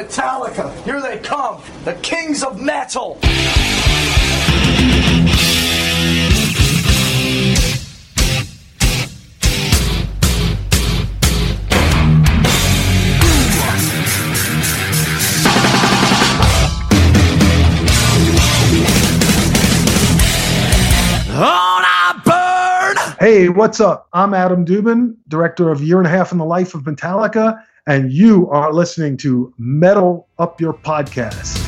Metallica, here they come, the kings of metal. Hey, what's up? I'm Adam Dubin, director of Year and a Half in the Life of Metallica, and you are listening to Metal Up Your Podcast.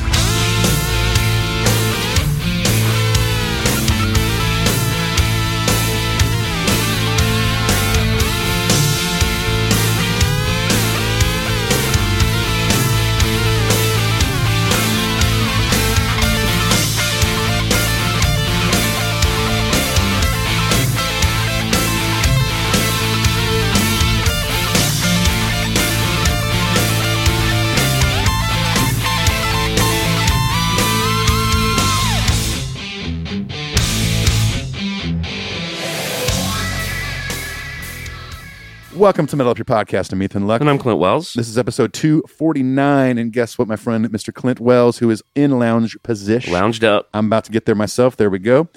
Welcome to Metal Up Your Podcast. I'm Ethan Luck. And I'm Clint Wells. This is episode 249. And guess what, my friend, Mr. Clint Wells, who is in lounge position. Lounged up. I'm about to get there myself. There we go.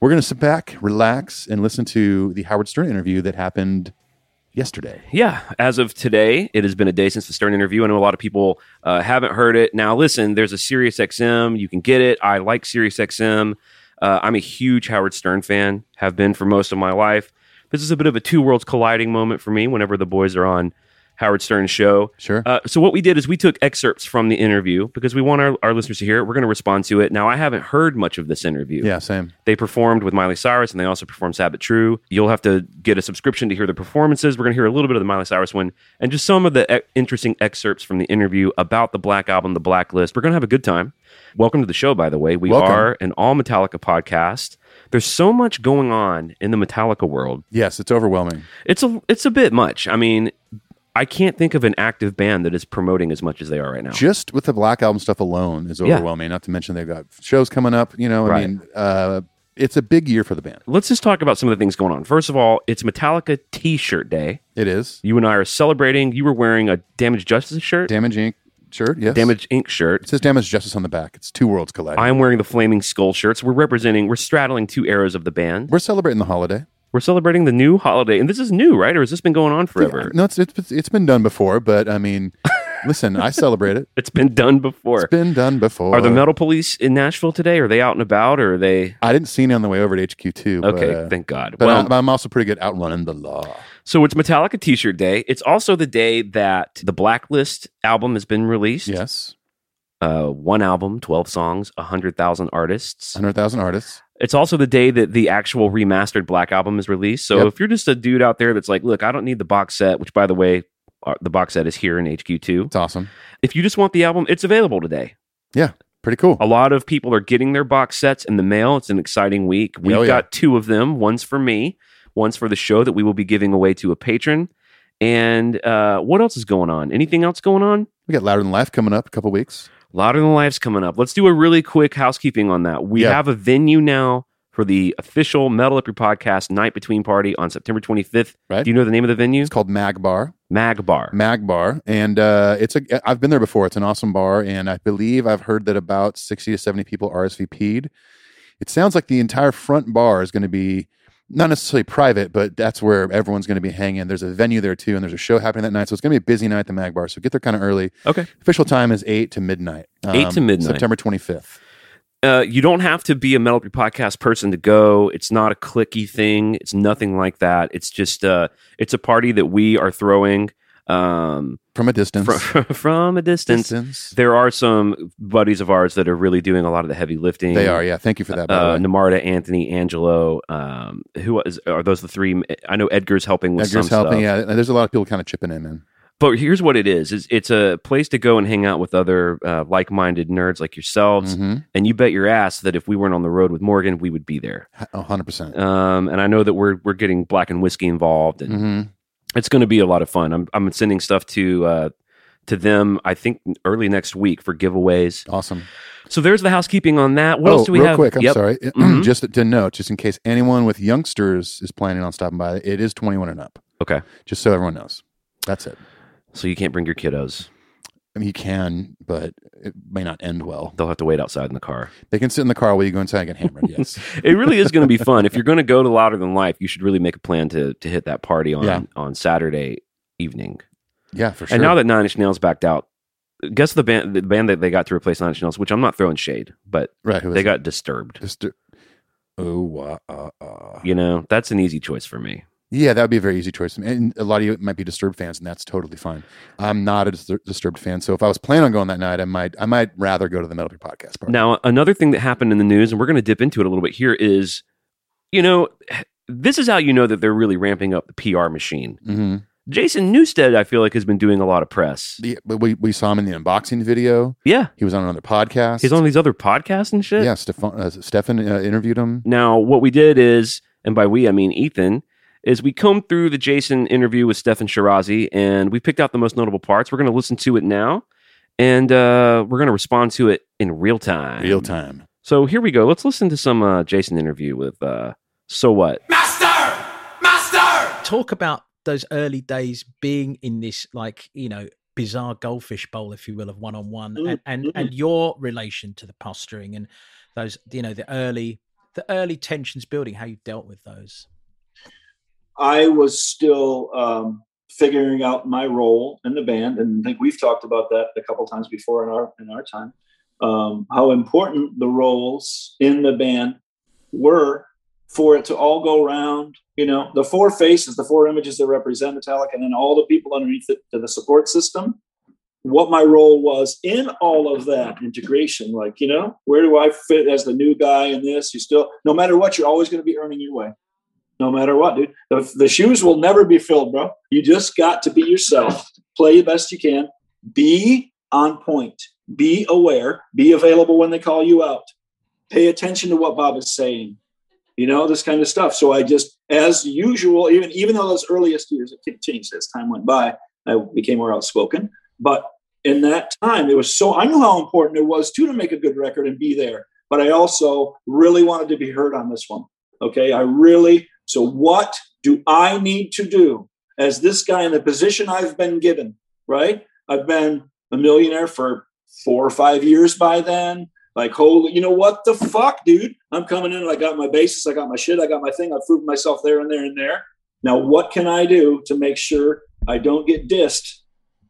We're going to sit back, relax, and listen to the Howard Stern interview that happened yesterday. Yeah, as of today, it has been a day since the Stern interview. I know a lot of people uh, haven't heard it. Now, listen, there's a Sirius XM. You can get it. I like Sirius XM. Uh, I'm a huge Howard Stern fan, have been for most of my life. This is a bit of a two worlds colliding moment for me whenever the boys are on Howard Stern's show. Sure. Uh, so what we did is we took excerpts from the interview because we want our, our listeners to hear it. We're going to respond to it. Now, I haven't heard much of this interview. Yeah, same. They performed with Miley Cyrus and they also performed Sabbath True. You'll have to get a subscription to hear the performances. We're going to hear a little bit of the Miley Cyrus one and just some of the e- interesting excerpts from the interview about the Black Album, The Blacklist. We're going to have a good time. Welcome to the show, by the way. We Welcome. are an all Metallica podcast. There's so much going on in the Metallica world. Yes, it's overwhelming. It's a it's a bit much. I mean, I can't think of an active band that is promoting as much as they are right now. Just with the Black Album stuff alone is Yeah. overwhelming. Not to mention they've got shows coming up. You know, I Right. mean, uh, it's a big year for the band. Let's just talk about some of the things going on. First of all, it's Metallica T-shirt day. It is. You and I are celebrating. You were wearing a Damage Justice shirt, Damage Inc. shirt, yes. Damage Inc. shirt. It says Damage Justice on the back. It's two worlds colliding. I'm wearing the Flaming Skull shirts. We're representing. We're straddling two arrows of the band. We're celebrating the holiday. We're celebrating the new holiday, and this is new, right? Or has this been going on forever? No, it's, it's it's been done before, but I mean, listen, I celebrate it. It's been done before. It's been done before. are the metal police in Nashville today? Are they out and about? Or are they I didn't see any on the way over to HQ two. okay? but, uh, thank God. but well, I'm, I'm also pretty good outrunning the law. So it's Metallica T-shirt day. It's also the day that the Blacklist album has been released. Yes, Uh, one album, twelve songs, hundred thousand artists. hundred thousand artists. It's also the day that the actual remastered Black album is released. So Yep. if you're just a dude out there that's like, look, I don't need the box set, which by the way, uh, the box set is here in HQ2. It's awesome. If you just want the album, it's available today. Pretty cool. A lot of people are getting their box sets in the mail. It's an exciting week. We've Oh, yeah. got two of them. One's for me, one's for the show that we will be giving away to a patron. And uh, what else is going on? Anything else going on? We got louder than life coming up in a couple weeks. Louder Than Life's coming up. Let's do a really quick housekeeping on that. We Yeah. have a venue now for the official Metal Up Your Podcast Night Between Party on September 25th. Right. Do you know the name of the venue? It's called Mag Bar. Mag Bar. Mag Bar, and uh, it's a. I've been there before. It's an awesome bar, and I believe I've heard that about sixty to seventy people RSVP'd. It sounds like the entire front bar is going to be not necessarily private, but that's where everyone's going to be hanging. There's a venue there too, and there's a show happening that night, so it's going to be a busy night at the Mag Bar. So get there kind of early. Okay. Official time is eight to midnight. Um, 8 to midnight. September twenty fifth. Uh, you don't have to be a Metal Up Your Podcast person to go. It's not a clicky thing. It's nothing like that. It's just uh, it's a party that we are throwing um, From a distance. from, from a distance. distance. There are some buddies of ours that are really doing a lot of the heavy lifting. They are. Yeah. Thank you for that. By the uh, way. Namarda, Anthony, Angelo. Um, who is, are those? The three. I know Edgar's helping with Edgar's some helping. stuff. Yeah. There's a lot of people kind of chipping in, man. But here's what it is: is it's a place to go and hang out with other uh, like-minded nerds like yourselves. Mhm. And you bet your ass that if we weren't on the road with Morgan, we would be there. H- a hundred percent. Um, and I know that we're we're getting Black and Whiskey involved, and hmm it's going to be a lot of fun. I'm I'm sending stuff to. Uh, to them, I think early next week for giveaways. Awesome. So there's the housekeeping on that. What oh, else do we real have? quick, I'm Yep. sorry. Mhm. just to note, just in case anyone with youngsters is planning on stopping by, it is 21 and up. Okay. Just so everyone knows. That's it. So you can't bring your kiddos. I mean, you can, but it may not end well. They'll have to wait outside in the car. They can sit in the car while you go inside and get hammered. Yes. It really is going to be fun. If you're going to go to Louder Than Life, you should really make a plan to to hit that party on Yeah. on Saturday evening. yeah, for sure. And now that Nine Inch Nails backed out, guess the band the band that they got to replace Nine Inch Nails, which I'm not throwing shade, but right, who they is got disturbed. just oh, wow, uh, uh. You know, that's an easy choice for me. yeah, that would be a very easy choice. And a lot of you might be Disturbed fans, and that's totally fine. I'm not a Dis- Disturbed fan, so if I was planning on going that night, I might, I might rather go to the Metal Gear Podcast party. Now, another thing that happened in the news, and we're going to dip into it a little bit here, is you know, this is how you know that they're really ramping up the PR machine. hmm Jason Newstead, I feel like, has been doing a lot of press. The, but we we saw him in the unboxing video. Yeah. He was on another podcast. He's on these other podcasts and shit. Yeah, Stefan, uh, Stefan uh, interviewed him. Now, what we did is, and by we, I mean Ethan, is we combed through the Jason interview with Stefan Shirazi and we picked out the most notable parts. We're going to listen to it now and uh, we're going to respond to it in real time. Real time. So here we go. Let's listen to some uh, Jason interview with uh, So What. Master! Master! talk about those early days being in this like you know bizarre goldfish bowl if you will of one-on-one and and, and your relation to the posturing and those you know the early the early tensions building how you dealt with those I was still um, figuring out my role in the band, and I think we've talked about that a couple times before in our in our time. Um, how important the roles in the band were for it to all go around. You know, the four faces, the four images that represent Metallica, and then all the people underneath it to the support system. What my role was in all of that integration, like you know, where do I fit as the new guy in this? You still, no matter what, you're always going to be earning your way no matter what, dude. The, the shoes will never be filled, bro. You just got to be yourself, play your best you can, be on point, be aware, be available when they call you out, pay attention to what Bob is saying, you know, this kind of stuff. So I just, as usual, even even though those earliest years, it changed as time went by, I became more outspoken. But in that time, it was so I knew how important it was too to make a good record and be there. But I also really wanted to be heard on this one. Okay. I really, so what do I need to do as this guy in the position I've been given? Right. I've been a millionaire for four or five years by then. Like, holy, you know what the fuck, dude? I'm coming in and I got my basis, I got my shit, I got my thing, I've proven myself there and there and there. Now, what can I do to make sure I don't get dissed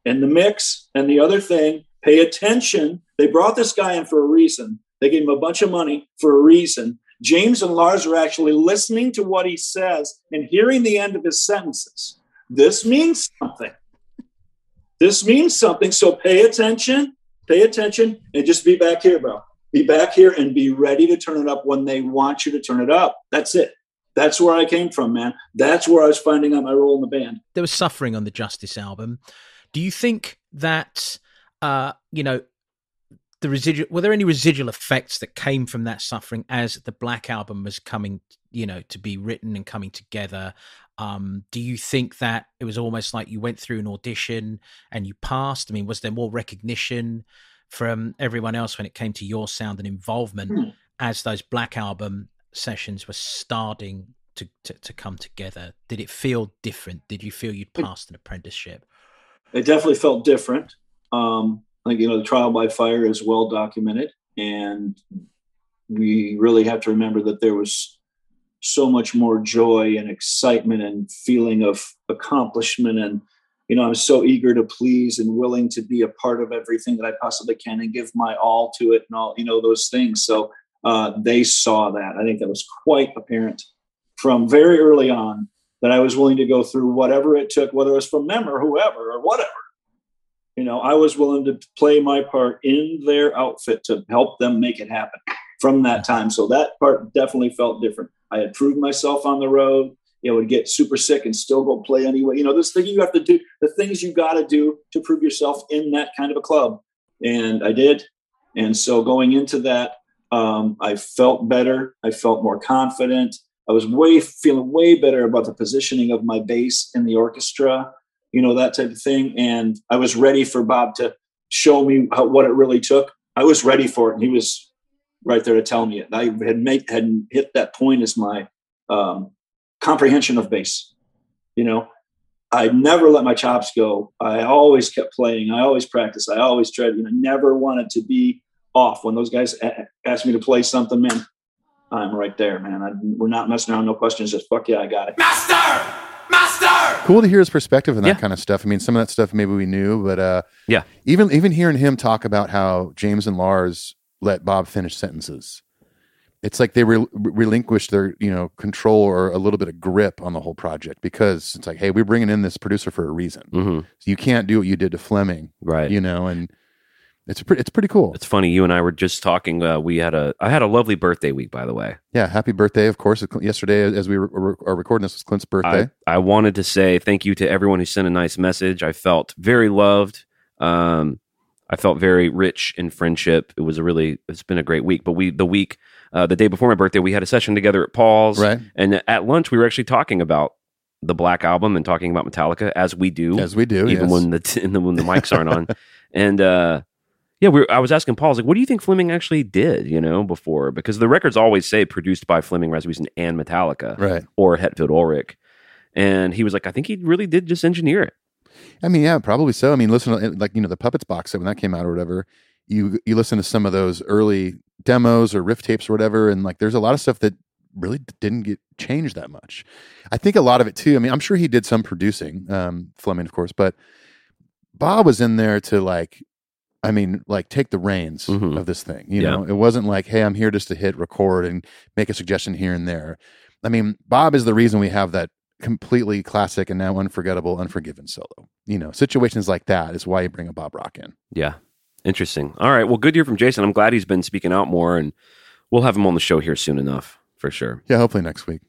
in the mix? And the other thing, pay attention. They brought this guy in for a reason. They gave him a bunch of money for a reason. James and Lars are actually listening to what he says and hearing the end of his sentences. This means something. This means something. So pay attention, pay attention, and just be back here, bro. Be back here and be ready to turn it up when they want you to turn it up. That's it. That's where I came from, man. That's where I was finding out my role in the band. there was suffering on the justice album do you think that uh you know the residual were there any residual effects that came from that suffering as the black album was coming you know to be written and coming together um do you think that it was almost like you went through an audition and you passed i mean was there more recognition from everyone else when it came to your sound and involvement Hmm. as those black album sessions were starting to, to, to come together did it feel different did you feel you'd passed an apprenticeship it definitely felt different. Um, like you know, the trial by fire is well documented, and we really have to remember that there was so much more joy and excitement and feeling of accomplishment and you know i'm so eager to please and willing to be a part of everything that i possibly can and give my all to it and all you know those things so uh, they saw that i think that was quite apparent from very early on that I was willing to go through whatever it took, whether it was from them or whoever or whatever. You know, I was willing to play my part in their outfit to help them make it happen from that time. So that part definitely felt different. I had proved myself on the road. You know, would get super sick and still go play anyway. You know, this thing you have to do, the things you got to do to prove yourself in that kind of a club. And I did. And so going into that, um, I felt better. I felt more confident. I was way feeling way better about the positioning of my bass in the orchestra, you know that type of thing, and I was ready for Bob to show me how, what it really took. I was ready for it, and he was right there to tell me it. I had made had hit that point as my um, comprehension of bass, you know, I never let my chops go. I always kept playing. I always practiced. I always tried. You know, never wanted to be off. When those guys a- asked me to play something, man, I'm right there, man. I, we're not messing around. No questions. Just fuck yeah, I got it. Master! Master! cool to hear his perspective on that Yeah. kind of stuff. I mean, some of that stuff maybe we knew, but uh, Yeah. even even hearing him talk about how James and Lars let Bob finish sentences, it's like they re- relinquished their you know control or a little bit of grip on the whole project because it's like, hey, we're bringing in this producer for a reason. hmm You can't do what you did to Fleming, Right. you know, and it's pretty it's pretty cool. It's funny. You and I were just talking. Uh, we had a I had a lovely birthday week, by the way. yeah, happy birthday, of course. Yesterday, as we re- re- are recording this, was Clint's birthday. I, I wanted to say thank you to everyone who sent a nice message. I felt very loved. Um, I felt very rich in friendship. It was a really, it's been a great week. But we, the week, uh, the day before my birthday, we had a session together at Paul's. right And at lunch, we were actually talking about the Black Album and talking about Metallica, as we do, as we do, even yes. when the, when the mics aren't on. And, uh, yeah, we were, I was asking Paul, I was like, what do you think Fleming actually did, you know, before? Because the records always say produced by Fleming Rasmussen and Metallica right. or Hetfield Ulrich. And he was like, I think he really did just engineer it. I mean, yeah, probably so. I mean, listen, to, like you know, the puppets box set when that came out or whatever. You you listen to some of those early demos or riff tapes or whatever, and like there's a lot of stuff that really d- didn't get changed that much. I think a lot of it too. I mean, I'm sure he did some producing, um, Fleming, of course, but Bob was in there to like, I mean, like take the reins Mhm. of this thing. You Yeah. know, it wasn't like, hey, I'm here just to hit record and make a suggestion here and there. I mean, Bob is the reason we have that completely classic and now unforgettable Unforgiven solo. You know, situations like that is why you bring a Bob Rock in. Yeah. Interesting. All right. Well, good to hear from Jason. I'm glad he's been speaking out more, and we'll have him on the show here soon enough for sure. Yeah, hopefully next week.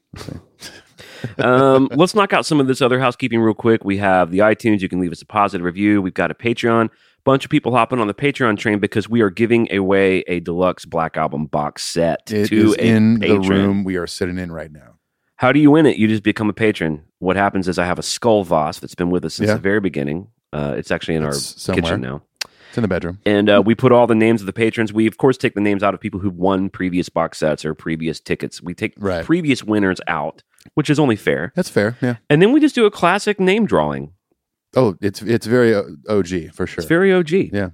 um, let's knock out some of this other housekeeping real quick. We have the iTunes. You can leave us a positive review. We've got a Patreon. Bunch of people hopping on the Patreon train because we are giving away a deluxe Black Album box set It to is a in the patron. room we are sitting in right now. How do you win it? You just become a patron. What happens is I have a skull Voss that's been with us since Yeah. the very beginning. Uh, it's actually in It's our somewhere. kitchen now. It's in the bedroom. And uh, we put all the names of the patrons. We, of course, take the names out of people who've won previous box sets or previous tickets. We take Right. previous winners out, which is only fair. That's fair. Yeah. And then we just do a classic name drawing. Oh, it's it's very uh, OG for sure. It's very OG. Yeah.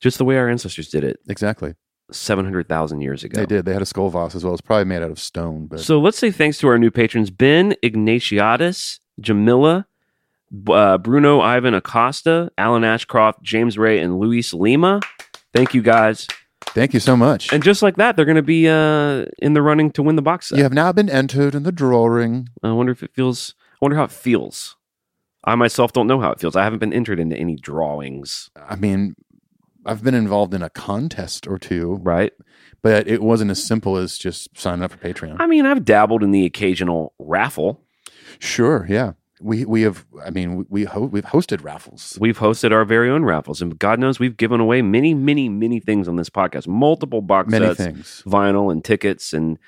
Just the way our ancestors did it exactly. 700,000 years ago. They did. They had a skull vase as well. It's probably made out of stone, but So let's say thanks to our new patrons Ben Ignatiadis, Jamila, B- uh, Bruno Ivan Acosta, Alan Ashcroft, James Ray, and Luis Lima. Thank you guys. thank you so much. And just like that, they're going to be uh, in the running to win the box set. you have now been entered in the drawing. I wonder if it feels. I wonder how it feels. I myself don't know how it feels. I haven't been entered into any drawings, I mean, I've been involved in a contest or two, right? but it wasn't as simple as just signing up for Patreon. I mean, I've dabbled in the occasional raffle. Sure. Yeah. We we have. I mean, we we ho- we've hosted raffles. We've hosted our very own raffles, and God knows we've given away many, many, many things on this podcast. Multiple box Many sets, things. vinyl, and tickets, and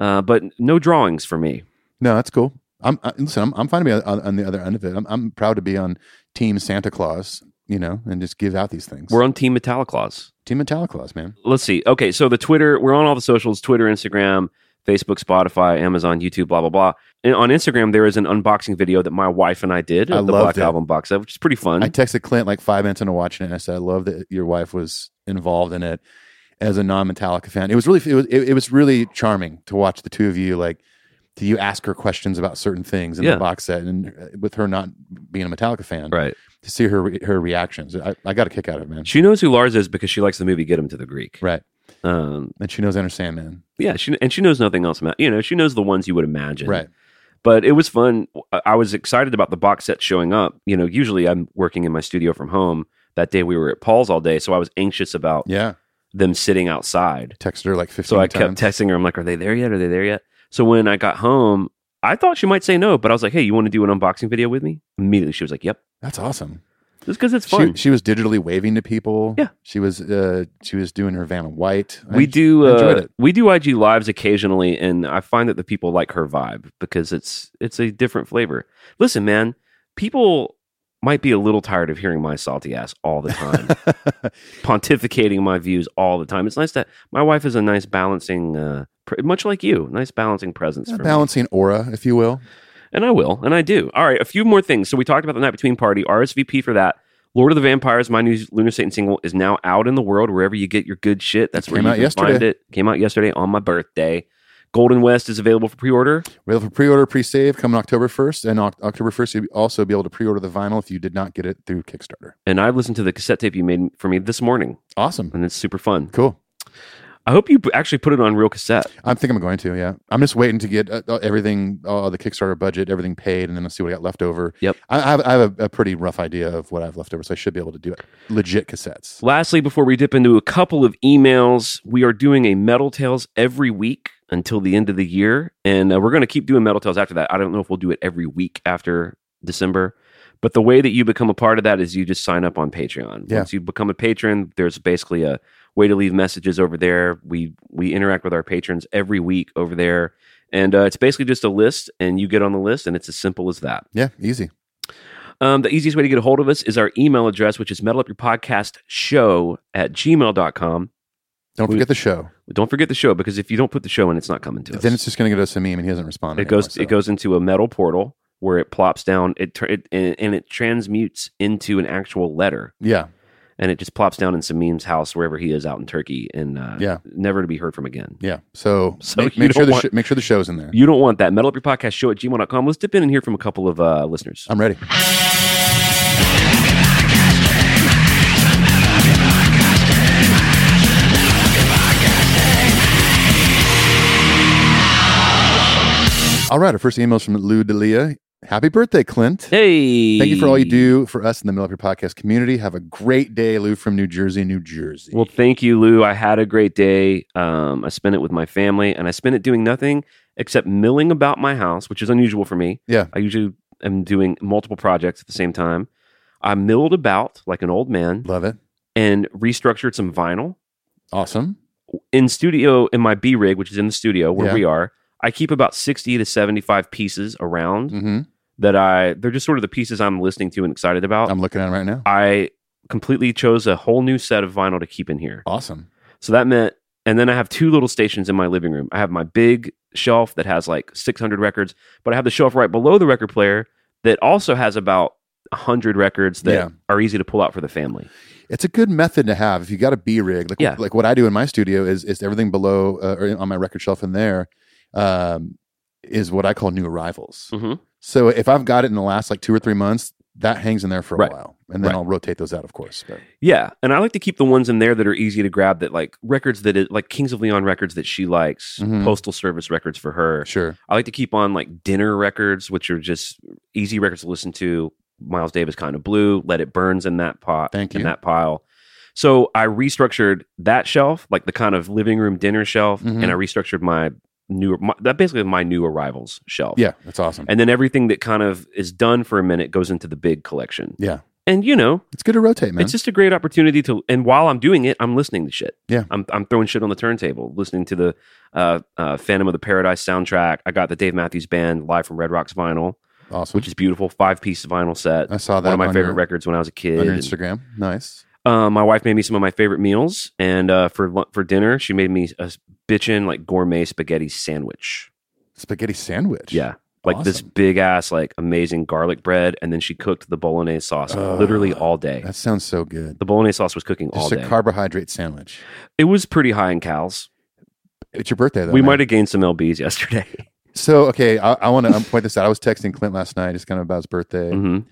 uh, but no drawings for me. No, that's cool. I'm I, listen. I'm I'm fine to be on, on the other end of it. I'm I'm proud to be on Team Santa Claus. You know, and just give out these things. We're on Team Metalliclaws. Team Metallic Claus, man. Let's see. Okay, so the Twitter, we're on all the socials: Twitter, Instagram, Facebook, Spotify, Amazon, YouTube, blah blah blah. And on Instagram, there is an unboxing video that my wife and I did I of the loved Black it. Album box set, which is pretty fun. I texted Clint like five minutes into watching it. And I said, I love that your wife was involved in it as a non-Metallica fan. It was really it was it, it was really charming to watch the two of you like. Do you ask her questions about certain things in Yeah. the box set, and uh, with her not being a Metallica fan, right. to see her her reactions. I, I got a kick out of it, man. She knows who Lars is because she likes the movie Get Him to the Greek. Right. Um, And she knows Enter Sandman. yeah, she and she knows nothing else. About, you know, she knows the ones you would imagine. Right. but it was fun. I- I was excited about the box set showing up. You know, usually I'm working in my studio from home. That day we were at Paul's all day, so I was anxious about Yeah. them sitting outside. Texted her like 15 So I kept times. texting her. I'm like, "Are they there yet? Are they there yet?" So when I got home, I thought she might say no, but I was like, "Hey, you want to do an unboxing video with me?" Immediately, she was like, "Yep." That's awesome. Just because it's She, fun. she was digitally waving to people. Yeah. She was uh she was doing her Vanna White. I we en- do I enjoyed uh, it. we do IG lives occasionally, and I find that the people like her vibe because it's it's a different flavor. Listen, man, people might be a little tired of hearing my salty ass all the time, pontificating my views all the time. It's nice that my wife is a nice balancing, uh, pr- much like you, nice balancing presence A for me. balancing aura, if you will. And I will, and I do. All right, a few more things. So we talked about the Night Between Party, RSVP for that. Lord of the Vampires, my new Lunar Satan single is now out in the world wherever you get your good shit. That's It where came you out can find yesterday. it. Came out yesterday on my birthday. Golden West is available for pre-order. Available for pre-order, pre-save, coming October 1st. And Oc- October 1st, you'll also be able to pre-order the vinyl if you did not get it through Kickstarter. And I've listened to the cassette tape you made for me this morning, Awesome. and it's super fun. Cool. I hope you p- actually put it on real cassette. I think I'm going to, yeah. I'm just waiting to get uh, uh, everything, uh, the Kickstarter budget, everything paid, and then I'll see what I got left over. Yep. I, I have, I have a, a pretty rough idea of what I have left over, so I should be able to do it. Legit cassettes. Lastly, before we dip into a couple of emails, we are doing a Metal Tales every week until the end of the year. And uh, we're going to keep doing Metal Tales after that. I don't know if we'll do it every week after December. But the way that you become a part of that is you just sign up on Patreon. Yeah. Once you become a patron, there's basically a way to leave messages over there. We we interact with our patrons every week over there. And uh, it's basically just a list, and you get on the list, and it's as simple as that. Yeah, easy. Um, the easiest way to get a hold of us is our email address, which is metalupyourpodcastshow at gmail.com. Don't We- forget the show. But don't forget the show because if you don't put the show in, it's not coming to us. Then it's just going to get us a meme, and he hasn't responded. it goes anyway, so- it goes into a metal portal where it plops down it, tur- it and, and it transmutes into an actual letter Yeah, and it just plops down in Samim's house wherever he is out in Turkey and uh, Yeah. never to be heard from again. yeah. So, So make, you make sure don't the want- sh- make sure the show's in there. You don't want that. Metal up your podcast show at gmail.com. Let's dip in and hear from a couple of uh, listeners. I'm ready. All right, our first email is from Lou Delia. Happy birthday, Clint. Hey. Thank you for all you do for us in the Middle of Your Podcast community. Have a great day, Lou from New Jersey, New Jersey. Well, thank you, Lou. I had a great day. Um, I spent it with my family, and I spent it doing nothing except milling about my house, which is unusual for me. Yeah. I usually am doing multiple projects at the same time. I milled about like an old man love it. and restructured some vinyl Awesome. in studio in my B rig, which is in the studio where Yeah. we are. I keep about sixty to seventy-five pieces around hmm that I. They're just sort of the pieces I'm listening to and excited about. I'm looking at it right now. I completely chose a whole new set of vinyl to keep in here. Awesome. So that meant, and then I have two little stations in my living room. I have my big shelf that has like 600 records, but I have the shelf right below the record player that also has about 100 records that Yeah. are easy to pull out for the family. It's a good method to have if you got a B rig. Like, Yeah. like what I do in my studio is is everything below uh, or on my record shelf in there um, is what I call new arrivals. Mhm. So if I've got it in the last like two or three months, that hangs in there for a Right. while, and then Right. I'll rotate those out, of course. But Yeah. And I like to keep the ones in there that are easy to grab that like records that it, like Kings of Leon records that she likes, Mhm. Postal Service records for her. sure, I like to keep on like dinner records, which are just easy records to listen to. Miles Davis kind of blue, let it burns in that pot, Thank in you. that pile. So I restructured that shelf, like the kind of living room dinner shelf, Mhm. and I restructured my new my, that basically my new arrivals shelf. yeah, that's awesome. and then everything that kind of is done for a minute goes into the big collection. Yeah. and you know it's good to rotate, man. it's just a great opportunity to. And while I'm doing it, I'm listening to shit. Yeah. I'm I'm throwing shit on the turntable, listening to the uh, uh, Phantom of the Paradise soundtrack. I got the Dave Matthews Band live from Red Rocks vinyl, awesome. which is beautiful, five piece vinyl set. I saw that One of my on favorite your- records when I was a kid. on your And, Instagram. Nice. uh, my wife made me some of my favorite meals, and uh, for lu- for dinner, she made me a bitchin' like gourmet spaghetti sandwich. Spaghetti sandwich. Yeah. Like this Awesome. big ass, like amazing garlic bread, and then she cooked the bolognese sauce literally Uh, all day. That sounds so good. The bolognese sauce was cooking all Just day. a carbohydrate sandwich. it was pretty high in cows. It's your birthday, though. we man. might have gained some lbs yesterday So, okay, I, I want to point this out. I was texting Clint last night, just kind of about his birthday, Mhm.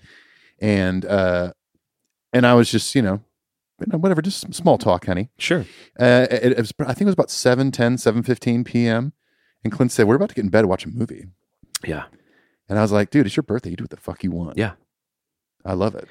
and uh, and I was just, you know, you know, whatever, just some small talk, honey. sure Uh, it, it was, I think it was about 7 7.15 p.m. And Clint said, "We're about to get in bed, and watch a movie." Yeah. and I was like, "Dude, it's your birthday. You do what the fuck you want." Yeah. I love it.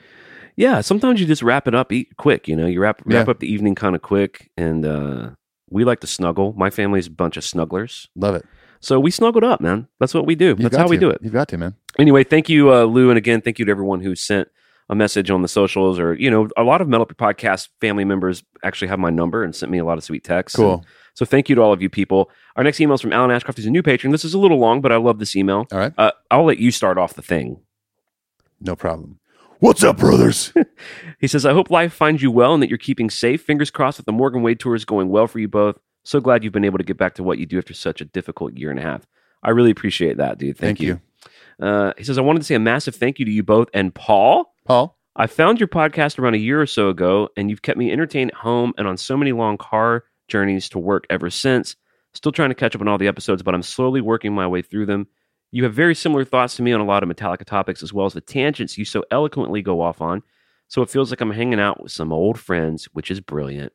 yeah sometimes you just wrap it up eat quick you know you wrap wrap Yeah. up the evening kind of quick and uh we like to snuggle my family's a bunch of snugglers Love it. so we snuggled up man that's what we do You've that's got how we to. do it You've got to, man. anyway thank you uh, lou and again thank you to everyone who sent a message on the socials or you know a lot of metal Up Your podcast family members actually have my number and sent me a lot of sweet texts Cool. So thank you to all of you people. Our next email is from Alan Ashcroft, who's a new patron. This is a little long, but I love this email. All right. Uh, I'll let you start off the thing. No problem. What's up, brothers? He says, I hope life finds you well and that you're keeping safe. Fingers crossed that the Morgan Wade tour is going well for you both. So glad you've been able to get back to what you do after such a difficult year and a half. I really appreciate that, dude. Thank, Thank you. Uh, he says, I wanted to say a massive thank you to you both and Paul. Paul. I found your podcast around a year or so ago, and you've kept me entertained at home and on so many long car journeys to work ever since. Still trying to catch up on all the episodes, but I'm slowly working my way through them. You have very similar thoughts to me on a lot of Metallica topics, as well as the tangents you so eloquently go off on. So it feels like I'm hanging out with some old friends, which is brilliant.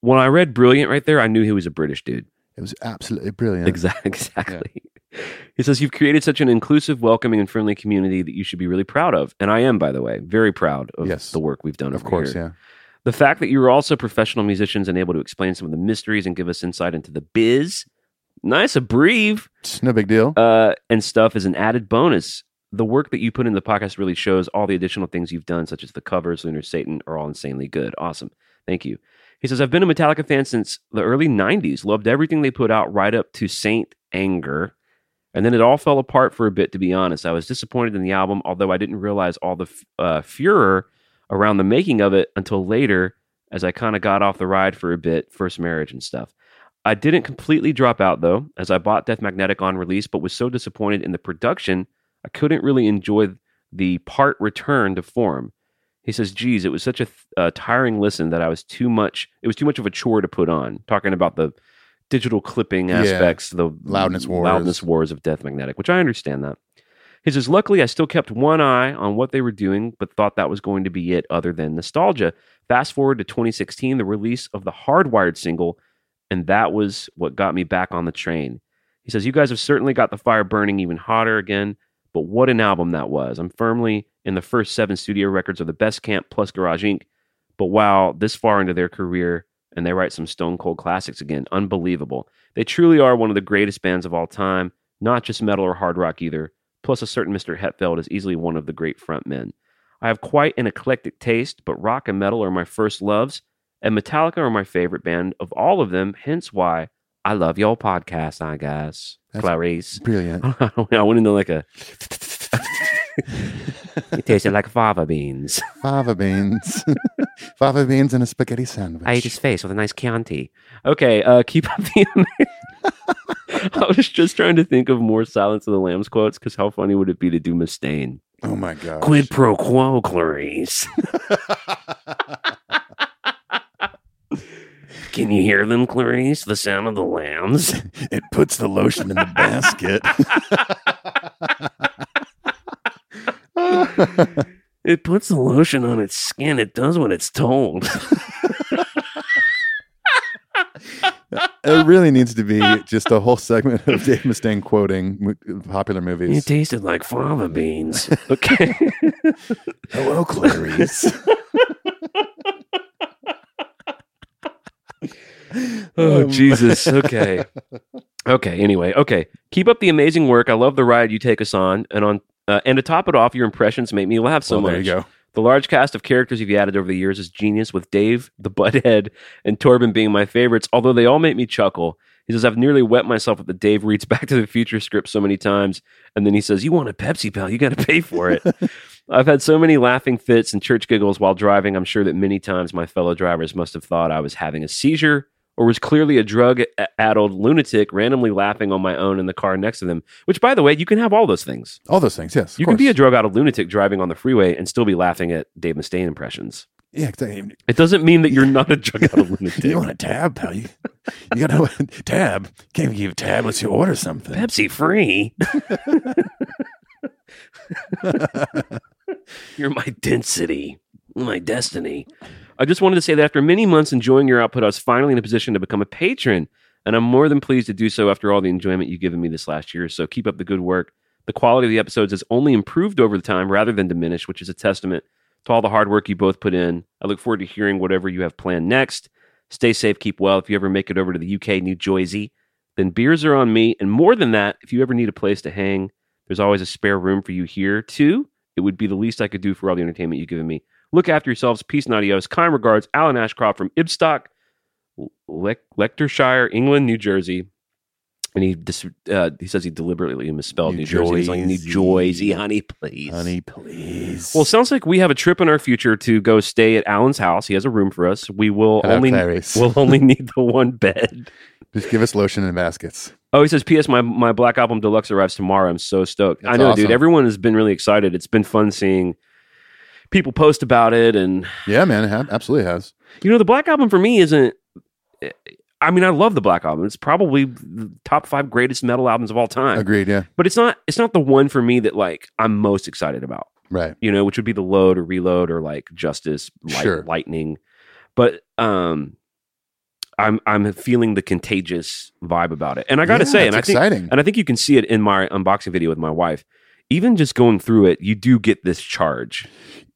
When I read brilliant right there, I knew he was a British dude. It was absolutely brilliant. Exactly. Exactly. He says, You've created such an inclusive, welcoming, and friendly community that you should be really proud of. And I am, by the way, very proud of Yes. the work we've done. Of course, yeah. The fact that you were also professional musicians and able to explain some of the mysteries and give us insight into the biz. Nice, a brief It's no big deal. uh, and stuff is an added bonus. The work that you put in the podcast really shows all the additional things you've done, such as the covers, Lunar Satan, are all insanely good. Awesome. Thank you. He says, I've been a Metallica fan since the early 90s, loved everything they put out right up to Saint Anger. And then it all fell apart for a bit, to be honest. I was disappointed in the album, although I didn't realize all the f- uh, furor around the making of it until later, as I kind of got off the ride for a bit, first marriage and stuff. I didn't completely drop out though, as I bought Death Magnetic on release, but was so disappointed in the production, I couldn't really enjoy the part return to form. He says, "Geez, it was such a th- uh, tiring listen that I was too much. It was too much of a chore to put on." Talking about the digital clipping Yeah. aspects, the Loudness wars. loudness wars of Death Magnetic, which I understand that. He says, "Luckily, I still kept one eye on what they were doing, but thought that was going to be it, other than nostalgia." Fast forward to 2016, the release of the Hardwired single and that was what got me back on the train. He says, You guys have certainly got the fire burning even hotter again, but what an album that was. I'm firmly in the first seven studio records of the Best Camp plus Garage Inc., but wow, this far into their career, and they write some stone cold classics again. Unbelievable. They truly are one of the greatest bands of all time, not just metal or hard rock either. Plus, a certain Mr. Hetfield is easily one of the great front men. I have quite an eclectic taste, but rock and metal are my first loves and Metallica are my favorite band of all of them. Hence why I love your podcast, I guess. That's- Clarice, Brilliant. I went into like a. It tasted like fava beans. Fava beans. Fava beans and a spaghetti sandwich. I ate his face with a nice Chianti. Okay, uh, keep up the. ama- I was just trying to think of more Silence of the Lambs quotes because how funny would it be to do Mustaine? oh my god. Quid pro quo, Clarice. Can you hear them, Clarice? The sound of the lambs. it puts the lotion in the basket. It puts the lotion on its skin. It does what it's told. it really needs to be just a whole segment of Dave Mustaine quoting mo- popular movies. It tasted like fava beans. Okay. Hello, Clarice. oh, Um, Jesus. Okay. Okay. Anyway. Okay. Keep up the amazing work. I love the ride you take us on, and on. Uh, and to top it off, your impressions make me laugh so well, much. there you go. The large cast of characters you've added over the years is genius, with Dave, the butthead, and Torben being my favorites, although they all make me chuckle. He says, I've nearly wet myself with the Dave reads Back to the Future script so many times. And then he says, You want a Pepsi, pal? You got to pay for it. I've had so many laughing fits and church giggles while driving. I'm sure that many times my fellow drivers must have thought I was having a seizure or was clearly a drug addled lunatic randomly laughing on my own in the car next to them, which, by the way, you can have all those things. All those things, yes. of You can be a course. drug addled lunatic driving on the freeway and still be laughing at Dave Mustaine impressions. yeah. exactly. It doesn't mean that you're not a drug addled lunatic. You want a tab, pal? You, you got a tab? Can't even give you a tab unless you order something. Pepsi free. You're my density, my destiny. I just wanted to say that after many months enjoying your output, I was finally in a position to become a patron, and I'm more than pleased to do so after all the enjoyment you've given me this last year. So keep up the good work. The quality of the episodes has only improved over the time rather than diminished, which is a testament to all the hard work you both put in. I look forward to hearing whatever you have planned next. Stay safe, keep well. If you ever make it over to the UK, New Jersey, then beers are on me. And more than that, if you ever need a place to hang, there's always a spare room for you here too. It would be the least I could do for all the entertainment you've given me. Look after yourselves. Peace and adios. Kind regards, Alan Ashcroft from Ibstock, Le- Leicestershire, England, New Jersey. And he dis- uh, he says he deliberately misspelled New, New Jersey. He's like New Jersey. Jersey, honey, please, Honey, please. well, sounds like we have a trip in our future to go stay at Alan's house. He has a room for us. We will Hello, only Uh, Clarice. we'll only need the one bed. Just give us lotion and baskets. Oh, he says, P.S. My, my Black Album Deluxe arrives tomorrow. I'm so stoked. I That's know, dude. awesome. Everyone has been really excited. It's been fun seeing people post about it. And, Yeah, man, it ha- absolutely has. you know, the Black Album for me isn't. I mean, I love the Black Album. It's probably the top five greatest metal albums of all time. Agreed. Yeah, But it's not. It's not the one for me that like I'm most excited about. right. you know, which would be the load or reload or like justice, light, Sure. lightning. But um, I'm I'm feeling the contagious vibe about it, and I got to Yeah, say, it's and I think exciting. and I think you can see it in my unboxing video with my wife. Even just going through it, you do get this charge.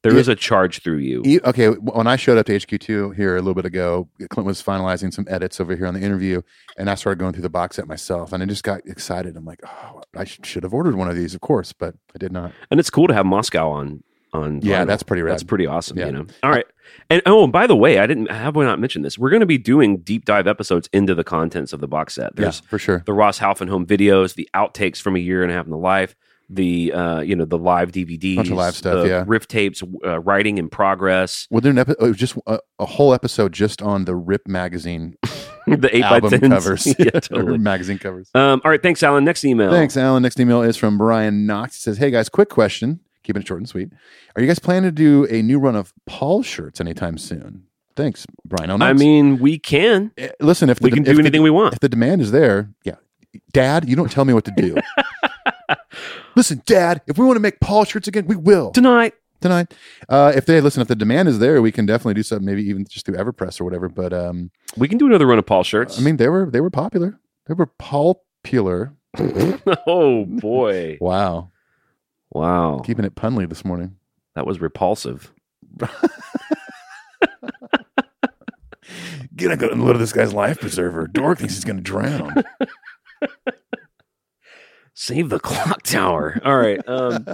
There is Yeah. a charge through you. E- okay, when I showed up to HQ2 here a little bit ago, Clint was finalizing some edits over here on the interview, and I started going through the box set myself, and I just got excited. I'm like, oh, I sh- should have ordered one of these, of course, but I did not. and it's cool to have Moscow on on. Yeah, vinyl. that's pretty rad. that's pretty awesome. Yeah. You know. All right, and oh, and by the way, I didn't have we not mentioned this. We're going to be doing deep dive episodes into the contents of the box set. yeah, There's for sure. the Ross Halfenholm videos, the outtakes from a year and a half in the life, the uh, you know the live DVDs, Bunch of live stuff, the yeah. riff tapes, uh, writing in progress, We'll do an epi- oh, just a, a whole episode just on the Rip magazine the eight by album tens, covers, yeah, Or totally. magazine covers. Um, all right, thanks, Alan. Next email. Thanks, Alan. Next email is from Brian Knox. He says, Hey guys, quick question. Keeping it short and sweet. Are you guys planning to do a new run of Paul shirts anytime soon? Thanks, Brian. L. I Knox. mean, we can. Eh, listen, if We the, can if do the- anything we want. if the demand is there, yeah. Dad, you don't tell me what to do. listen, Dad, if we want to make Paul shirts again, we will Tonight, tonight. Uh, if they listen, if the demand is there, we can definitely do something. Maybe even just through EverPress or whatever. But um, we can do another run of Paul shirts. I mean, they were they were popular. They were popular. oh boy, Wow, wow, keeping it punly this morning. that was repulsive. Get to unload this guy's life preserver. Dork thinks he's going to drown. Save the clock tower. All right. Um,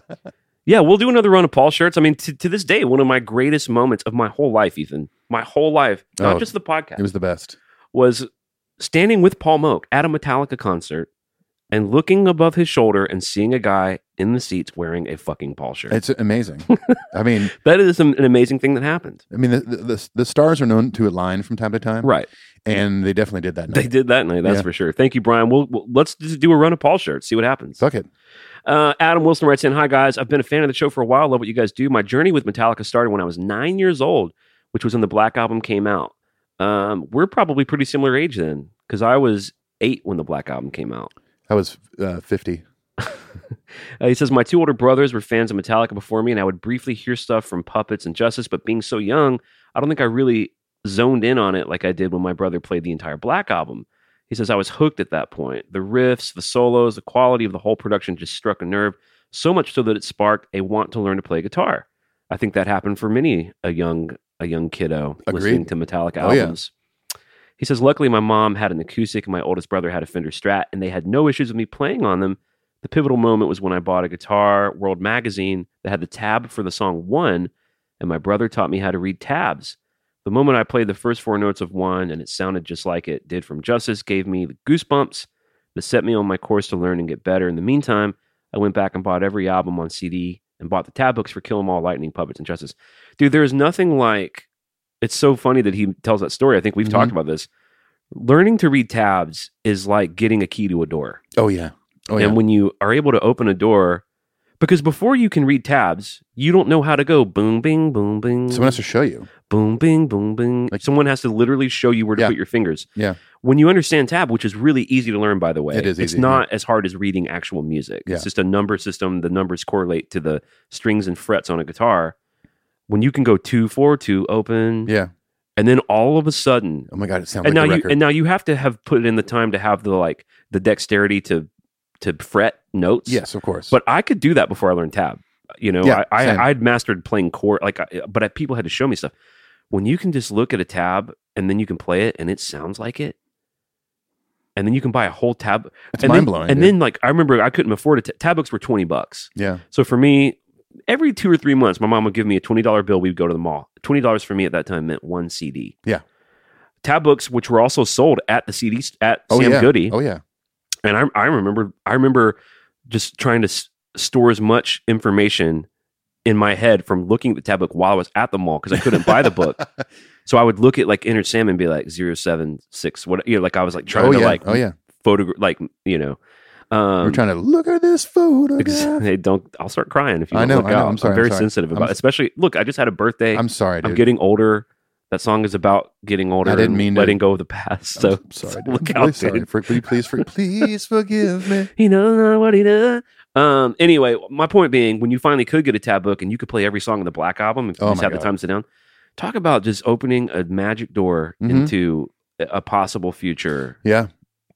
yeah, we'll do another run of Paul shirts. I mean, to to this day, one of my greatest moments of my whole life, Ethan, my whole life, not Oh, just the podcast. it was the best. was standing with Paul Moak at a Metallica concert and looking above his shoulder and seeing a guy in the seats wearing a fucking Paul shirt. It's amazing. I mean, that is an, an amazing thing that happened. I mean, the, the, the, the stars are known to align from time to time, Right. And they definitely did that. Night. They did that night, that's Yeah. for sure. Thank you, Brian. We'll, we'll let's just do a run of Paul shirts, see what happens. Fuck it. Uh, Adam Wilson writes in, "Hi guys, I've been a fan of the show for a while. Love what you guys do. My journey with Metallica started when I was nine years old, which was when the Black Album came out. Um, we're probably pretty similar age then, because I was eight when the Black Album came out. I was uh, 50. Uh, he says, My two older brothers were fans of Metallica before me, and I would briefly hear stuff from Puppets and Justice, but being so young, I don't think I really zoned in on it like I did when my brother played the entire Black album. He says, I was hooked at that point. The riffs, the solos, the quality of the whole production just struck a nerve, so much so that it sparked a want to learn to play guitar. I think that happened for many a young a young kiddo Agreed. listening to Metallica Oh, yeah. albums. He says, Luckily my mom had an acoustic and my oldest brother had a Fender Strat, and they had no issues with me playing on them the pivotal moment was when I bought a guitar World magazine that had the tab for the song One, and my brother taught me how to read tabs. The moment I played the first four notes of One and it sounded just like it did from Justice gave me the goosebumps that set me on my course to learn and get better. In the meantime, I went back and bought every album on CD and bought the tab books for Kill 'Em All, Lightning, Puppets, and Justice. Dude, there is nothing like. It's so funny that he tells that story. I think we've Mhm. talked about this. Learning to read tabs is like getting a key to a door Oh, yeah. Oh, yeah. and when you are able to open a door, because before you can read tabs, you don't know how to go boom, bing, boom, bing, Someone has to show you. boom, bing, boom, bing. Like someone has to literally show you where to Yeah. put your fingers. Yeah. When you understand tab, which is really easy to learn, by the way, It is It's easy, not as hard as reading actual music. Yeah. It's just a number system. The numbers correlate to the strings and frets on a guitar. When you can go two, four, two, open, Yeah. and then all of a sudden Oh, my God. It sounds and like now a you record. and now you have to have put in the time to have the like the dexterity to to fret notes. yes, of course. but I could do that before I learned tab. You know, Yeah, I, same. I I'd mastered playing chord like, I, but I, people had to show me stuff. When you can just look at a tab and then you can play it and it sounds like it, and then you can buy a whole tab. it's and mind then, blowing. And then like I remember I couldn't afford it. Tab books were twenty bucks. yeah. So for me, every two or three months, my mom would give me a twenty dollar bill. We'd go to the mall. Twenty dollars for me at that time meant one CD. Yeah. Tab books, which were also sold at the CD st- at Oh, Sam yeah. Goody, Oh, yeah. and I, I remember I remember just trying to s- store as much information in my head from looking at the tab book while I was at the mall because I couldn't buy the book. So I would look at like Inner Salmon and be like zero seven six. What you know, like I was like trying oh to yeah, like oh yeah. photograph, like you know. Um, We're trying to look at this photo. ex- hey, don't. I'll start crying if you. I don't know, Look I know, out. I'm sorry, I'm very sorry. sensitive I'm about. it. s- Especially, look, I just had a birthday. I'm sorry, dude. I'm getting older. That song is about getting older. I didn't and mean to- letting go of the past. I'm So s- sorry, so dude. look I'm out, really sorry. dude. For, will you please, for, please forgive me. he knows not what he does. Um. Anyway, my point being, when you finally could get a tab book and you could play every song on the Black album, if you Oh just my had the God. time to sit down, talk about just opening a magic door Mhm. into a- a possible future. Yeah,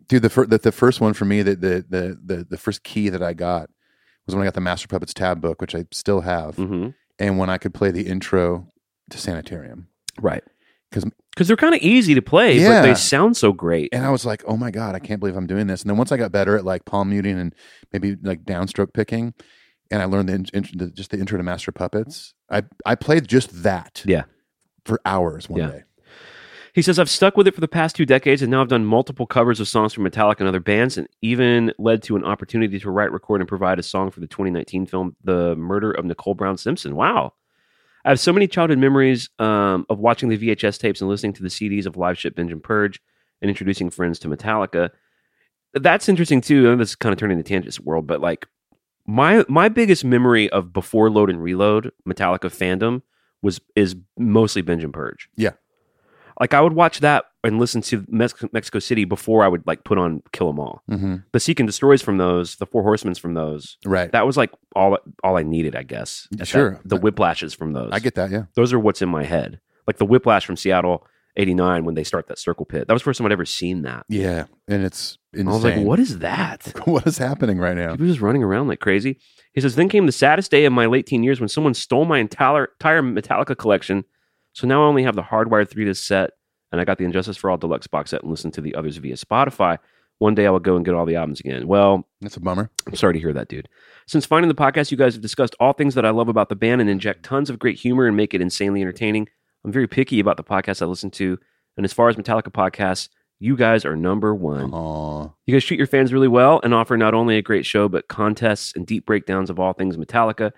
dude. The first the, the first one for me that the, the the the first key that I got was when I got the Master Puppets tab book, which I still have, hmm and when I could play the intro to Sanitarium. Right. 'Cause- because they're kind of easy to play, but Yeah. they sound so great. And I was like, oh my God, I can't believe I'm doing this. And then once I got better at like palm muting and maybe like downstroke picking, and I learned the, in- in- the just the intro to Master Puppets, I, I played just that. Yeah. For hours one Yeah. day. He says, I've stuck with it for the past two decades, and now I've done multiple covers of songs from Metallica and other bands, and even led to an opportunity to write, record, and provide a song for the 2019 film, The Murder of Nicole Brown Simpson. Wow. I have so many childhood memories um, of watching the VHS tapes and listening to the CDs of Live Ship, Binge, and Purge, and introducing friends to Metallica. That's interesting, too. I know this is kind of turning into tangents world, but like my my biggest memory of before Load and Reload Metallica fandom was is mostly Binge and Purge like I would watch that and listen to Mex- Mexico City before I would like put on Kill 'Em All. hmm The Seek and Destroys from those, the Four Horsemen's from those. Right. That was like all all I needed, I guess. at that- Sure. the Whiplashes from those. I get that. Yeah. those are what's in my head. Like the Whiplash from Seattle '89 when they start that circle pit. That was the first time I'd ever seen that. Yeah. And it's insane. I was like, what is that? what is happening right now? People just running around like crazy. He says, then came the saddest day of my late teen years when someone stole my entire, entire Metallica collection. So now I only have the hardwired three disc set, and I got the Injustice for All deluxe box set and listen to the others via Spotify. One day I will go and get all the albums again. Well, That's a bummer. I'm sorry to hear that, dude. Since finding the podcast, you guys have discussed all things that I love about the band and inject tons of great humor and make it insanely entertaining. I'm very picky about the podcasts I listen to, and as far as Metallica podcasts, you guys are number one. Aw. You guys treat your fans really well and offer not only a great show, but contests and deep breakdowns of all things Metallica.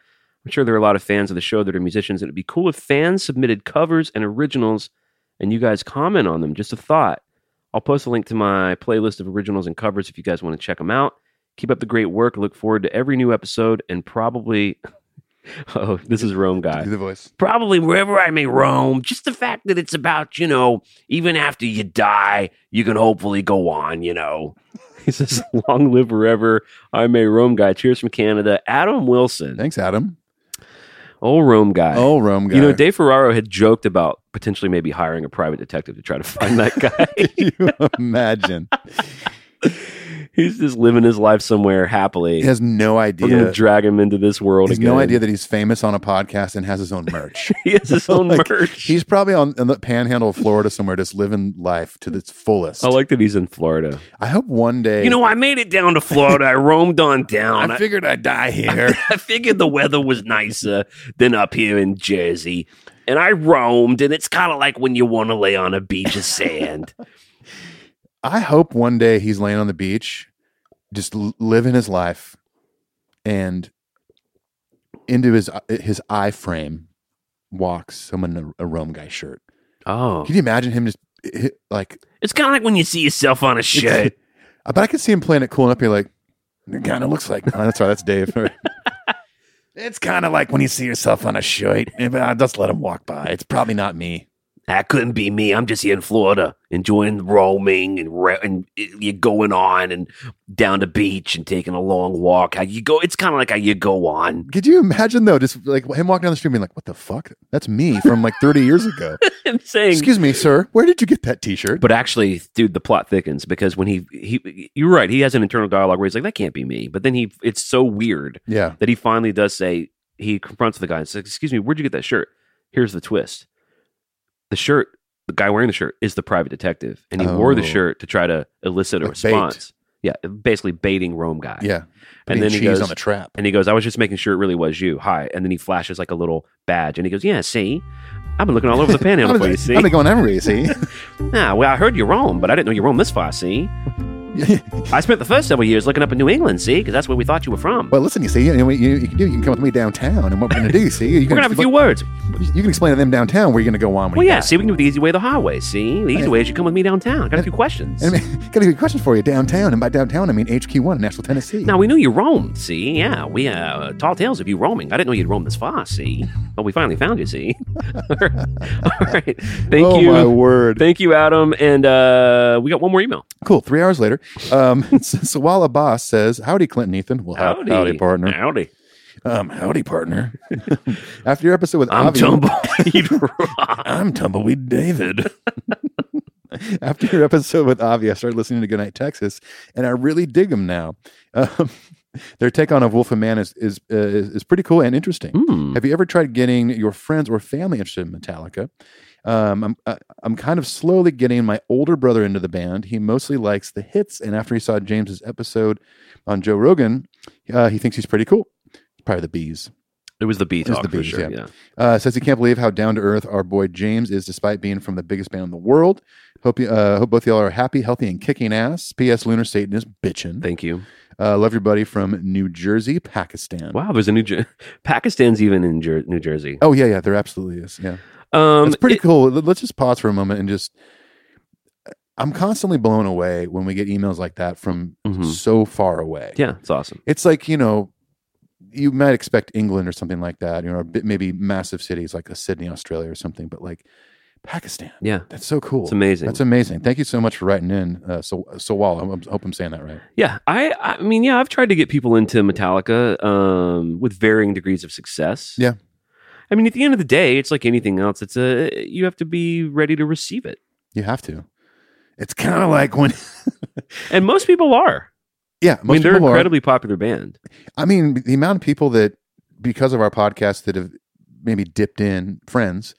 I'm sure there are a lot of fans of the show that are musicians, and it'd be cool if fans submitted covers and originals and you guys comment on them. Just a thought. I'll post a link to my playlist of originals and covers if you guys want to check them out. Keep up the great work. Look forward to every new episode and probably. Oh, this is Rome Guy Do the voice. probably wherever I may roam, just the fact that it's about, you know, even after you die, you can hopefully go on, you know. He says, Long live forever. I may roam guy. Cheers from Canada. Adam Wilson. Thanks, Adam. Oh, Rome guy. oh, Rome guy. You know, Dave Ferraro had joked about potentially maybe hiring a private detective to try to find that guy. you imagine? He's just living his life somewhere happily. He has no We're going to idea. drag him into this world He has again. no idea that he's famous on a podcast and has his own merch. he has his own Like, merch. He's probably on in the panhandle of Florida somewhere, just living life to its fullest. I like that he's in Florida. I hope one day. You know, I made it down to Florida. I roamed on down. I figured I'd die here. I figured the weather was nicer than up here in Jersey. And I roamed, and it's kind of like when you want to lay on a beach of sand. I hope one day he's laying on the beach, just l- living his life, and into his uh, his eye frame walks someone in a, a Rome guy shirt. Oh. Can you imagine him just hi- like? It's kind of like when you see yourself on a shirt. I bet I could see him playing it cool enough. You're like, it kind of looks like. Oh, that's right. That's Dave. It's kind of like when you see yourself on a shirt. uh, Just let him walk by. It's probably not me. That couldn't be me. I'm just here in Florida, enjoying roaming and, re- and uh, you're going on and down the beach and taking a long walk. How you go? It's kind of like how you go on. Could you imagine though, just like him walking down the street, being like, "What the fuck? That's me from like 30 years ago." I'm saying, Excuse me, sir. Where did you get that T-shirt? But actually, dude, the plot thickens because when he he, you're right, he has an internal dialogue where he's like, "That can't be me," but then he, it's so weird yeah, that he finally does say he confronts the guy and says, "Excuse me, where'd you get that shirt?" Here's the twist: the shirt, the guy wearing the shirt, is the private detective, and he wore the Oh. shirt to try to elicit a Like bait. response. Yeah, basically baiting Rome guy. yeah. and Putting then cheese he goes, on the trap. and he goes, I was just making sure it really was you. Hi. And then he flashes like a little badge and he goes, Yeah, see? I've been looking all over the I've panhandle for you, been see? I've been going everywhere. You see, Nah, well, I heard you're wrong, but I didn't know you were wrong this far, see? I spent the first several years looking up in New England, see, because that's where we thought you were from. Well, listen, you see, you, know, you, you can do. You can come with me downtown, and what we're gonna do, see, you we're can gonna have a few words. You can explain to them downtown where you're gonna go on. When Well, you yeah. die. See, we can do it the easy way, or the hard way. See, the easy way is you come with me downtown. Got a few questions. And I mean, got a good question for you downtown, and by downtown I mean HQ1 in Nashville, Tennessee. Now we knew you roamed. See, yeah, we uh, tall tales of you roaming. I didn't know you'd roam this far. See, but we finally found you. See, all right. Thank oh you. my word! Thank you, Adam. And uh, we got one more email. Cool. Three hours later, um, S- Sawal Abbas says, "Howdy, Clinton, Ethan. Well, howdy, howdy partner. Howdy. Um, howdy, partner. After your episode with I'm Avi, Tumbleweed Rock. I'm Tumbleweed David. After your episode with Avi, I started listening to Goodnight Texas, and I really dig them now. Um, their take on of Wolf and Man is is, uh, is is pretty cool and interesting. Hmm. Have you ever tried getting your friends or family interested in Metallica? Um, I'm I, I'm kind of slowly getting my older brother into the band. He mostly likes the hits, and after he saw James's episode on Joe Rogan, uh, he thinks he's pretty cool. Probably the bees. It was the B It was talk the for bees, sure. yeah. yeah. Uh, says he can't believe how down to earth our boy James is, despite being from the biggest band in the world. Hope you, uh, hope both y'all are happy, healthy, and kicking ass. P.S. Lunar Satan is bitching. Thank you. Uh, love your buddy from New Jersey, Pakistan. Wow, there's a New Jer- Pakistan's even in Jer- New Jersey. Oh yeah, yeah, there absolutely is. Yeah. Um, it's pretty it- cool. Let- Let's just pause for a moment and just. I'm constantly blown away when we get emails like that from Mhm. so far away. Yeah, it's awesome. It's like, you know, you might expect England or something like that, you know, a bit, maybe massive cities like a Sydney, Australia or something, but like Pakistan. Yeah, That's so cool. it's amazing. That's amazing. Thank you so much for writing in. Uh, so, so Wall, I hope I'm saying that right. Yeah, I I mean, yeah, I've tried to get people into Metallica um, with varying degrees of success. Yeah. I mean, at the end of the day, it's like anything else. It's a you have to be ready to receive it, You have to. It's kind of like when, and most people are. yeah, I mean, most they're an people are- incredibly popular band. I mean, the amount of people that, because of our podcast, that have maybe dipped in friends,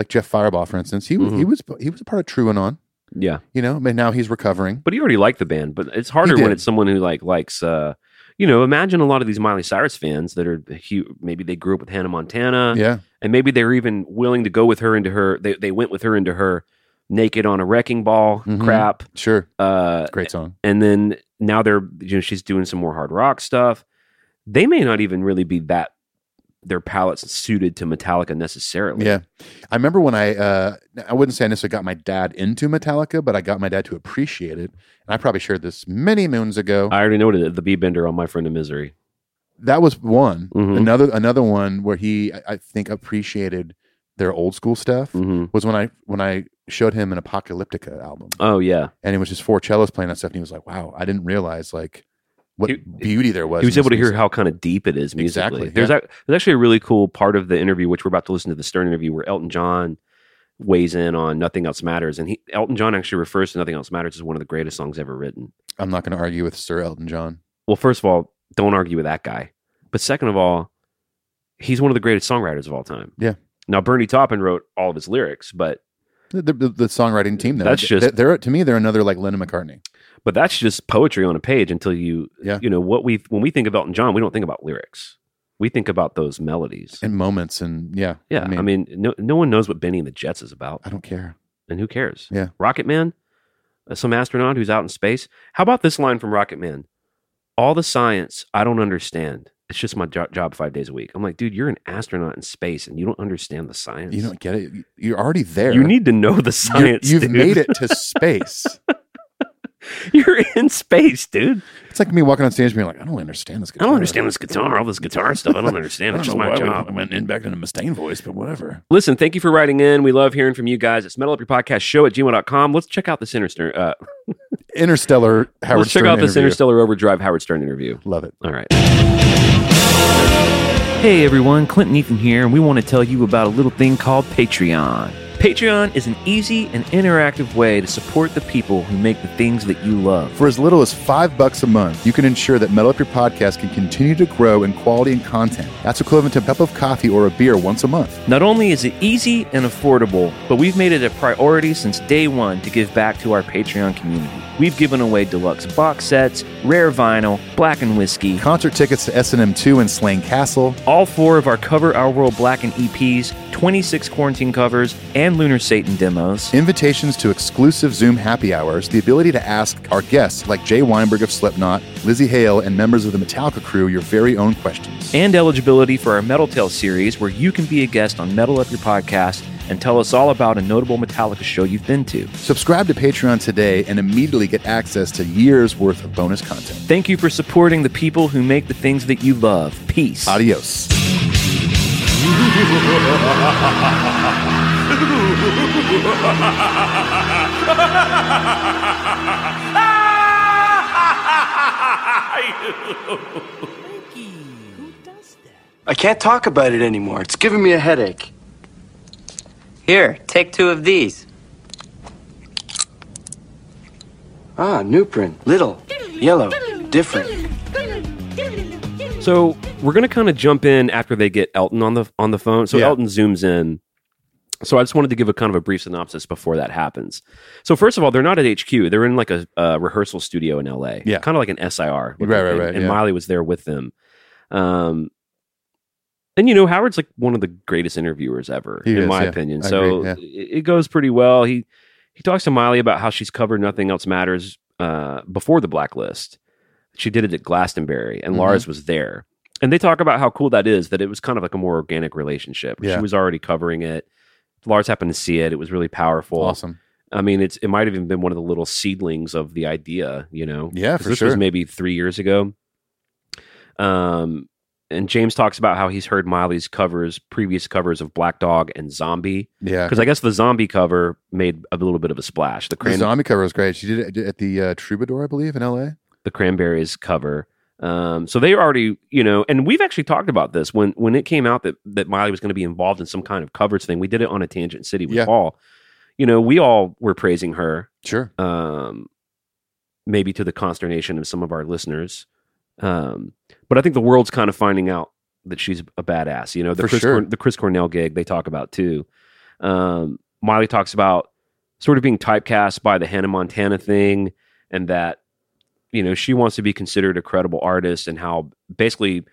like Jeff Fireball, for instance, he Mhm. he was he was a part of True and On, Yeah, you know, but now he's recovering. but he already liked the band. But it's harder He when did. it's someone who like likes. Uh, you know, imagine a lot of these Miley Cyrus fans that are hu- maybe they grew up with Hannah Montana, yeah, and maybe they were even willing to go with her into her. They they went with her into her naked on a wrecking ball Mhm. crap. sure, Uh, great song. and then now they're you know she's doing some more hard rock stuff they may not even really be that their palettes suited to metallica necessarily Yeah, I remember when I uh, I wouldn't say I necessarily got my dad into Metallica, but I got my dad to appreciate it, and I probably shared this many moons ago. i already noted it, the b-bender on my friend of misery that was one. Mhm. Another another one where he I, I think appreciated their old school stuff Mhm. was when I when I showed him an Apocalyptica album. oh yeah and it was just four cellos playing that stuff. And he was like, "Wow, I didn't realize like what He- beauty there was." he was in able to this hear music." how kind of deep it is musically Exactly, there's, ac- there's actually a really cool part of the interview which we're about to listen to the stern interview where elton john weighs in on nothing else matters and he elton john actually refers to nothing else matters as one of the greatest songs ever written I'm not going to argue with Sir Elton John. well, first of all, don't argue with that guy. But second of all, he's one of the greatest songwriters of all time. Yeah. Now Bernie Taupin wrote all of his lyrics, but The, the, the songwriting team, though, That's just- They- they're to me, they're another like Lennon McCartney. but that's just poetry on a page until you Yeah. you know what we when we think of Elton John, we don't think about lyrics. We think about those melodies. in moments, and yeah, yeah. I mean, no no one knows what Benny and the Jets is about. I don't care. And who cares? Yeah. Rocket Man? Uh, Some astronaut who's out in space. How about this line from Rocket Man? All the science I don't understand. It's just my jo- job five days a week. I'm like, dude, you're an astronaut in space and you don't understand the science. You don't get it. You're already there. You need to know the You're- science. You've dude. made it to space. You're in space, dude. it's like me walking on stage, and being like, I don't understand this. I don't understand this guitar, all this guitar stuff. I don't understand. I It's don't just know my why we job. went in back in a Mustaine voice, but whatever. Listen, thank you for writing in. We love hearing from you guys. It's metal up your podcast show at gmail.com. Let's check out this interstellar. Uh, Interstellar Howard let's check Stern out this interview. interstellar overdrive Howard Stern interview. Love it. All right. Hey everyone, Clinton Ethan here, and we want to tell you about a little thing called Patreon. Patreon is an easy and interactive way to support the people who make the things that you love. For as little as five bucks a month, you can ensure that Metal Up Your Podcast can continue to grow in quality and content. That's equivalent to a cup of coffee or a beer once a month. Not only is it easy and affordable, but we've made it a priority since day one to give back to our Patreon community. We've given away deluxe box sets, rare vinyl, black and whiskey, Concert tickets to S&M2 in Slane Castle. all four of our Cover Our World Black and EPs, 26 quarantine covers, and Lunar Satan demos. Invitations to exclusive Zoom happy hours, the ability to ask our guests like Jay Weinberg of Slipknot, Lizzie Hale, and members of the Metallica crew your very own questions. and eligibility for our Metal Tales series, where you can be a guest on Metal Up Your Podcast and tell us all about a notable Metallica show you've been to. Subscribe to Patreon today and immediately get access to years worth of bonus content. Thank you for supporting the people who make the things that you love. Peace. Adios. I can't talk about it anymore. It's giving me a headache. Here, take two of these. Ah, new print. Little, yellow, different. So we're gonna kind of jump in after they get Elton on the on the phone. So Yeah. Elton zooms in. So I just wanted to give a kind of a brief synopsis before that happens. So first of all, they're not at HQ. They're in like a, uh rehearsal studio in LA. Yeah. kind of like an SIR. Right, right, And- right, And, yeah. Miley was there with them. Um, and you know Howard's like one of the greatest interviewers ever, He in is, my yeah. opinion. I So agree, yeah. it, it goes pretty well. He he talks to Miley about how she's covered Nothing Else Matters uh, before the blacklist. She did it at Glastonbury, and Mhm. Lars was there. And they talk about how cool that is that it was kind of like a more organic relationship. Yeah. She was already covering it. Lars happened to see it. It was really powerful. Awesome. I mean, it's it might have even been one of the little seedlings of the idea, you know. Yeah, 'Cause for this sure. was maybe three years ago. Um, and James talks about how he's heard Miley's covers, previous covers of Black Dog and Zombie, yeah. because I guess the Zombie cover made a little bit of a splash. The, The cran- zombie cover was great. She did it at the uh, Troubadour, I believe, in LA. the Cranberries cover. Um, so they already, you know, and we've actually talked about this when when it came out that that Miley was going to be involved in some kind of covers thing. We did it on a Tangent City with Yeah. Paul. You know, we all were praising her Sure. um, maybe to the consternation of some of our listeners. Um, but I think the world's kind of finding out that she's a badass. You know, the For Chris sure. Corn- the Chris Cornell gig they talk about too. Um, Miley talks about sort of being typecast by the Hannah Montana thing, and that you know she wants to be considered a credible artist, and how basically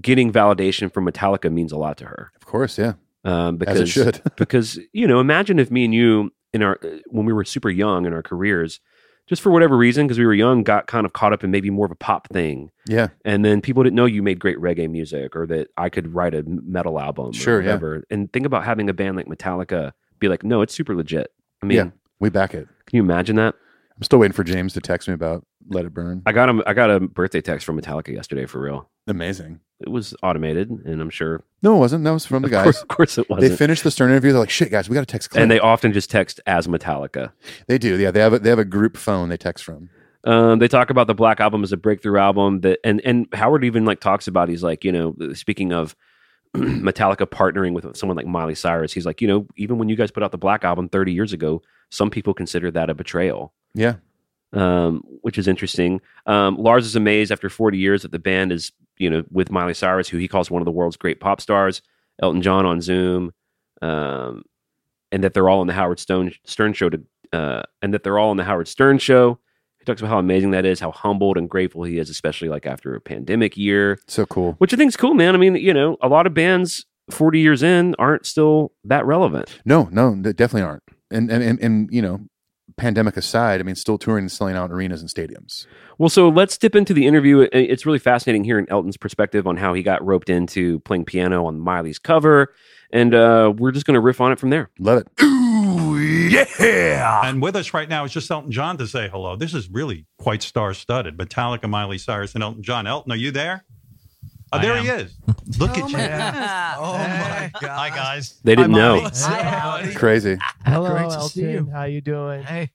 getting validation from Metallica means a lot to her. Of course, yeah. Um, because As it should. because you know imagine if me and you in our uh, when we were super young in our careers just for whatever reason because we were young got kind of caught up in maybe more of a pop thing yeah. and then people didn't know you made great reggae music or that i could write a metal album Sure, or yeah. whatever and think about having a band like metallica be like no it's super legit i mean Yeah. We back it. can you imagine that I'm still waiting for James to text me about Let It Burn. i got a i got a birthday text from metallica yesterday for real Amazing. it was automated and i'm sure No, it wasn't. That was from the of, course, guys. of course it They wasn't finished the Stern interview. They're like, shit, guys, we got to text Clint. and they often just text as metallica They do. Yeah, they have a, they have a group phone they text from. Um, they talk about the Black Album as a breakthrough album that, and and Howard even like talks about he's like you know speaking of Metallica partnering with someone like Miley Cyrus, he's like you know even when you guys put out the Black Album thirty years ago, some people consider that a betrayal, Yeah. um, which is interesting. Um, Lars is amazed after forty years that the band is you know with Miley Cyrus, who he calls one of the world's great pop stars, Elton John on Zoom, um, and that they're all on the Howard Stone Stern show to, uh, and that they're all on the Howard Stern show. He talks about how amazing that is, how humbled and grateful he is, especially like after a pandemic year, So cool. which I think is cool, man. I mean, you know, a lot of bands 40 years in aren't still that relevant. No, no, they definitely aren't. And and, and and you know, pandemic aside, I mean, still touring and selling out arenas and stadiums. Well, so let's dip into the interview. It- It's really fascinating hearing Elton's perspective on how he got roped into playing piano on Miley's cover. And uh, we're just going to riff on it from there. Love it. And with us right now is just Elton John to say hello. This is really quite star studded. Metallica, Miley Cyrus, and Elton John. Elton, are you there? Oh, there he is. Look at you. Oh my God! Hi guys. They didn't Hi, know. Miley. Crazy. Hello, Great to See you. How you doing? Hey.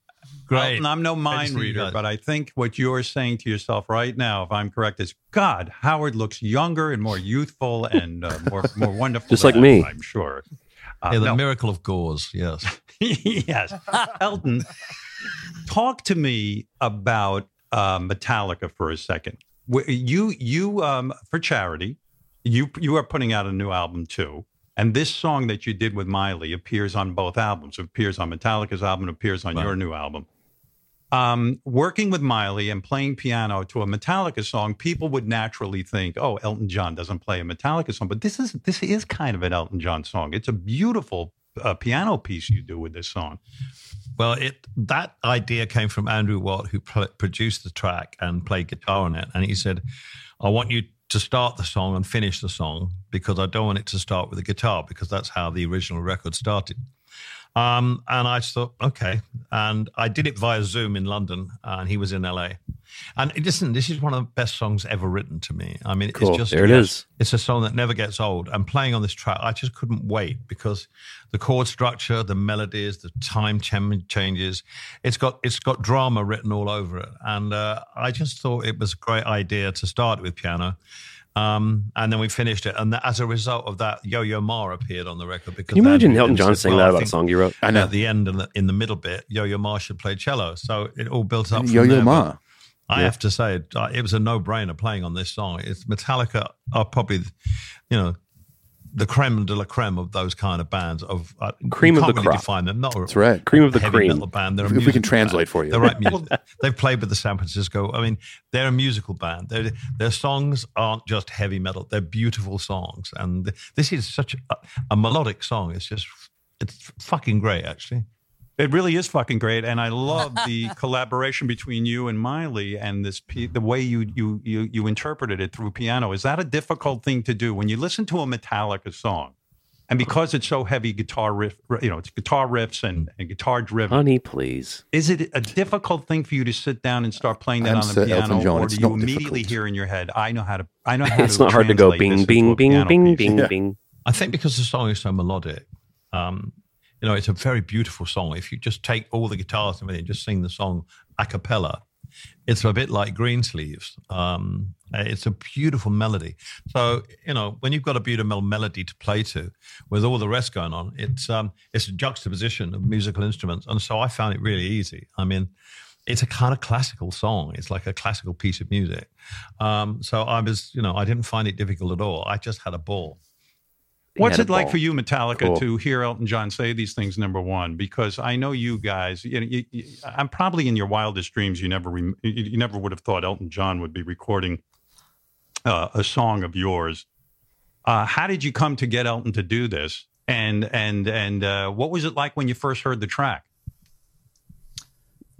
Elton, I'm no mind see you reader, guys. but I think what you're saying to yourself right now, if I'm correct, is God, Howard looks younger and more youthful and uh, more, more wonderful. Just than like ever, me. I'm sure. Uh, the no. miracle of gauze. Yes. yes. Elton, talk to me about uh, Metallica for a second. Wh- You, you, um, for charity, you you are putting out a new album too, and this song that you did with Miley appears on both albums. It appears on Metallica's album. It appears on Right. your new album. um, working with Miley and playing piano to a Metallica song, people would naturally think, "Oh, Elton John doesn't play a Metallica song," but this is this is kind of an Elton John song. It's a beautiful uh, piano piece you do with this song. Well, it that idea came from Andrew Watt, who pl- produced the track and played guitar on it, and he said, "I want you to start the song and finish the song because I don't want it to start with the guitar because that's how the original record started." Um, and I just thought, okay. And I did it via Zoom in London, and he was in LA. And listen, this is one of the best songs ever written to me. I mean, Cool. it's just There it is. It's a song that never gets old. And playing on this track, I just couldn't wait because the chord structure, the melodies, the time cham- changes, it's got it's got drama written all over it. And uh, I just thought it was a great idea to start with piano. Um, and then we finished it, and that, as a result of that, Yo Yo Ma appeared on the record. Because Can you imagine Andrew Elton Dennis John said, saying "Well, that I about a think song you wrote? and at the end and the, in the middle bit, Yo-Yo Ma should play cello. So it all built up. From Yo-Yo there, Ma. but I Yeah. have to say, uh, it was a no-brainer playing on this song. It's Metallica are probably, you know, the creme de la creme of those kind of bands. Of uh, you Cream of can't the really crop. Define them. Not That's right. Cream of the cream. Metal band. They're a If we can musical translate band. for you. They write music. They've played with the San Francisco. I mean, they're a musical band. Their their songs aren't just heavy metal. They're beautiful songs, and this is such a, a melodic song. It's just it's fucking great, actually. It really is fucking great, and I love the collaboration between you and Miley, and this pe- the way you you you you interpreted it through piano. Is that a difficult thing to do when you listen to a Metallica song, and because it's so heavy guitar riff, you know, it's guitar riffs and, and guitar driven. Honey, please. Is it a difficult thing for you to sit down and start playing that I'm on Sir the Elton piano, John. or It's do you not immediately difficult. hear in your head, "I know how to, I know how It's to." not hard to go translate this bing, into bing, a piano bing, bing, piece." bing, bing. I think because the song is so melodic, um, you know, it's a very beautiful song. If you just take all the guitars and everything, just sing the song a cappella, it's a bit like Greensleeves. Um, it's a beautiful melody. So you know, when you've got a beautiful melody to play to, with all the rest going on, it's um, it's a juxtaposition of musical instruments, and so I found it really easy. I mean. It's a kind of classical song. It's like a classical piece of music. Um, so I was, you know, I didn't find it difficult at all. I just had a ball. He What's had it a like ball. for you, Metallica, Cool. to hear Elton John say these things? Number one, because I know you guys. You know, you, you, I'm probably in your wildest dreams. You never, rem- you, you never would have thought Elton John would be recording uh, a song of yours. Uh, how did you come to get Elton to do this? And and and uh, what was it like when you first heard the track?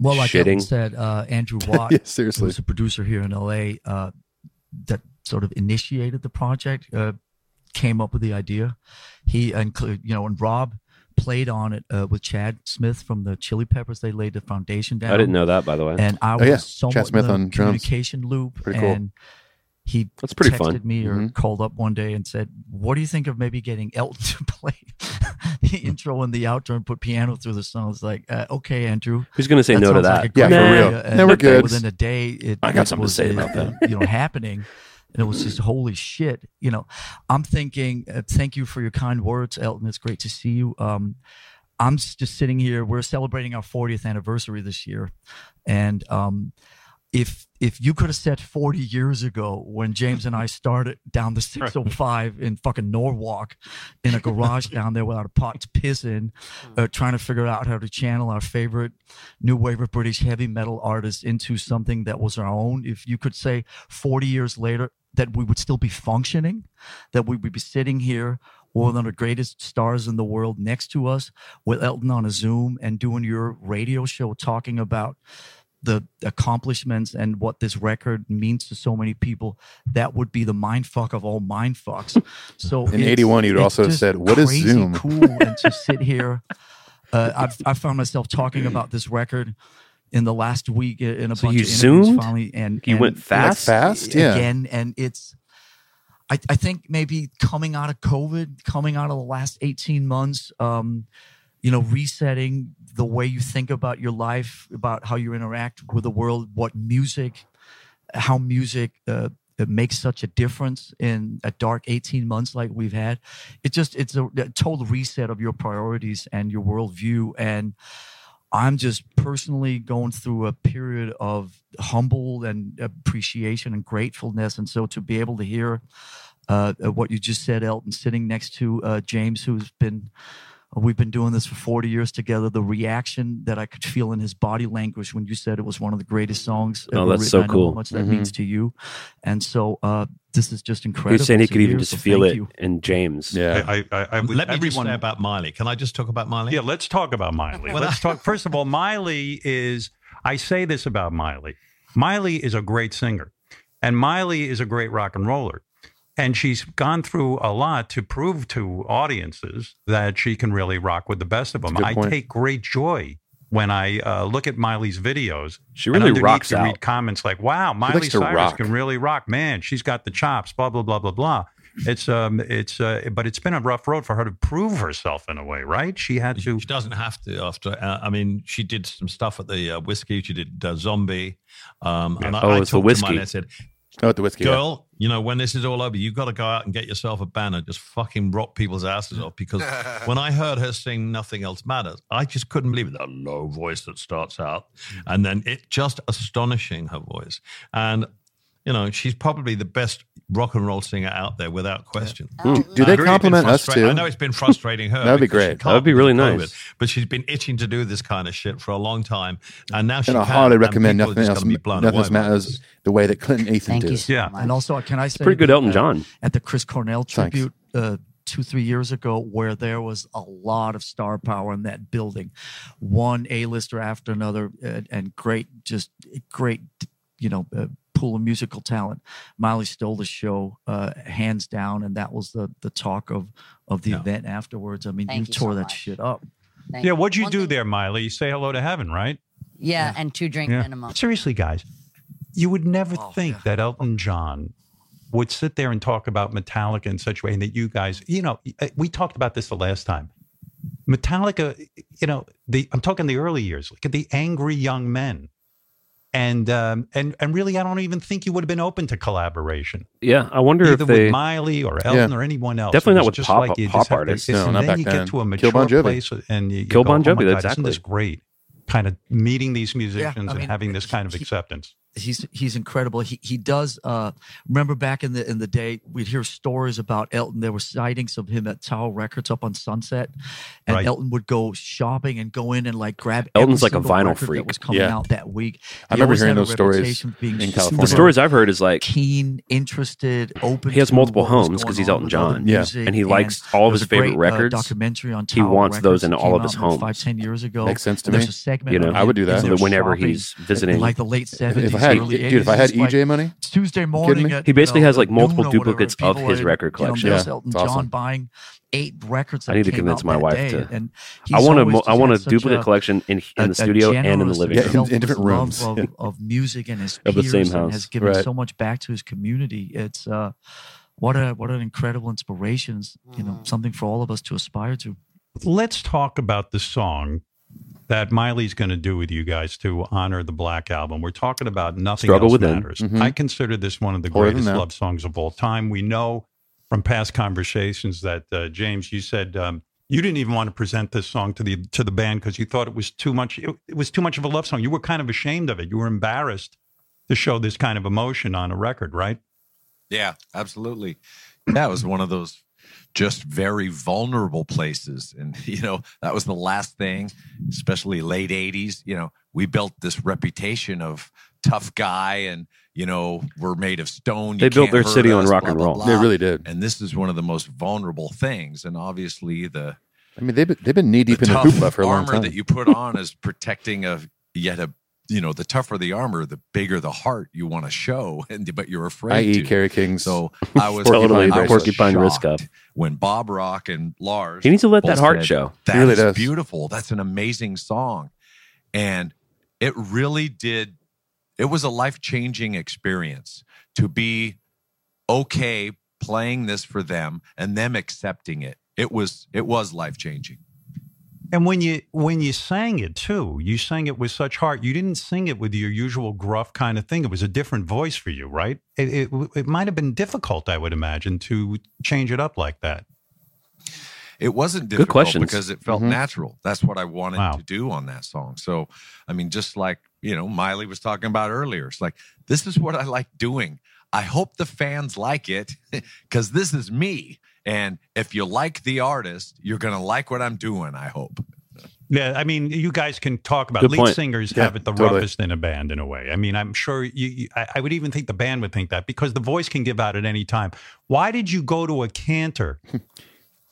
Well, like Elton Shitting. said, uh, Andrew Watt, Yeah, who seriously. was a producer here in LA, uh, that sort of initiated the project, uh, came up with the idea. He and cl- you know, and Rob played on it uh, with Chad Smith from the Chili Peppers. They laid the foundation down. I didn't know that, by the way. And I Oh, was yeah. so Chad much in Smith the on drums. communication loop. Pretty cool. And he That's pretty texted fun. me or Mhm. called up one day and said, "What do you think of maybe getting Elton to play the Mm-hmm. intro and the outro and put piano through the song?" It's like, uh, "Okay, Andrew." Who's going to say no to sounds that? like a Yeah, great for real. idea. And No, we're good. Within a day, it, I got it something to was, say uh, about that. You know, happening, and it was just holy shit. You know, I'm thinking, uh, thank you for your kind words, Elton. It's great to see you. Um, I'm s- just sitting here. We're celebrating our 40th anniversary this year, and um, if if you could have said 40 years ago when James and I started down the 605 in fucking Norwalk in a garage down there without a pot to piss in, uh, trying to figure out how to channel our favorite new wave of British heavy metal artists into something that was our own, if you could say 40 years later that we would still be functioning, that we would be sitting here with one of the greatest stars in the world next to us with Elton on a Zoom and doing your radio show talking about the accomplishments and what this record means to so many people, that would be the mind fuck of all mind fucks. So In it's- 81, you'd it's also have just said, "What is crazy Zoom?" Cool, and to sit here, uh, I've I found myself talking about this record in the last week i- in a So bunch you of interviews zoomed? finally, and You and went fast? fast? Yeah. again, and it's. I, I think maybe coming out of COVID, coming out of the last 18 months, um, you know, resetting the way you think about your life, about how you interact with the world, what music, how music uh, it makes such a difference in a dark 18 months like we've had. It just, it's a, a total reset of your priorities and your worldview. And I'm just personally going through a period of humble and appreciation and gratefulness. And so to be able to hear uh, what you just said, Elton, sitting next to uh, James, who's been We've been doing this for 40 years together. The reaction that I could feel in his body language when you said it was one of the greatest songs. Oh, ever that's written. so I know cool. How much that Mhm. means to you, and so uh, this is just incredible. He was saying he to could even hear, just so feel thank it you. in James. I, I, I would, Let me just everyone- say about Miley. Can I just talk about Miley? Yeah, let's talk about Miley. Well, let's talk. First of all, Miley is. I say this about Miley. Miley is a great singer, and Miley is a great rock and roller, and she's gone through a lot to prove to audiences that she can really rock with the best of them. good I point. take great joy when I uh, look at Miley's videos. She and really underneath rocks you out. Read comments like, "Wow, likes Miley to Cyrus rock. can really rock, man. She's got the chops." Blah blah blah blah blah. It's um, it's uh, but it's been a rough road for her to prove herself in a way, right? She had to. She doesn't have to. After uh, I mean, she did some stuff at the uh, whiskey. She did uh, zombie. Um, and I, Oh, I it's the talked to whiskey. Miley and I said, Oh, the whiskey. yeah. girl, you know, when this is all over, you got to go out and get yourself a banner. Just fucking rock people's asses off. Because when I heard her sing "Nothing Else Matters," I just couldn't believe it. That low voice that starts out, and then it just astonishing her voice. And you know, she's probably the best rock and roll singer out there without question. Do- Hmm. do they I agree, it's been compliment us frustra- too? I know it's been frustrating her. That would be because she great. can't That would be because really of nice. But she's been itching to do this kind of shit for a long time, and now she and I can. highly and recommend people are nothing just else. gonna be blown Nothing away else by it. matters the way that Clinton Ethan Thank did. you. it. So much. And also, can I say pretty good that, Elton uh, John. at the Chris Cornell Thanks. tribute uh, two three years ago, where there was a lot of star power in that building, one A lister after another, and, and great, just great, you know. Uh, pool of musical talent miley stole the show uh, hands down and that was the the talk of of the event afterwards i mean you, Thank you so tore that much. shit up Thank Yeah, you. what'd you One do there, Miley? You say hello to heaven, right? Yeah, and two drink Yeah. minimum. Seriously, guys, you would never think that Elton John would sit there and talk about Metallica in such a way, and that you guys, you know, uh, we talked about this the last time. Metallica, you know, the I'm talking the early years. Look at the angry young men, and um, and and really, I don't even think you would have been open to collaboration. Yeah, I wonder Either if they with Miley or Elton Yeah. or anyone else. Definitely It not was with just pop- like you pop just have to- artists. listen, No, not then back you then. get to a Kill mature Bon Jovi. place and you, you Kill go, Bon "Oh my Jovi, God, Isn't exactly. this great? Kind of meeting these musicians I mean, and having this kind of acceptance. he's he's incredible. He he does. Uh, remember back in the in the day, we'd hear stories about Elton. There were sightings of him at Tower Records up on Sunset, and Right. Elton would go shopping and go in and like grab. Elton's every like a single vinyl record that freak. was coming Yeah. out that week. I He remember always hearing had a those stories reputation of being in California. super The stories I've heard is like keen, interested, open. he has to multiple what was homes going because he's on Elton with other John. Yeah. music. And he likes all there of was his a great, favorite uh, records. documentary on He Tower wants those Records in that all came of his out about homes. Five ten years ago. Makes sense to There's me. A segment You know, on I would do him that. in their But whenever shopping he's in, visiting- like the late If I seventies, had- E early dude, 80s, if I had it's like EJ money, Tuesday you kidding morning. me? at, He basically you know, has, like, noon or multiple whatever, duplicates of people his are, record collection. You know, there's Yeah, Elton it's awesome. John buying eight records. I that need to came convince out my that wife day, to. And I he's want a always mo- just I want had a such duplicate collection in in the studio and in the generous living selfless room. love Of, of music and his Of the peers same and house. has given Right. so much back to his community. It's uh, what a what an incredible inspiration. It's, You know, Mm. something for all of us to aspire to. Let's talk about the song that Miley's going to do with you guys to honor the Black Album. We're talking about Nothing Struggle Else Within. Matters. Mhm. I consider this one of the Other than greatest that. love songs of all time. We know from past conversations that uh, James, you said um, you didn't even want to present this song to the to the band because you thought it was too much. It, it was too much of a love song. You were kind of ashamed of it. You were embarrassed to show this kind of emotion on a record, right? Yeah, absolutely. That was one of those just very vulnerable places. And, you know, that was the last thing, especially late 80s. You know, we built this reputation of tough guy and, you know, we're made of stone. They you built can't their hurt city on us, rock blah, and blah, roll. blah. They really did. And this is one of the most vulnerable things. And obviously, the I mean, they've been, they've been knee deep in the tough hoopla for a long armor time. that you put on is protecting a yet a you know the tougher the armor the bigger the heart you want to show and but you're afraid E I.e. to. Kerry King's so i was Totally I was Porcupine Wrist shocked when bob rock and lars He needs to let that both heart said, show. "That He really is does. beautiful that's an amazing song and it really did it was a life-changing experience to be okay playing this for them and them accepting it it was it was life-changing And when you when you sang it too, you sang it with such heart. You didn't sing it with your usual gruff kind of thing. It was a different voice for you, right? It it, it might have been difficult, I would imagine, to change it up like that. it wasn't Good difficult questions. because it felt Mhm. natural. That's what I wanted Wow. to do on that song. So, I mean, just like, you know, Miley was talking about earlier, it's like, this is what I like doing. I hope the fans like it because this is me. And if you like the artist, you're going to like what I'm doing, I hope. Yeah, I mean, you guys can talk about Good lead point. singers Yeah, have it the totally. roughest in a band in a way. I mean, I'm sure you, you, I, I would even think the band would think that because the voice can give out at any time. Why did you go to a cantor?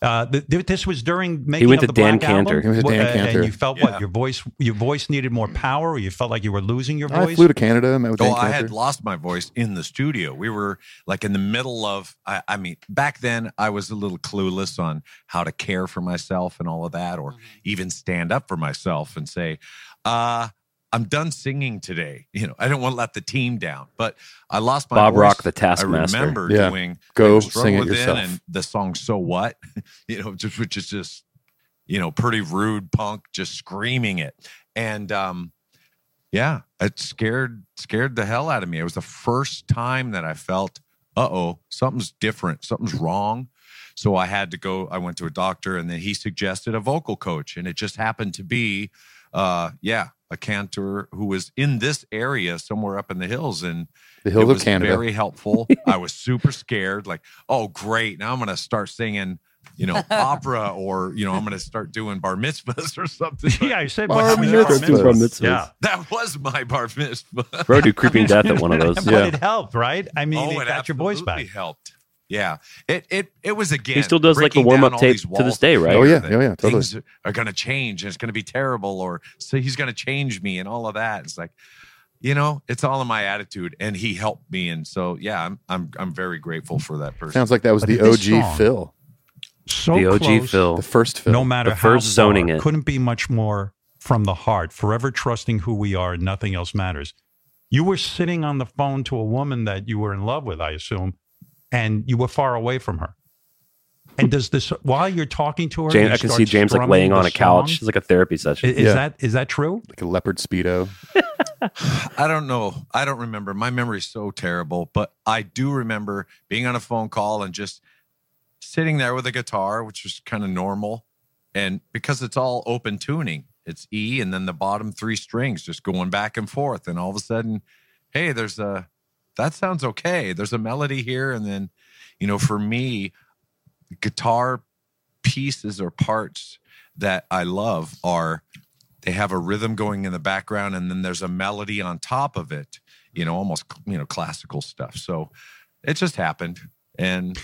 Uh, th- th- this was during making went of to the Dan Black Album? Cantor. He went to Wha- uh, Dan and- Cantor. And you felt Yeah. what your voice your voice needed more power, or you felt like you were losing your voice. I flew to Canada. Met with Oh, Dan I had Cantor. lost my voice in the studio. We were like in the middle of, I, I mean, back then I was a little clueless on how to care for myself and all of that, or even stand up for myself and say, uh, I'm done singing today. You know, I don't want to let the team down, but I lost my Bob voice. Rock, the Taskmaster. I remember Yeah. doing Go I was sing it Within yourself. and the song "So What," you know, just which is just you know pretty rude punk, just screaming it, and um, yeah, it scared scared the hell out of me. It was the first time that I felt, uh oh, something's different, something's wrong. So I had to go. I went to a doctor, and then he suggested a vocal coach, and it just happened to be, uh, yeah, a cantor who was in this area somewhere up in the hills, and The hills it of was Canada. Very helpful. I was super scared. Like, oh great, now I'm gonna start singing. You know, opera, or you know, I'm going to start doing bar mitzvahs or something. yeah, you said Bar bar mitzvahs. mitzvahs. Bar mitzvahs. Yeah, that was my bar mitzvah. Bro, do Creeping Death at one of those. But it helped, right? I mean, Oh, it, it got your voice back. absolutely helped. Yeah, it it it was again. still does, like, the breaking warm-up down all tape these to walls this day, of right? fear Oh, yeah. that Oh, yeah. Totally. Things are going to change, and it's going to be terrible, or so he's going to change me, and all of that. It's like, you know, it's all in my attitude, and he helped me, and so yeah, I'm I'm I'm very grateful for that person. Sounds like that was But the this OG song- Phil. so The OG close, Phil. The first Phil. No matter The how first zoning far, it. couldn't be much more from the heart. Forever trusting who we are, nothing else matters. You were sitting on the phone to a woman that you were in love with, I assume, and you were far away from her. And does this while you're talking to her? James, you I can start see James like strumming laying on the a couch. song? It's like a therapy session. Is, is that is that true? Like a leopard speedo. I don't know. I don't remember. My memory's so terrible, but I do remember being on a phone call and just sitting there with a guitar, which was kind of normal. And because it's all open tuning, it's E and then the bottom three strings just going back and forth. And all of a sudden, hey, there's a, that sounds okay. There's a melody here. And then, you know, for me, guitar pieces or parts that I love are they have a rhythm going in the background and then there's a melody on top of it, you know, almost, you know, classical stuff. So it just happened and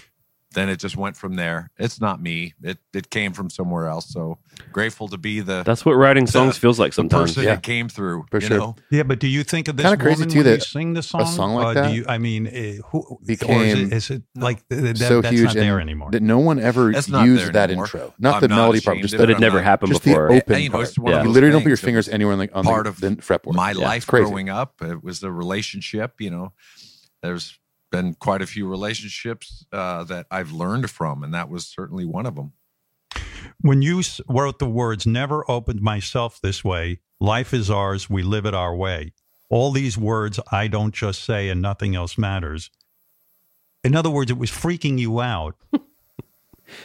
then it just went from there. It's not me. It it came from somewhere else. So grateful to be the That's what writing songs feels like the sometimes. person Yeah. it came through, For you sure. know. Yeah, but do you think of this Kinda crazy, woman too, when that you sing the a song? song like Uh, that Do you, I mean, uh, who or became is it, is it like th- th- that, so that's huge not there and anymore? That no one ever It's used not there that anymore. intro. Not I'm the not melody part, ashamed just of the, But it I'm never not- happened just before. the open And, you know, part. it's one of You those literally don't put your things that fingers was anywhere on the, on part the, of the fretboard. my Yeah, life it's crazy. growing up. It was the relationship, you know. There's been quite a few relationships uh, that I've learned from, and that was certainly one of them. when you s- wrote the words never opened myself this way life is ours we live it our way all these words i don't just say and nothing else matters in other words it was freaking you out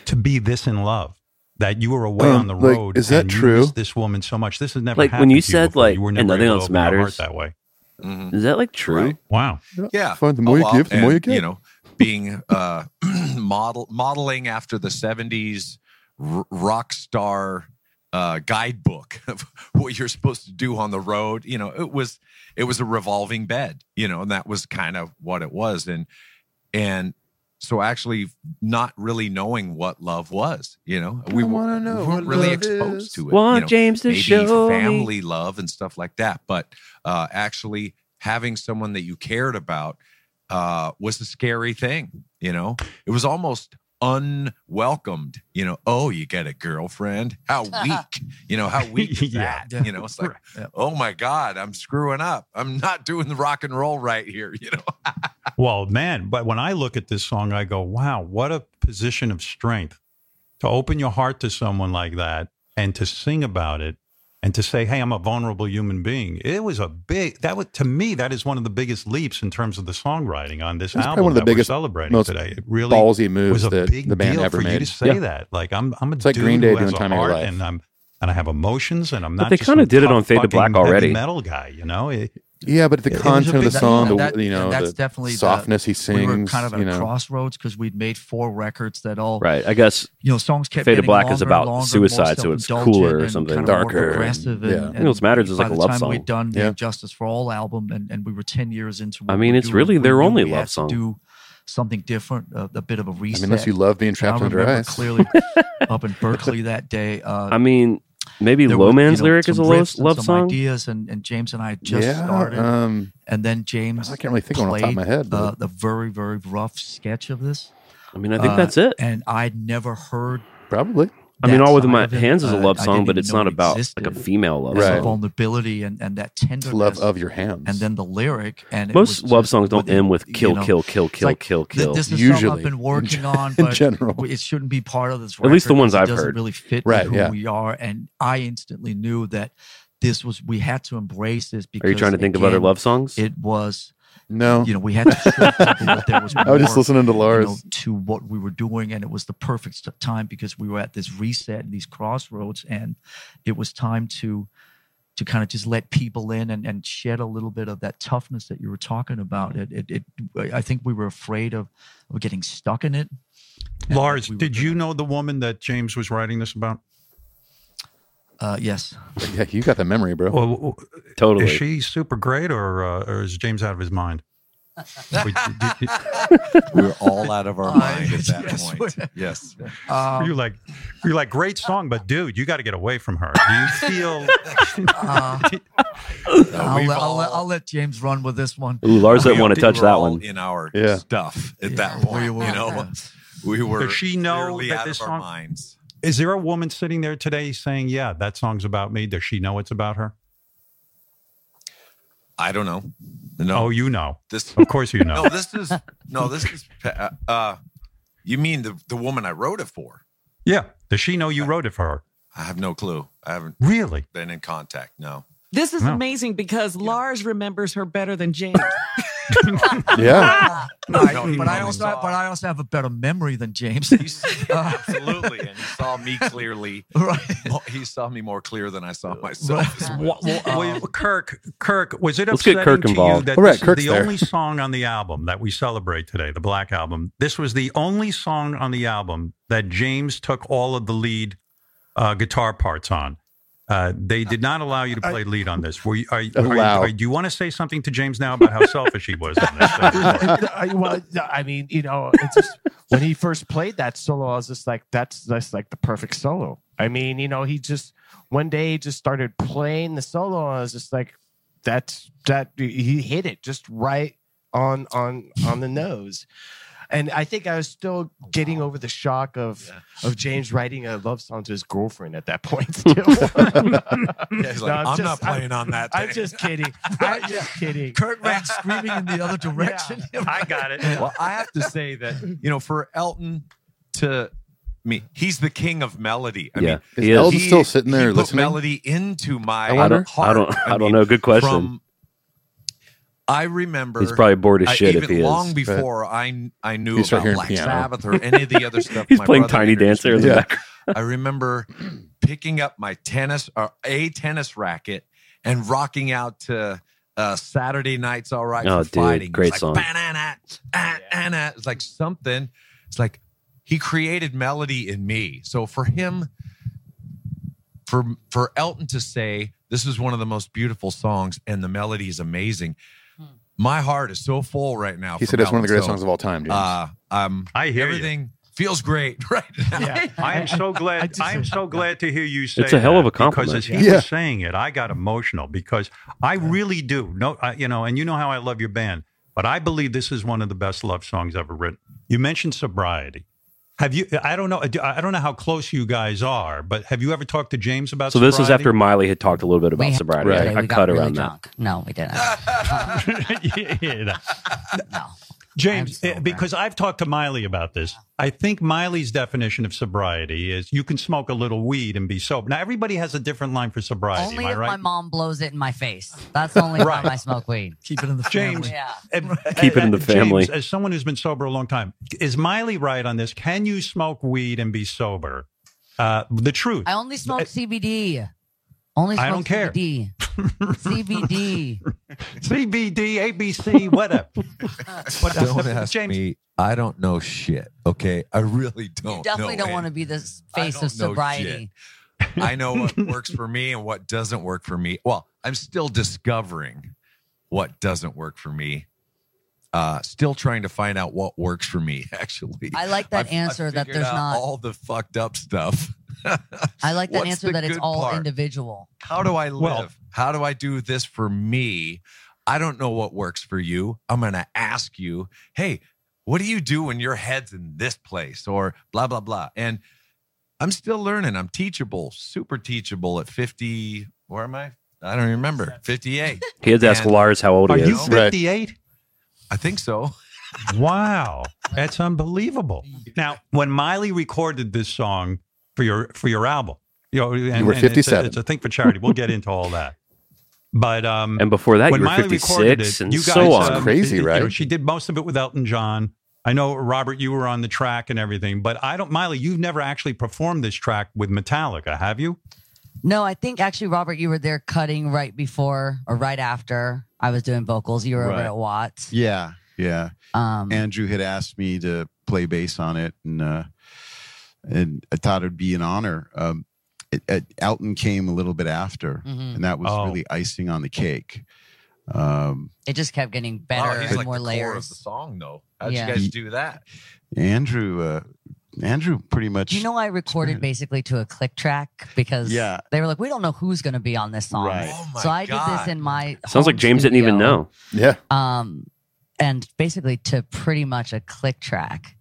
to be this in love that you were away Um, on the like, road is that and true? you missed this woman so much this has never Like, when happened you to said, before. like, you were "And never nothing able to else open your heart matters." that way Mm-hmm. Mhm. Is that like true? Right. wow Yeah. Oh, Fine, the more you well, give, the more you and, get. You know, being uh, model modeling after the '70s r- rock star uh, guidebook of what you're supposed to do on the road. You know, it was it was a revolving bed. You know, and that was kind of what it was. And and so actually, not really knowing what love was. You know, we I were- wanna know we weren't what really love exposed is. to it. you Want know James to maybe show me. family love and stuff like that. But uh, actually having someone that you cared about uh, was a scary thing. You know, it was almost unwelcomed. You know, oh, you get a girlfriend? How weak? you know, how weak is Yeah. that? You know, it's like, oh my God, I'm screwing up. I'm not doing the rock and roll right here. You know, Well, man, but when I look at this song, I go, wow, what a position of strength to open your heart to someone like that and to sing about it and to say, hey, I'm a vulnerable human being. It was a big, that was, to me, that is one of the biggest leaps in terms of the songwriting on this It's album probably one of the that we're biggest, celebrating most today. It really ballsy moves was a that big the band deal ever for you made. to say Yeah. that. Like, I'm, I'm a It's like dude Green Day who has doing a Time of Your heart Life. and I'm, and I have emotions and I'm But not they just kinda some did it tough on Fade to fucking Black heavy already. metal guy, you know? It, Yeah, but the It was a content of big- the song, the- that- you know, that's the definitely the- softness he We were sings, kind of at you a know. crossroads because we'd made four records that all Right. I guess you know songs kept. Fade to getting Black longer is and about longer, more suicide, so it's self-indulgent cooler or and something. kind of more Darker and- progressive. yeah. I think what's matters is by like a the love time song. We'd done Yeah. the Justice for All album, and, and we were ten years into. I what mean, we're it's doing, really we their knew only we love had to song. Do something different, uh, a bit of a reset. unless you love being And I trapped under remember ice. Clearly, up in Berkeley that day. Uh, I mean, maybe there were, Low Man's you know, lyric is a some lo- riffs and love some song. Ideas and, and James and I had just Yeah, started, um, and then James. I can't really think of one off the top of my head, but- Uh, the very very rough sketch of this. Uh, I mean, I think that's it. And I'd never heard. Probably. I mean, that All Within side My of it. Hands is a Uh, love I song, didn't but even it's know not it about existed. like a female love It's the song. vulnerability and, and that tenderness, of your hands, and then the lyric. And it Most was love just songs don't within- end with you kill, know, kill, kill, it's kill, like, kill, th- kill. This is something I've Usually. been working on, In but general. it shouldn't be part of this. At least the record ones because I've it doesn't heard. really fit Right, with who yeah. we are, and I instantly knew that this was we had to embrace this. Because Are you trying to think of other again, love songs? It was no. You know, we had to show people that there was. I was just more, listening to you know, Lars. to what we were doing, and it was the perfect st- time because we were at this reset and these crossroads, and it was time to to kind of just let people in and, and shed a little bit of that toughness that you were talking about. It, it, it I think we were afraid of, of getting stuck in it. Lars, did you know the woman that James was writing this about? Uh, yes. Yeah, you got the memory, bro. Well, well, Totally. Is she super great, or uh, or is James out of his mind? We- We're all out Oh of our Uh, mind at that yes, point. we're- Yes. Um, you like, you like, great song, but dude, you got to get away from her. Do you feel? Uh, I'll, we've let- I'll, let- all- I'll let James run with this one. Ooh, Lars doesn't We want to were touch that all one. In our Yeah. stuff at that Yeah, point, we were, you know, yeah. we were. Does she know clearly that out this of song- our minds? Is there a woman sitting there today saying, "Yeah, that song's about me"? Does she know it's about her? I don't know. No, Oh, you know. this. Of course, you know. No, this is no, this is. Uh, uh, you mean the the woman I wrote it for? yeah. Does she know you wrote it for her? I have no clue. I haven't Really? been in contact. No. This is No. amazing because Lars remembers her better than James. Yeah. I- No, he but I probably also, saw- but I also have a better memory than James. Uh, Absolutely, and he saw me clearly. right. Mo- He saw me more clear than I saw myself. Um, as well. Well, well, well, Kirk, Kirk, was it Let's get upsetting Kirk to involved. you that All right, this is Kirk's the there. only song on the album that we celebrate today, the Black Album, this was the only song on the album that James took all of the lead uh, guitar parts on. Uh, they did not allow you to play lead on this. Were you, are, you- are, you- Allow. are- do you want to say something to James now about how selfish he was on this? I, well, I mean, you know, it's just, when he first played that solo, I was just like, that's that's like the perfect solo. I mean, you know, he just one day he just started playing the solo, and I was just like, that's that he hit it just right on on on the nose. And I think I was still getting over the shock of of James writing a love song to his girlfriend at that point. Still, Yeah, he's like, No, I'm, I'm not just- I'm- playing on that. I'm thing." just kidding. I'm just kidding. Kurt ran screaming in the other direction. I got it. well, I have to say that you know, for Elton to me, he's the king of melody. I Yeah. mean, Is Elton still sitting he there put listening? Melody into my I wonder. heart. I don't- I don't mean, know. Good question. From, I remember He's probably bored as I- shit even if he is. long Right. before I I knew You start about hearing Black piano. Sabbath or any of the other stuff. He's my playing brother Tiny introduced Dancer me in the to. background. I remember picking up my tennis or a tennis racket and rocking out to uh, Saturday nights. All right, Oh, for dude, fighting. great it's song. Like, "Ba-na-na, ah, ah-na." It's like something. It's like he created melody in me. So for him, for for Elton to say this is one of the most beautiful songs and the melody is amazing. Hmm. My heart is so full right now. He from said it's one of the Elton, greatest so, songs of all time, James. Uh, um, I hear you. everything feels great right now. Yeah. I am so glad. I, am so glad to hear you say. It's a hell of a that, compliment. Because as he Yeah. was saying it, I got emotional because I really do. No, I, you know, and you know how I love your band, but I believe this is one of the best love songs ever written. You mentioned sobriety. Have you? I don't know. I don't know how close you guys are, but have you ever talked to James about? So this was sobriety? after Miley had talked a little bit We about had- sobriety. Right. Okay, I, I we got cut really around that. drunk. No, we didn't. Yeah, yeah, no. No. James, I'm eh, because I've talked to Miley about this, I think Miley's definition of sobriety is you can smoke a little weed and be sober. Now everybody has a different line for sobriety. Only am I if right? my mom blows it in my face. That's the only Right. time I smoke weed. Keep it in the James, family. Yeah. eh, Keep it in eh, the family. James, as someone who's been sober a long time, is Miley right on this? Can you smoke weed and be sober? Uh, the truth. I only smoke E CBD. Only smoke I don't care. CBD. CBD. CBD, ABC, whatever. but don't ask me. I don't know shit. Okay, I really don't. You definitely know don't want to be the s- face of know sobriety. shit. I know what works for me and what doesn't work for me. Well, I'm still discovering what doesn't work for me. Uh, still trying to find out what works for me. Actually, I like that answer that figured there's out not- all the fucked up stuff. I like that What's answer the that it's good all part? individual. How do I live? Well- How do I do this for me? I don't know what works for you. I'm going to ask you, hey, what do you do when your head's in this place or blah, blah, blah? And I'm still learning. I'm teachable, super teachable at 50. Where am I? I don't remember. 58. He had to ask And- Lars how old he is. I think so. wow, that's unbelievable. Now, when Miley recorded this song for your for your album, you, know, and, were and it's a- 57. It's a, thing for charity. We'll get into all that. But um, And before that, when you were Miley 56 recorded it, and you guys, so on. um, Crazy, you know, right? she did most of it with Elton John. I know Robert, you were on the track and everything, but I don't. Miley, you've never actually performed this track with Metallica, have you? No, I think actually, Robert, you were there cutting right before or right after I was doing vocals. You were over Right. at Watts. Yeah, yeah. Um, Andrew had asked me to play bass on it, and uh, and I thought it'd be an honor. Um, it, it- Elton came a little bit after, Mhm. and that was Oh. really icing on the cake. Um, It just kept getting Wow, better he's and like more the core of layers. the song, though. How'd Yeah. you guys do that? Andrew, uh, Andrew, pretty much. You know, I recorded basically to a click track because Yeah. they were like, we don't know who's going to be on this song. Right. Oh my so I did this in my. Sounds like home James didn't even studio. know. Yeah. um, and basically to pretty much a click track.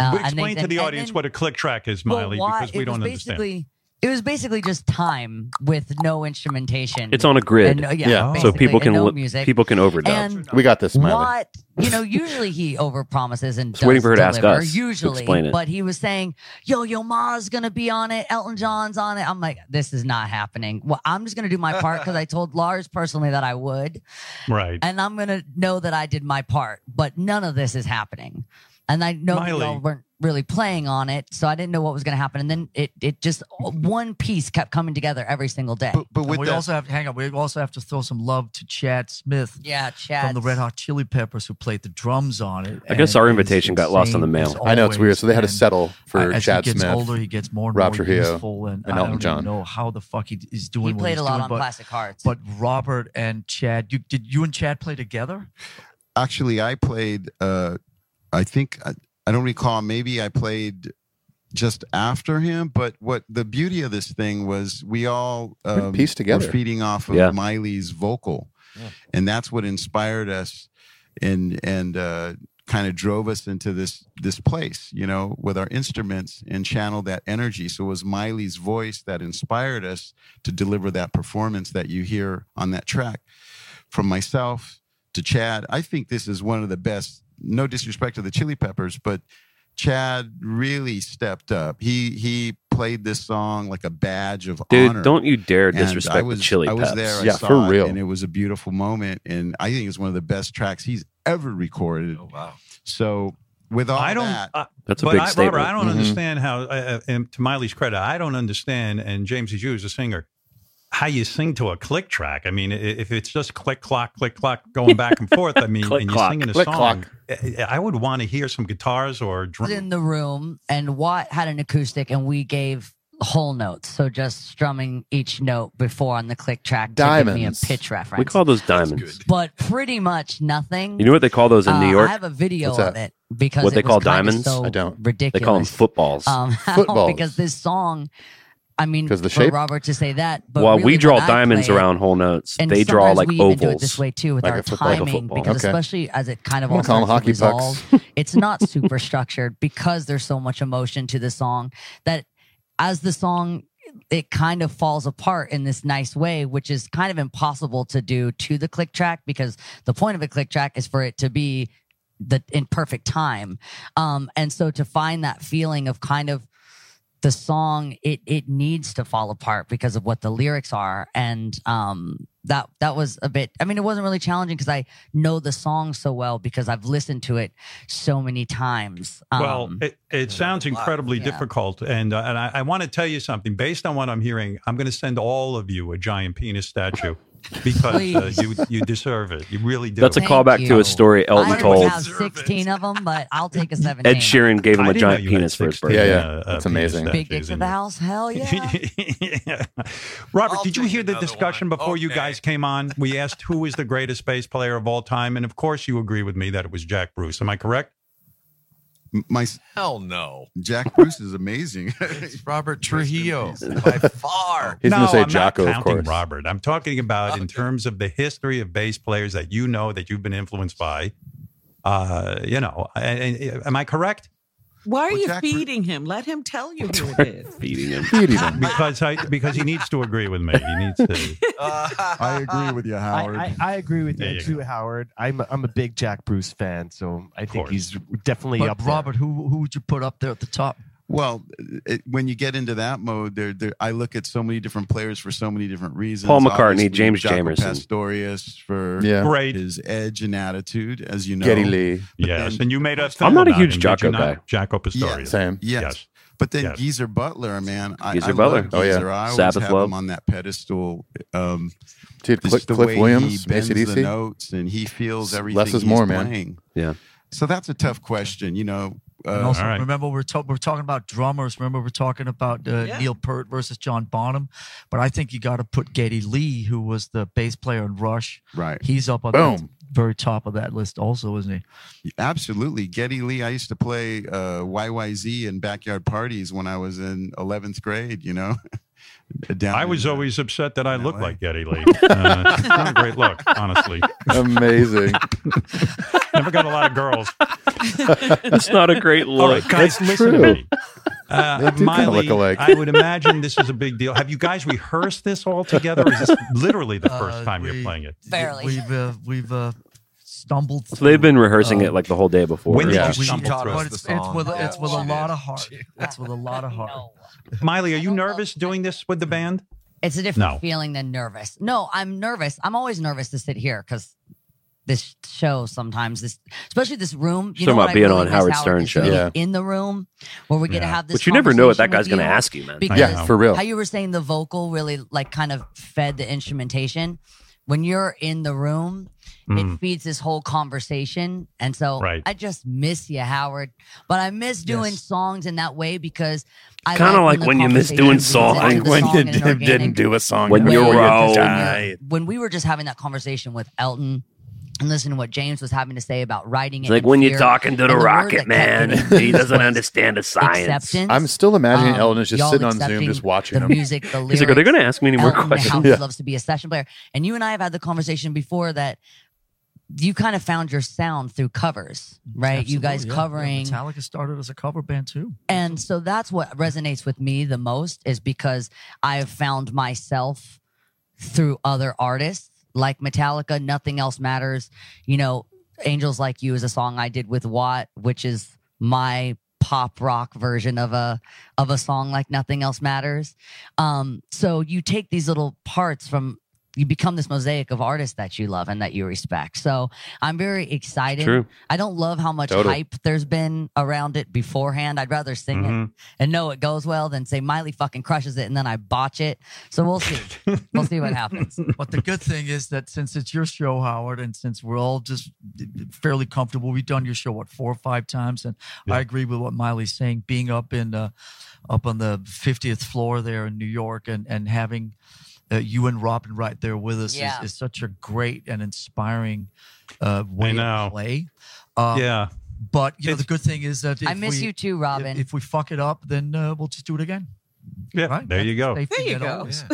Uh, But and they- explain to and- the and audience then- what a click track is, well, Miley, why- because we it was don't understand. basically- It was basically just time with no instrumentation. It's on a grid. And no- yeah, So basically, people and can no li- music. people can overdub. And we got this, Miley. What you know? Usually he overpromises and Just does waiting for her to ask deliver, us to Usually, explain it. but he was saying, "Yo, Yo Ma's gonna be on it. Elton John's on it." I'm like, "This is not happening." Well, I'm just gonna do my part because I told Lars personally that I would. Right. And I'm gonna know that I did my part, but none of this is happening. And I know Miley. y'all weren't really playing on it, so I didn't know what was gonna happen. And then it it just one piece kept coming together every single day. but And we also have hang on. We also have to throw some love to Chad Smith. Yeah, from the Chad's. Red Hot Chili Peppers who played the drums on it. I guess and our is invitation got lost in the insane mail. as I know it's uh, always. weird. So they had to And settle for I- as Chad he gets Smith, older, he gets more and Rob more Trujillo, useful, and, and I Elton don't John. even know how the fuck he is doing. He what played he's a lot doing, on but- plastic hearts. But Robert and Chad, you did you and Chad play together? actually i played uh i think I, I don't recall maybe i played just after him but what the beauty of this thing was we all um, pieced together. were feeding off of Yeah. miley's vocal and that's what inspired us and and uh kind of drove us into this this place you know with our instruments and channeled that energy so it was miley's voice that inspired us to deliver that performance that you hear on that track from myself to Chad. I think this is one of the best. No disrespect to the Chili Peppers, but Chad really stepped up. He he played this song like a badge of Dude, honor. don't you dare And disrespect I the was- Chili I was Peps. there. I Yeah, saw for it, real. and it was a beautiful moment. And I think it's one of the best tracks he's ever recorded. Oh wow! So with all I don't. that, Mm-hmm. uh, but I, Robert, I don't Mm-hmm. understand how. Uh, and to Miley's credit, I don't understand. And James is you as a singer, how you sing to a click track. I mean, i- if it's just click clock, click clock, going back and forth. I mean, Click and clock, you're singing a click song. I, I would want to hear some guitars or was drums. in the room and Watt had an acoustic and we gave whole notes. So just strumming each note before on the click track to give me Diamonds. a pitch reference. We call those diamonds. but pretty much nothing. You know what they call those in Uh, New York? I have a video What's of that? it because what it they was call kinda diamonds? so I don't. Ridiculous. They call them footballs. Um, footballs. because this song, I mean, 'Cause the for shape? Robert to say that, but While really we draw when I diamonds play it- around whole notes, and they draw sometimes like we even ovals. do it this way too with like our a foot- like a timing football. because Okay. especially as it kind of I'm gonna all call them starts to hockey pucks. resolve, it's not super structured because there's so much emotion to the song that as the song it kind of falls apart in this nice way which is kind of impossible to do to the click track because the point of a click track is for it to be the in perfect time um and so to find that feeling of kind of the song it it needs to fall apart because of what the lyrics are and um that that was a bit i mean it wasn't really challenging because i know the song so well because i've listened to it so many times um, Well, it, it sounds incredibly Yeah. difficult, and uh, and I, I want to tell you something. Based on what I'm hearing, I'm going to send all of you a giant penis statue because uh, Please. you you deserve it. You really do. That's a callback to a story I Elton already told. have 16 of them, but I'll take a 17. Ed Sheeran gave him I a didn't know giant you had penis for his 16, birthday. Yeah, yeah. uh, That's uh, penis amazing. Big dicks at the house? Hell yeah. Robert, did you hear the discussion before you guys came on? We asked who is the greatest bass player of all time, and of course, you agree with me that it was Jack Bruce. Am I correct? My Hell no. Jack Bruce is amazing. It's Robert Trujillo by far. He's no, gonna say I'm Jocko, of not counting course. Robert. I'm talking about in terms of the history of bass players that you know that you've been influenced by. Uh, you know, and, and- am I correct? Why are Well, you Jack- feeding him? Let him tell you who it is. Feeding him. because I because he needs to agree with me. He needs to. I agree with you, Howard. I, I, I agree with There you, you too, Howard. I'm I'm a big Jack Bruce fan, so I think he's definitely But up Robert, there. who who would you put up there at the top? Well, it, when you get into that mode, there, there, I look at so many different players for so many different reasons. Paul McCartney, Obviously, James Jaco Jamerson. Pastorius for Yeah. Great. his edge and attitude, as you know. Geddy Lee. Yes, and you made a I'm film not a about him, did huge you Jocko not? guy. Jaco Pastorius. Yes. Yes. But then Geezer Butler, man. I, Geezer I Butler. Love Oh, yeah. Geezer. I always Sabbath have love. him on that pedestal. Um, Dude, just Cliff- the Cliff way Williams, he bends AC/DC. the notes and he feels S- everything less is he's more, man. playing. Yeah. So that's a tough question, you know. Uh, And also, remember we're to- we're talking about drummers. Remember we're talking about uh, Neil Peart versus John Bonham, but I think you got to put Geddy Lee, who was the bass player in Rush. Right, he's up on the Boom. very top of that list, also, isn't Absolutely. Getty Lee, I used to play uh, YYZ in backyard parties when I was in 11th grade, you know. Down I was in, uh, always upset that I looked like Getty Lee. Uh, it's not a great look, honestly. Amazing. Never got a lot of girls. It's not a great look. All right, guys, That's listen true. to me. Uh, They do kinda Miley, look alike. I would imagine this is a big deal. Have you guys rehearsed this all together? Or is this literally the first Uh, time we- you're playing it? he? Barely. We've uh, we've uh, stumbled. So they've been through, rehearsing uh, it like the whole day before. When did you we- stumble but through it? it's, it's with it's with a lot of heart. It's with a lot of heart. Miley, are you nervous doing this with the band? It's a different No. feeling than nervous. No, I'm nervous. I'm always nervous to sit here because this show sometimes this especially this room you Talking know what about I being really on miss, Howard Stern is show. being Yeah. in the room where we get to Yeah. have this But you never know what that conversation with guy's gonna you. ask you, man. I because know. for real. how you were saying the vocal really like kind of fed the instrumentation when you're in the room Mm. Hmm. it feeds this whole conversation and so Right. I just miss you Howard but I miss doing songs in that way because I Kinda like when the conversation bleeds into the song in an organic a song. When you're raw. when we were just having that conversation with Elton and listening to what James was having to say about writing It's it. like in when you're fear, talking to and the word rocket that kept man, getting he used doesn't was understand the science. acceptance. I'm still imagining Um, Elton is just y'all sitting on Zoom accepting just watching the him. music, the lyrics. He's like, "Are they gonna ask me any more Elton and questions?" How Yeah. he loves to be a session player. And you and I have had the conversation before that you kind of found your sound through covers, right? you guys Absolutely, yeah. Yeah, covering Metallica started as a cover band too. and so that's what resonates with me the most is because I've found myself through other artists like Metallica, Nothing Else Matters. You know, Angels Like You is a song I did with Watt, which is my pop rock version of a of a song like Nothing Else Matters. Um, so you take these little parts from you become this mosaic of artists that you love and that you respect. So I'm very excited. True. I don't love how much Totally. hype hype there's been around it beforehand. I'd rather sing it Mm-hmm. Mhm. and know it goes well than say Miley fucking crushes it and then I botch it. So we'll see. we'll see what happens. But the good thing is that since it's your show, Howard, and since we're all just eh, fairly comfortable, we've done your show what four or five times, and I agree with what Miley's saying. Being up in uh, up on the fiftieth floor there in New York, and and having uh, you and Robin right there with us Yeah. is, is such a great and inspiring uh, way know. to play. Um, Yeah. But you know, the good thing is that I if miss we- you too, if- Robin. If, we fuck it up, then uh, we'll just do it again. Yeah. There you go. Safety net Oh, always.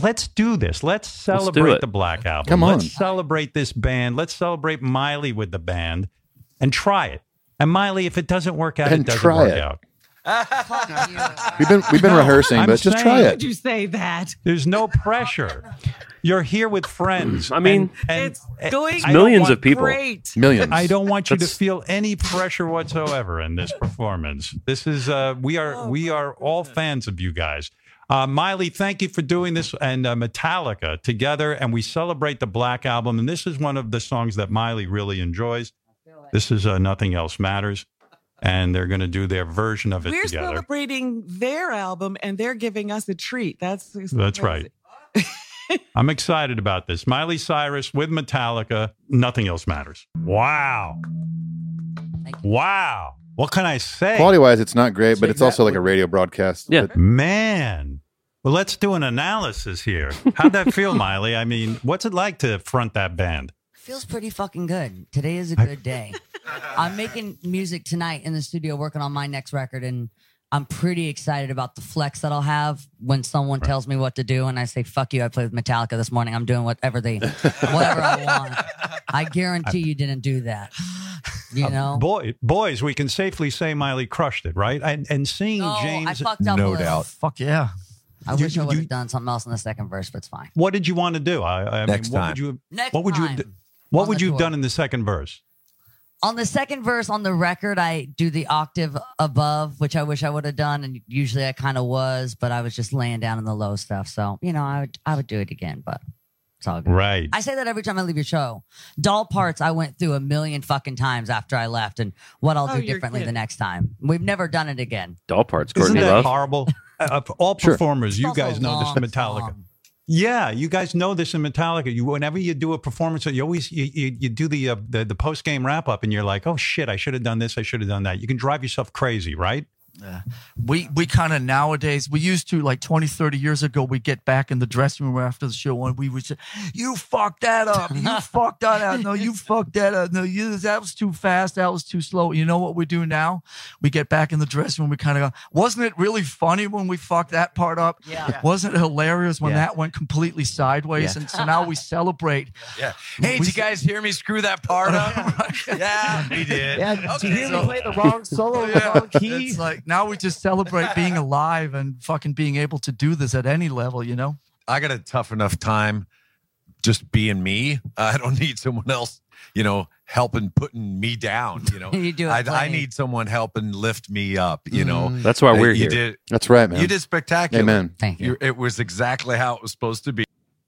Let's do this. Let's Let's do celebrate it. the Black Album. Come on. Let's celebrate this band. Let's celebrate Miley with the band and try it. And Miley, if it doesn't work out, And it doesn't try work it. out. We've been we've been No, rehearsing, I'm but just try saying- it. you say that? There's no pressure. You're here with friends. I mean, it's going millions of people. Millions. I don't want you to That's- feel any pressure whatsoever in this performance. This is uh, we are Oh, we are all fans of you guys. Uh, Miley, thank you for doing this and uh, Metallica together, and we celebrate the Black Album. And this is one of the songs that Miley really enjoys. This is uh, Nothing Else Matters, and they're going to do their version of it We're together. celebrating their album and they're giving us a treat. That's That's right. I'm excited about this. Miley Cyrus with Metallica. Nothing else matters. Wow. Wow. What can I say? Quality wise, it's not great, but Say it's also that like a radio broadcast. Yeah. Man. Well, let's do an analysis here. How'd that feel, Miley? I mean, what's it like to front that band? Feels pretty fucking good. Today is a good day. I'm making music tonight in the studio working on my next record and I'm pretty excited about the flex that I'll have when someone tells me what to do and I say, fuck you, I played with Metallica this morning. I'm doing whatever they whatever I want. I guarantee you didn't do that. You Uh, know? boy, boys, we can safely say Miley crushed it, right? And and seeing No, I James, fucked up a No little. doubt. fuck yeah. I wish I would have done something else in the second verse, but it's fine. What did you want to do? I, I Next mean, what time. would you? Next what would you? Have, time. d- what On would the you have tour. done in the second verse? On the second verse on the record, I do the octave above, which I wish I would have done, and usually I kind of was, but I was just laying down in the low stuff. So you know, I would I would do it again, but it's all good. Right. I say that every time I leave your show. Doll parts I went through a million fucking times after I left, and what I'll Oh, do you're differently the kidding. next time. We've never done it again. Doll parts, Isn't Courtney that Love. horrible? Uh, of all Sure. performers, you It's also guys know this long in Metallica. Yeah, you guys know this in Metallica. You whenever you do a performance, you always you you, you do the, uh, the the post game wrap up, and you're like, oh shit, I should have done this, I should have done that. You can drive yourself crazy, right? Yeah. We we kind of nowadays we used to like 20 30 years ago we get back in the dressing room after the show and we would say you fucked that up you fucked that up no you fucked that up no you that was too fast that was too slow you know what we do now we get back in the dressing room we kind of go wasn't it really funny when we fucked that part up Yeah. wasn't it hilarious when Yeah. that went completely sideways Yeah. and so now we celebrate Yeah. Hey, did you guys hear me screw that part up? yeah, we did. Yeah, did you hear me play the wrong solo, It's like now we just celebrate being alive and fucking being able to do this at any level, you know? I got a tough enough time just being me. I don't need someone else, you know, helping putting me down. You know, You do it I, I plenty. need someone helping lift me up. You know, Mm. That's why Uh, we're you here. Did, That's right, man. You did spectacular. Amen. Thank you. It was exactly how it was supposed to be.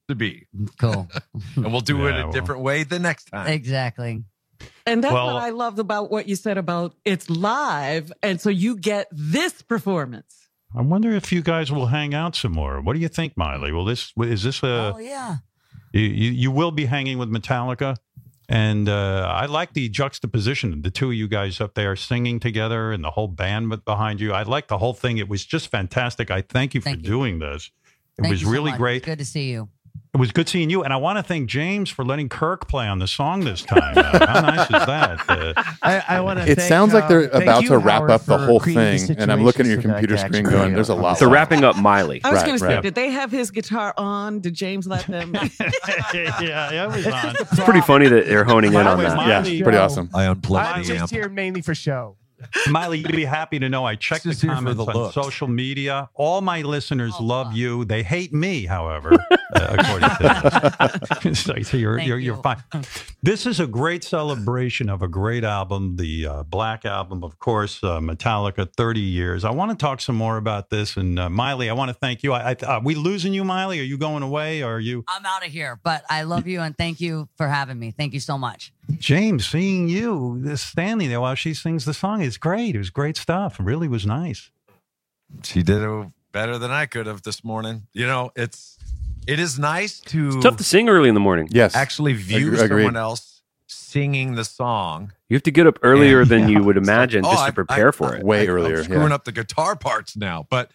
To be cool, and we'll do it Yeah, a well. different way the next time. Exactly. And that's Well- what I loved about what you said about it's live. And so you get this performance. I wonder if you guys will hang out some more. What do you think, Miley? Will this is this a? Oh yeah. You, you you will be hanging with Metallica, and uh, I like the juxtaposition of the two of you guys up there singing together and the whole band with- behind you. I like the whole thing. It was just fantastic. I thank you for doing this. It Thank was you so really much. great. Good to see you. It was good seeing you, and I want to thank James for letting Kirk play on the song this time. Uh, how nice is that? Uh, I, I want to. It sounds like they're about to wrap up the whole creating thing, and I'm looking at your situations so that computer I can screen actually, going, uh, "There's a lot." They're left." wrapping up Miley. I was Right, going to say, right. did they have his guitar on? Did James let them? yeah, it was on. It's pretty funny that they're honing in on Miley- that. Miley- yeah, it's pretty awesome. I unplugged I'm just here mainly for show. Miley, you'd be happy to know I checked the here for comments the on looks. social media. All my listeners love you. They hate me, however, uh, according to them. so, so you're, Thank you're, you're you. fine. This is a great celebration of a great album, the uh, Black Album, of course, uh, Metallica, 30 years. I want to talk some more about this. And uh, Miley, I want to thank you. I, I, are we losing you, Miley? Are you going away? Or are you? I'm out of here, but I love you and thank you for having me. Thank you so much. James, seeing you this- standing there while she sings the song is great. It was great stuff. It really was nice. She did it better than I could have this morning. You know, it's it is nice to It's tough to sing early in the morning. Yes. actually view Agre- someone agreed. else singing the song. You have to get up earlier Yeah. than Yeah. you would imagine Oh, just I- to prepare I- for it. Way earlier. I'm screwing up the guitar parts now, but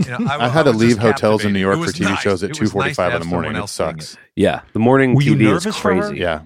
know, I, I've had to was leave just hotels in New captivated. York It for was TV nice. shows at It was nice to 2:45 in have the morning. someone It else sing sucks. Yeah, the morning Were you TV is nervous for her? crazy. Yeah.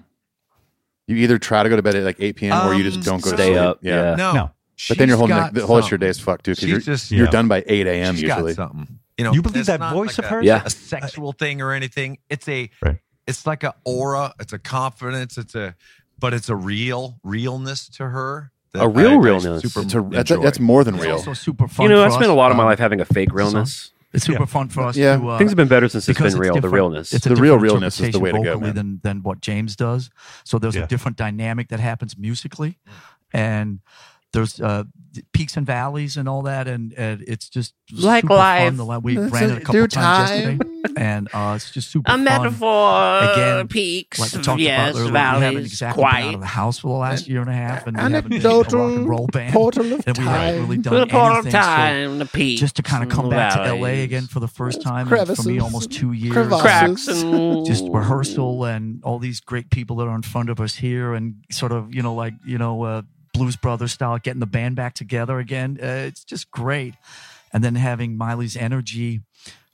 You either try to go to bed at like 8 p.m. or you just Um, don't go to Stay sleep. up, yeah. No. No. But then your whole She's neck, got the whole rest of your something. day is fucked too because She's you're, just- you're Yeah. done by 8 a.m. She's got usually. something. You know, You believe it's that not voice like of a- hers? Yeah. a sexual thing or anything. It's a, Right. it's like a aura. It's a confidence. It's a, but it's a real realness to her. that A real I- I realness. super It's a- that's- enjoy. that's more than It's real. also super You know, I for spent a us, lot of my um, life having a fake realness. It's super fun for us. Yeah. to, uh, Things have been better since it's because been real, the different- realness. It's a The real different realness is the interpretation way to go, vocally man. Than, than what James does. So there's Yeah. a different dynamic that happens musically, and there's uh, d- peaks and valleys and all that, and, and it's just Like super life. Fun. The li- We It's ran a it a couple due times time. yesterday. and uh, it's just super. A fun. metaphor, Again, peaks, like we talked yes, about earlier, we haven't valleys, exactly been out quiet. of the house for the last year and a half, and we haven't been a rock Anecdotal and roll band, portal of and we haven't really time. done The portal of anything. So time, the peaks just to kind of and come the back to valleys. LA again for the first time in, for me Crevices, almost two years, crevasses. Cracks and- just rehearsal and all these great people that are in front of us here, and sort of you know like you know uh, Blues Brothers style, getting the band back together again. Uh, it's just great, and then having Miley's energy.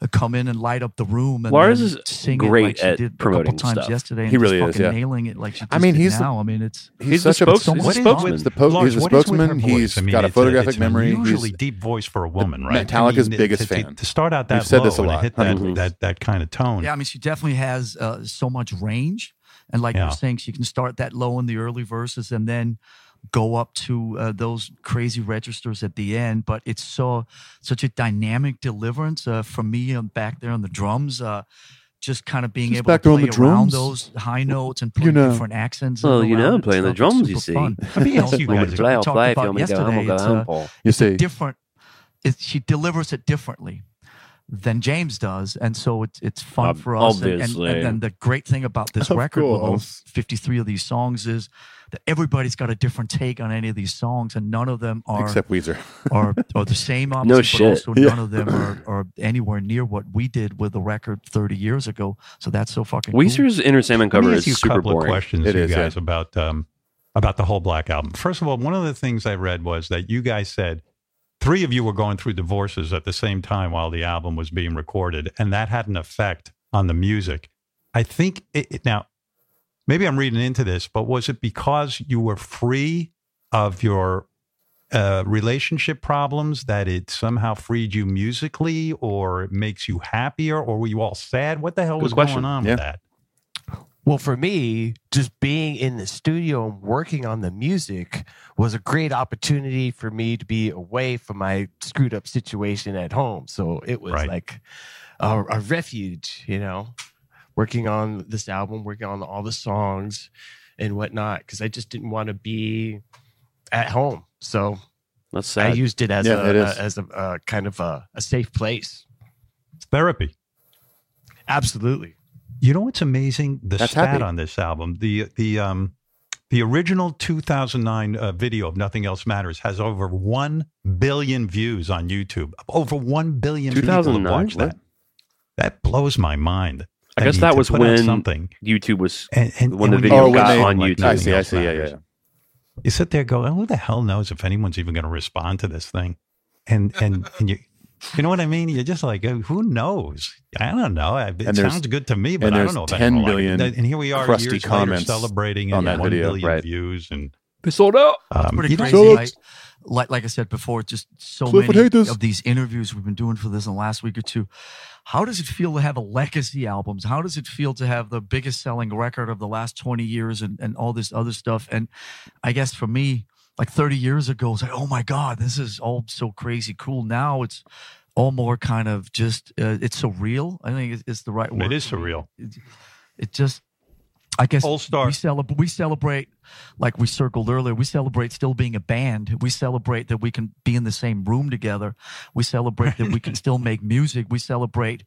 uh, Come in and light up the room. And Lars then is sing it great like she at did a promoting couple times stuff. yesterday. And He just really is, fucking yeah. Nailing it like she I mean, just did he's the- now. I mean, it's He's, such a spokesman. He's, What a is spokesman. with- The po- Lars, he's a what is with her spokesman. He's I mean, got a it's photographic it's an memory. Usually He's deep voice for a woman, right? Metallica's biggest to, to- fan. To start out that We've said this low a and lot. hit that, Mhm. that that kind of tone. Yeah, I mean, she definitely has uh, so much range, and like Yeah. you're saying, she can start that low in the early verses and then go up to uh, those crazy registers at the end. But it's so such a dynamic deliverance uh, for me. um back there on the drums. Uh, just kind of being She's able back to there play on the around drums? those high notes and You play know. different accents. Well, and you know, around it playing the and stuff. It's drums, super you see. fun. Let me ask you We guys a Play, I'll talked play if you about want me to go yesterday, home, I'll go it's, home, uh, Paul. You it's a see. different. It's, she delivers it differently than James does, and so it's it's fun Ob- for us. And- and- obviously. and then the great thing about this Of record with all course. 53 of these songs is that everybody's got a different take on any of these songs and none of them are Except Weezer. are, are the same No obviously, shit. but also Yeah. none of them are, are anywhere near what we did with the record 30 years ago so that's so fucking cool. Weezer's Inner Salmon Let me cover ask is you a super couple boring. Of questions, you guys, about um, about the whole Black album. First of all, one of the things I read was that you guys said three of you were going through divorces at the same time while the album was being recorded, and that had an effect on the music. I think it, it- now maybe I'm reading into this, but was it because you were free of your uh, relationship problems that it somehow freed you musically, or it makes you happier, or were you all sad? What the hell Good was question. going on Yeah. with that? Well, for me, just being in the studio and working on the music was a great opportunity for me to be away from my screwed up situation at home. So it was like a, a refuge, you know, working on this album, working on all the songs and whatnot, because I just didn't want to be at home. So That's I sad. used it as Yeah, a, it is. a- as a, a kind of a, a safe place. Therapy. Absolutely. You know what's amazing? The That's stat happy. on this album the the um the original 2009 uh, video of Nothing Else Matters has over one billion views on YouTube. Over one billion people have 2009? watched that. What? That blows my mind. I They guess need that to was put out when something. YouTube was And- and- when and when the video you got got on like YouTube. Nothing Else Matters. yeah. You sit there going, "Who the hell knows if anyone's even going to respond to this thing?" And and and you. You know what I mean? You're just like, "Oh, who knows? I don't know. I- It And there's- sounds good to me, but and I don't there's know. If 10 anyone will like it." billion and here we are, crusty years comments later, celebrating on and that one video, billion right. views, and They sold out. That's Um, pretty you know, crazy. so- right? Like, like I said before, just so Clifford many Haters. of these interviews we've been doing for this in the last week or two. How does it feel to have a legacy albums? How does it feel to have the biggest selling record of the last 20 years and, and all this other stuff? And I guess for me, like 30 years ago, it's like, oh my God, this is all so crazy cool. Now it's all more kind of just, uh, it's surreal. I think it's, it's the right it word. is for me. surreal. It just, I guess All star. we celebrate. We celebrate, like we circled earlier. We celebrate still being a band. We celebrate that we can be in the same room together. We celebrate that we can still make music. We celebrate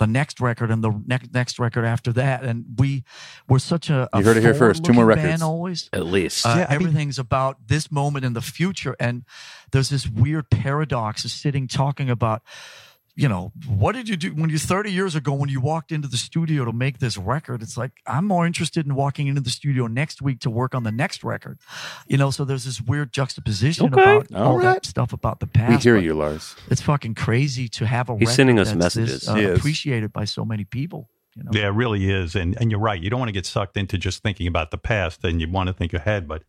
the next record and the next next record after that. And we we're such a, a You heard it here first. Two more forward-looking records. band always. At least. Uh, Yeah, I mean- everything's about this moment in the future, and there's this weird paradox of sitting talking about you know, what did you do when you 30 years ago when you walked into the studio to make this record? It's like, I'm more interested in walking into the studio next week to work on the next record. You know, so there's this weird juxtaposition Okay. about all All right. that stuff about the past. We hear but you, Lars. It's fucking crazy to have a He's record sending us that's this, messages. uh, He is. appreciated by so many people. Yeah, it really is. And and you're right. You don't want to get sucked into just thinking about the past and you want to think ahead. But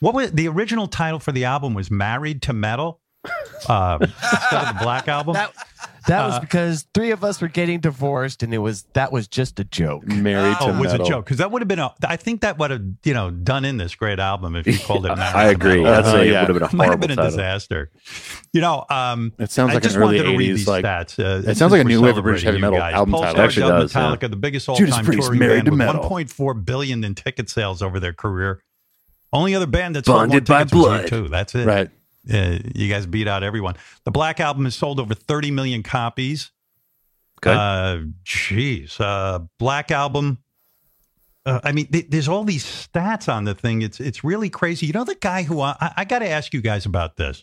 what was the original title for the album was Married to Metal? Um, instead of the Black Album. That was Uh, because three of us were getting divorced, and it was that was just a joke. Married Oh, it was a joke because that would have been a. I think that would have you know done in this great album if you called it. Married I to agree. Metal. That's a- it yeah. would have been a Might have horrible been a title. disaster. You know, um, It sounds I like an just early wanted to read 80s these like stats. Uh, It since sounds like a we're new wave of British celebrating heavy you metal guys. album Pulsar title. It actually Dub does, yeah. Metallica, the biggest all-time Judas Priest, touring Married band to with Metal. 1.4 billion in ticket sales over their career. Only other band that Bonded by sold more tickets was blood. U2. That's it. Right. Uh, you guys beat out everyone. The Black Album has sold over 30 million copies. Uh, jeez, uh, Black Album. Uh, I mean, th- there's all these stats on the thing. It's it's really crazy. You know, the guy who I, I, I got to ask you guys about this,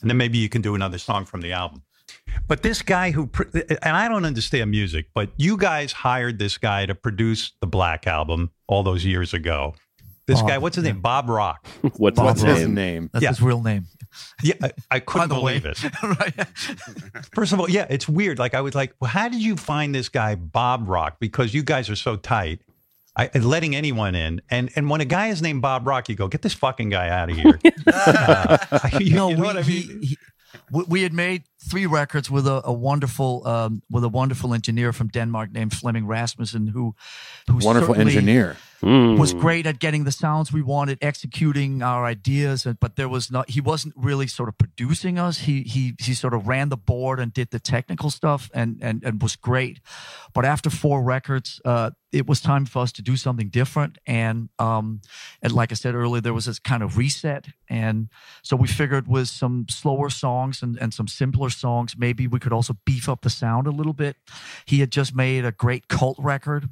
and then maybe you can do another song from the album. But this guy who, pr- and I don't understand music, but you guys hired this guy to produce the Black Album all those years ago. This Bob, guy, what's his name? Bob Rock. What's, Bob Rock. That's his real name. Yeah, I, I couldn't the way. believe it. First of all, yeah, it's weird. Like I was like, well, how did you find this guy Bob Rock? Because you guys are so tight, I, and letting anyone in. And and when a guy is named Bob Rock, you go get this fucking guy out of here. Uh, you, no, you know we, what I mean? he- he- we- we had made three records with a, a wonderful um, with a wonderful engineer from Denmark named Fleming Rasmussen, who who Wonderful certainly engineer. was Mm. great at getting the sounds we wanted, executing our ideas, and, but there was not he wasn't really sort of producing us. He he he sort of ran the board and did the technical stuff, and and and was great. But after four records, uh, it was time for us to do something different, and um, and like I said earlier, there was this kind of reset, and so we figured with some slower songs and and some simpler songs, maybe we could also beef up the sound a little bit. He had just made a great cult record.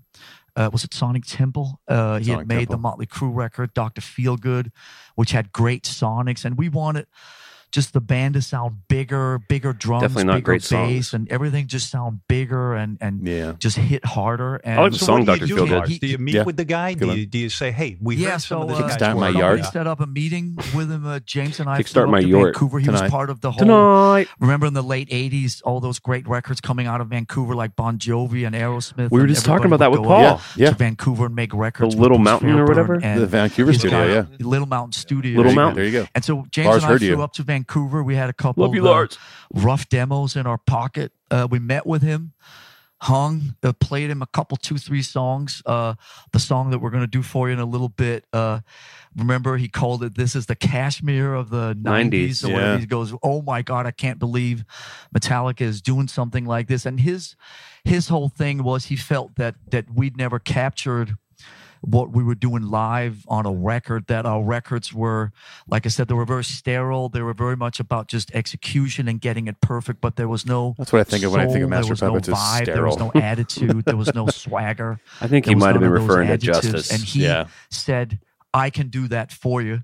Uh, was it Sonic Temple? Uh, he Sonic had made Temple. the Motley Crue record, Doctor Feelgood, which had great sonics, and we wanted just the band to sound bigger, bigger drums, Definitely not bigger great bass, songs. and everything just sound bigger and and yeah. just hit harder. And So what do you do, Lars? Do you meet Yeah. with the guy? Do Good you, do you say, hey, we yeah, heard some so of this uh, guy's so work. we set up a meeting with him. Uh, James and I Kickstart flew up my to York Vancouver. He tonight. was part of the whole. Tonight. Remember in the late '80s, all those great records coming out of Vancouver, like Bon Jovi and Aerosmith. We were and just talking everybody about that would with go Paul. up Yeah. to Vancouver and make records. with Little Bruce Mountain or Fairburn whatever? and The Vancouver his studio, guy- yeah. Little Mountain Studio. Little Mountain. There you go. And so James Lars and I heard flew you. up to Vancouver. We had a couple Love you, of, uh, Lars. rough demos in our pocket. Uh, we met with him, hung, uh, played him a couple, two, three songs. Uh, the song that we're going to do for you in a little bit. Uh, remember, he called it "This is the Cashmere of the 90s, 90s, or whatever." yeah. He goes, "Oh my God, I can't believe Metallica is doing something like this." And his his whole thing was he felt that that we'd never captured what we were doing live on a record that our records were like i said they were very sterile they were very much about just execution and getting it perfect but there was no That's what I think of when I think of soul, there Master was Puppets no is vibe there was no sterile. attitude there was no swagger I think There he was might have none of been those referring to adjectives. Justice. and he Yeah. said i can do that for you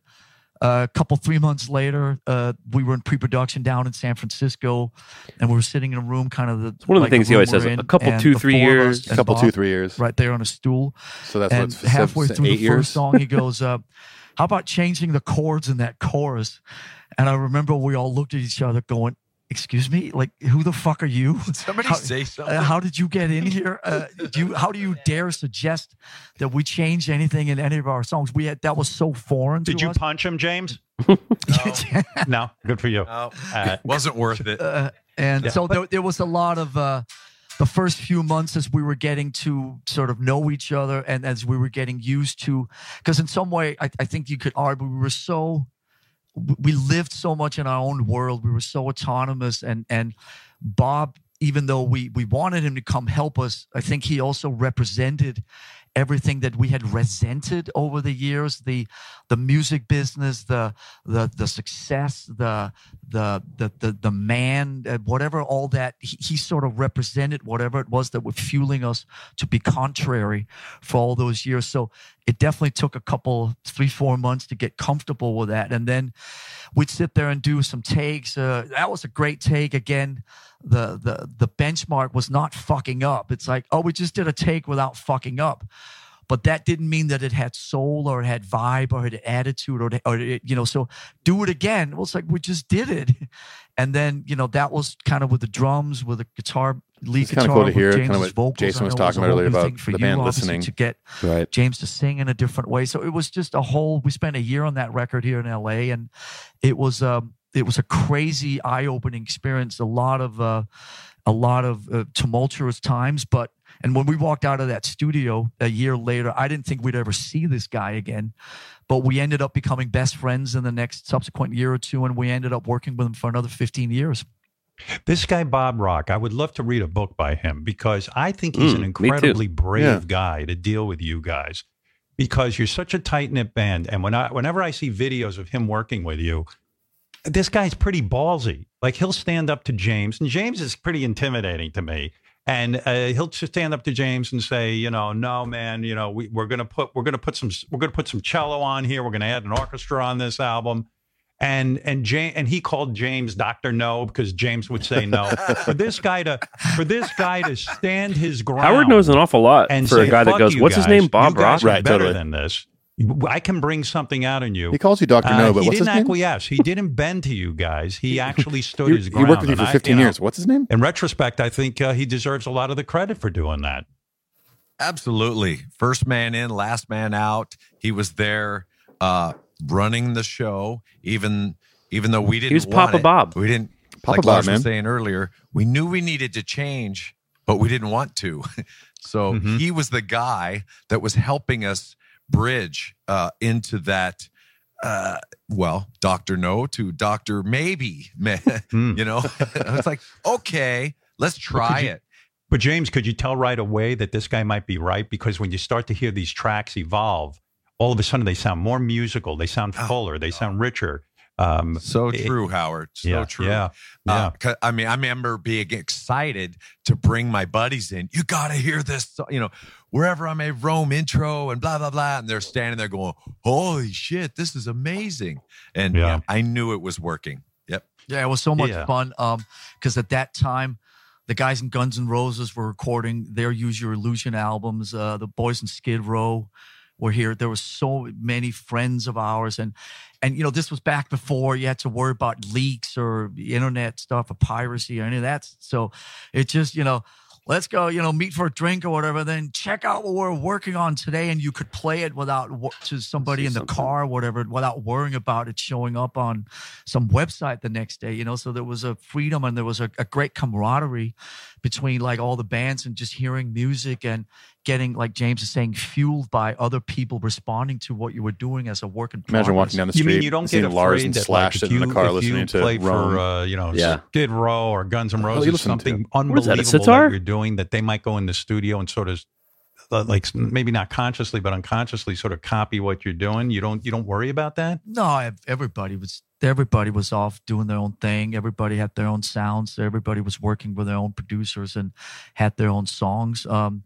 Uh, a couple three months later uh, we were in pre-production down in san francisco and we were sitting in a room kind of the one of the like the things he always room says, we're a in, couple, and two, the three four of us years. and Couple, Bob two, three years. right there on a stool So that's and what's halfway seven, through the eight years? first song he goes uh, how about changing the chords in that chorus and i remember we all looked at each other going excuse me like who the fuck are you somebody how, say something? uh, how did you get in here uh, do you, how do you dare suggest that we change anything in any of our songs we had that was so foreign Did to you us punch him, James? no, good for you. Uh, Wasn't worth it. Uh, and Yeah. so there, there was a lot of uh, the first few months as we were getting to sort of know each other and as we were getting used to, because in some way, I, I think you could argue we were so, we lived so much in our own world. We were so autonomous. And, and Bob, even though we, we wanted him to come help us, I think he also represented everything that we had resented over the years the the music business the the the success the the the the, the man uh, whatever all that he, he sort of represented whatever it was that was fueling us to be contrary for all those years so it definitely took a couple three four months to get comfortable with that and then we'd sit there and do some takes uh, that was a great take again the the the benchmark was not fucking up it's like oh we just did a take without fucking up but that didn't mean that it had soul or it had vibe or it had attitude or, it- or it, you know so do it again well it's like we just did it and then you know that was kind of with the drums with the guitar lead It's guitar kind of cool to with hear, James's kind of what vocals. I Jason was know it talking a about whole earlier new about thing for the band you, obviously, listening to get Right. James to sing in a different way. So it was just a whole. We spent a year on that record here in L.A. and it was um it was a crazy eye opening experience. A lot of uh, a lot of uh, tumultuous times, but and when we walked out of that studio a year later, I didn't think we'd ever see this guy again. But we ended up becoming best friends in the next subsequent year or two, and we ended up working with him for another fifteen years. This guy Bob Rock, I would love to read a book by him because I think he's Mm, an me too. incredibly brave Yeah. guy to deal with you guys because you're such a tight knit band. And when I, whenever I see videos of him working with you, this guy's pretty ballsy. Like he'll stand up to James, and James is pretty intimidating to me. and uh, he'll just stand up to James and say, you know, no, man, you know, we, we're gonna put we're gonna put some we're gonna put some cello on here. We're gonna add an orchestra on this album. And and James and he called James Doctor No because James would say no. for this guy to for this guy to stand his ground. Howard knows an awful lot and for a say, guy that "Fuck goes, you "What's his guys. name? Bob you guys Ross." are better than this. I can bring something out on you. Uh, He calls you Dr. No, but he what's his didn't name? acquiesce. He didn't bend to you guys. He actually stood He- his he ground. worked with you and for I- 15 know, years. What's his name? In retrospect, I think uh, he deserves a lot of the credit for doing that. Absolutely. First man in, last man out. He was there uh running the show, even even though we didn't was want Papa it. Bob. We didn't Papa like Bob, Lars man. was saying earlier, we knew we needed to change, but we didn't want to. so Mm-hmm. he was the guy that was helping us bridge uh into that uh well doctor no to doctor maybe man Hmm. you know it's like okay let's try Could you- it But James, could you tell right away that this guy might be right? Because when you start to hear these tracks evolve, all of a sudden they sound more musical. They sound fuller. they sound richer. Um, Ah, So it- true, Howard. So yeah, true. Yeah. Uh, 'cause- I mean, I remember being excited to bring my buddies in. You got to hear this, so- you know, wherever I may roam intro and blah, blah, blah. And they're standing there going, holy shit, this is amazing. And Yeah. yeah, I knew it was working. Yep. Yeah, it was so much Yeah. fun. Um, because at that time, the guys in Guns N' Roses were recording their Use Your Illusion albums. Uh, the boys in Skid Row were here. There were so many friends of ours, and and you know this was back before you had to worry about leaks or internet stuff or piracy or any of that. So it just you know. Let's go, you know, meet for a drink or whatever. Then check out what we're working on today, and you could play it without wo- to somebody in the car, or whatever, without worrying about it showing up on some website the next day. You know, so there was a freedom and there was a, a great camaraderie between like all the bands and just hearing music and getting, like James is saying, fueled by other people responding to what you were doing as a work in Imagine progress. walking down the street, seeing Lars and Slash if sitting in a you- car if listening you to play Rome. for uh, you know Yeah. Skid Row or Guns N' hell you Roses, listen to? something What is that, a unbelievable sitar? that you're doing that they might go in the studio and sort of uh, like maybe not consciously but unconsciously sort of copy what you're doing. You don't you don't worry about that. No, I- everybody was everybody was off doing their own thing. Everybody had their own sounds. Everybody was working with their own producers and had their own songs. Um,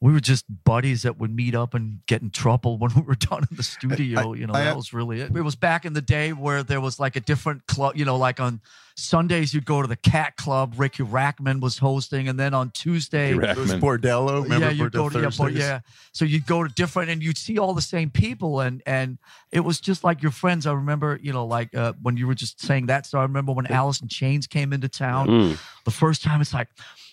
we were just buddies that would meet up and get in trouble when we were down in the studio. you know, I- that was really it. It was back in the day where there was like a different club. You know, like on Sundays you'd go to the Cat Club. Ricky Rackman was hosting, and then on Tuesday Ricky It was Rackman. Bordello. Remember yeah, Bordello you'd go to yeah, Bord- Thursdays? yeah, so you'd go to different and you'd see all the same people and and it was just like your friends i remember you know like uh, when you were just saying that so i remember when alice in chains came into town Mm. the first time it's like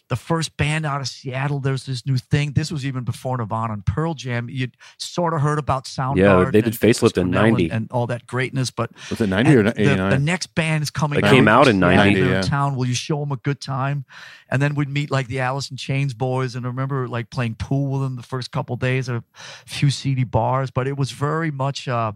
the first band out of seattle there's this new thing this was even before nirvana and pearl jam you'd sort of heard about soundgarden Yeah, they did and Facelift in Cornell and- 90 and all that greatness but Was it 90 or and the- 89? The, next band is coming. They came out in 90, They're in yeah. town. Will you show them a good time? And then we'd meet like the Alice in Chains boys, and I remember like playing pool with them the first couple days at a few seedy bars. But it was very much uh,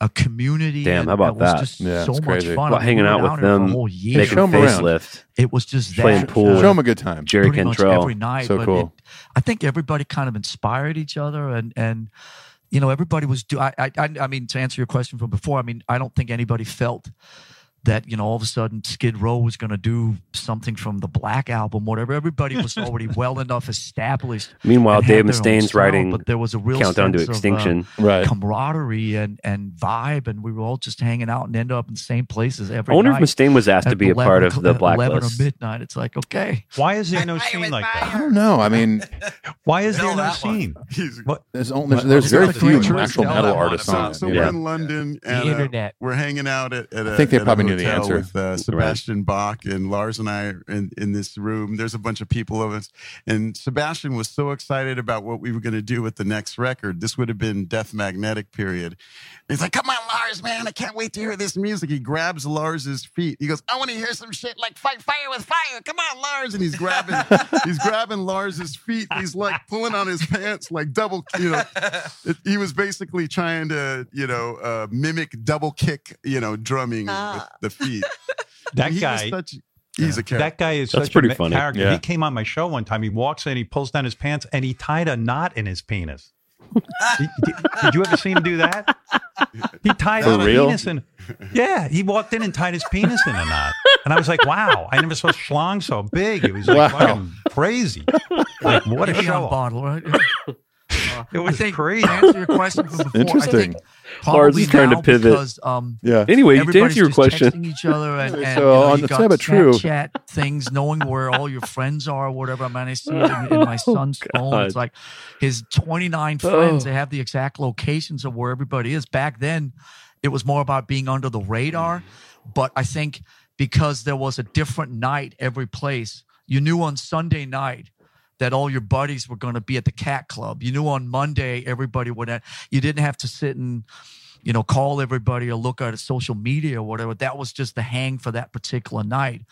a community. Damn, and how about it was that? just Yeah, so it's much crazy. fun. Well, I mean, we hanging were out with down there for a them, whole year. making Show 'em around. facelift, It was just playing that, pool, uh, Show 'em a good time. Jerry pretty much Cantrell. every night. So but cool. it- I think everybody kind of inspired each other and and you know everybody was do I I I I mean to answer your question from before I mean I don't think anybody felt that you know all of a sudden Skid Row was going to do something from the Black album whatever everybody was already well enough established Meanwhile, and had Dave their own Mustaine's style, writing but there was a real Countdown to sense of, uh, Extinction. Right. camaraderie and and vibe and we were all just hanging out and end up in the same places every I wonder if night Mustaine was asked to at be a part 11 of the at 11 Blacklist. or midnight it's like okay Why is there no scene like that? I don't know. I mean, Why is there no scene? What- There's only there's very few actual metal artists So, on so it. we're in London, and uh, we're hanging out at. at a, I think they at a probably knew the hotel answer. with uh, Right. Sebastian Bach and Lars and I are in in this room. There's a bunch of people of us, and Sebastian was so excited about what we were going to do with the next record. This would have been Death Magnetic period. He's like, "Come on, Lars, man! I can't wait to hear this music." He grabs Lars's feet. He goes, "I want to hear some shit like fight fire with fire. Come on, Lars!" And he's grabbing he's grabbing Lars's feet. He's like pulling on his pants, like double. You know, it, he was basically trying to you know uh, mimic double kick. You know, drumming Ah. with the feet. That He was guy- such- he's a character. That guy is That's such pretty a ma- funny. character. Yeah. He came on my show one time. He walks in, he pulls down his pants, and he tied a knot in his penis. did, did- did you ever see him do that? He tied For a real? penis in. Yeah, he walked in and tied his penis in a knot, and I was like, "Wow, I never saw schlong so big." It was like Wow. fucking crazy. Like what a Evian show! bottle, right? Uh, It was I think crazy. To answer your question from before, I Interesting. think probably is trying to now pivot. Because, um, Yeah. Anyway, to answer everybody's your just question. texting each other and, and So, you know, on- you it's got not about true. Snapchat things, knowing where all your friends are, whatever. I mean, I see it in, in my son's phone. Oh, God. It's like his 29 friends. Oh. They have the exact locations of where everybody is. Back then, it was more about being under the radar. Mm-hmm. But I think because there was a different night every place, you knew on Sunday night that all your buddies were going to be at the cat club. You knew on Monday everybody would. Have, you didn't have to sit and you know call everybody or look at social media or whatever. That was just the hang for that particular night.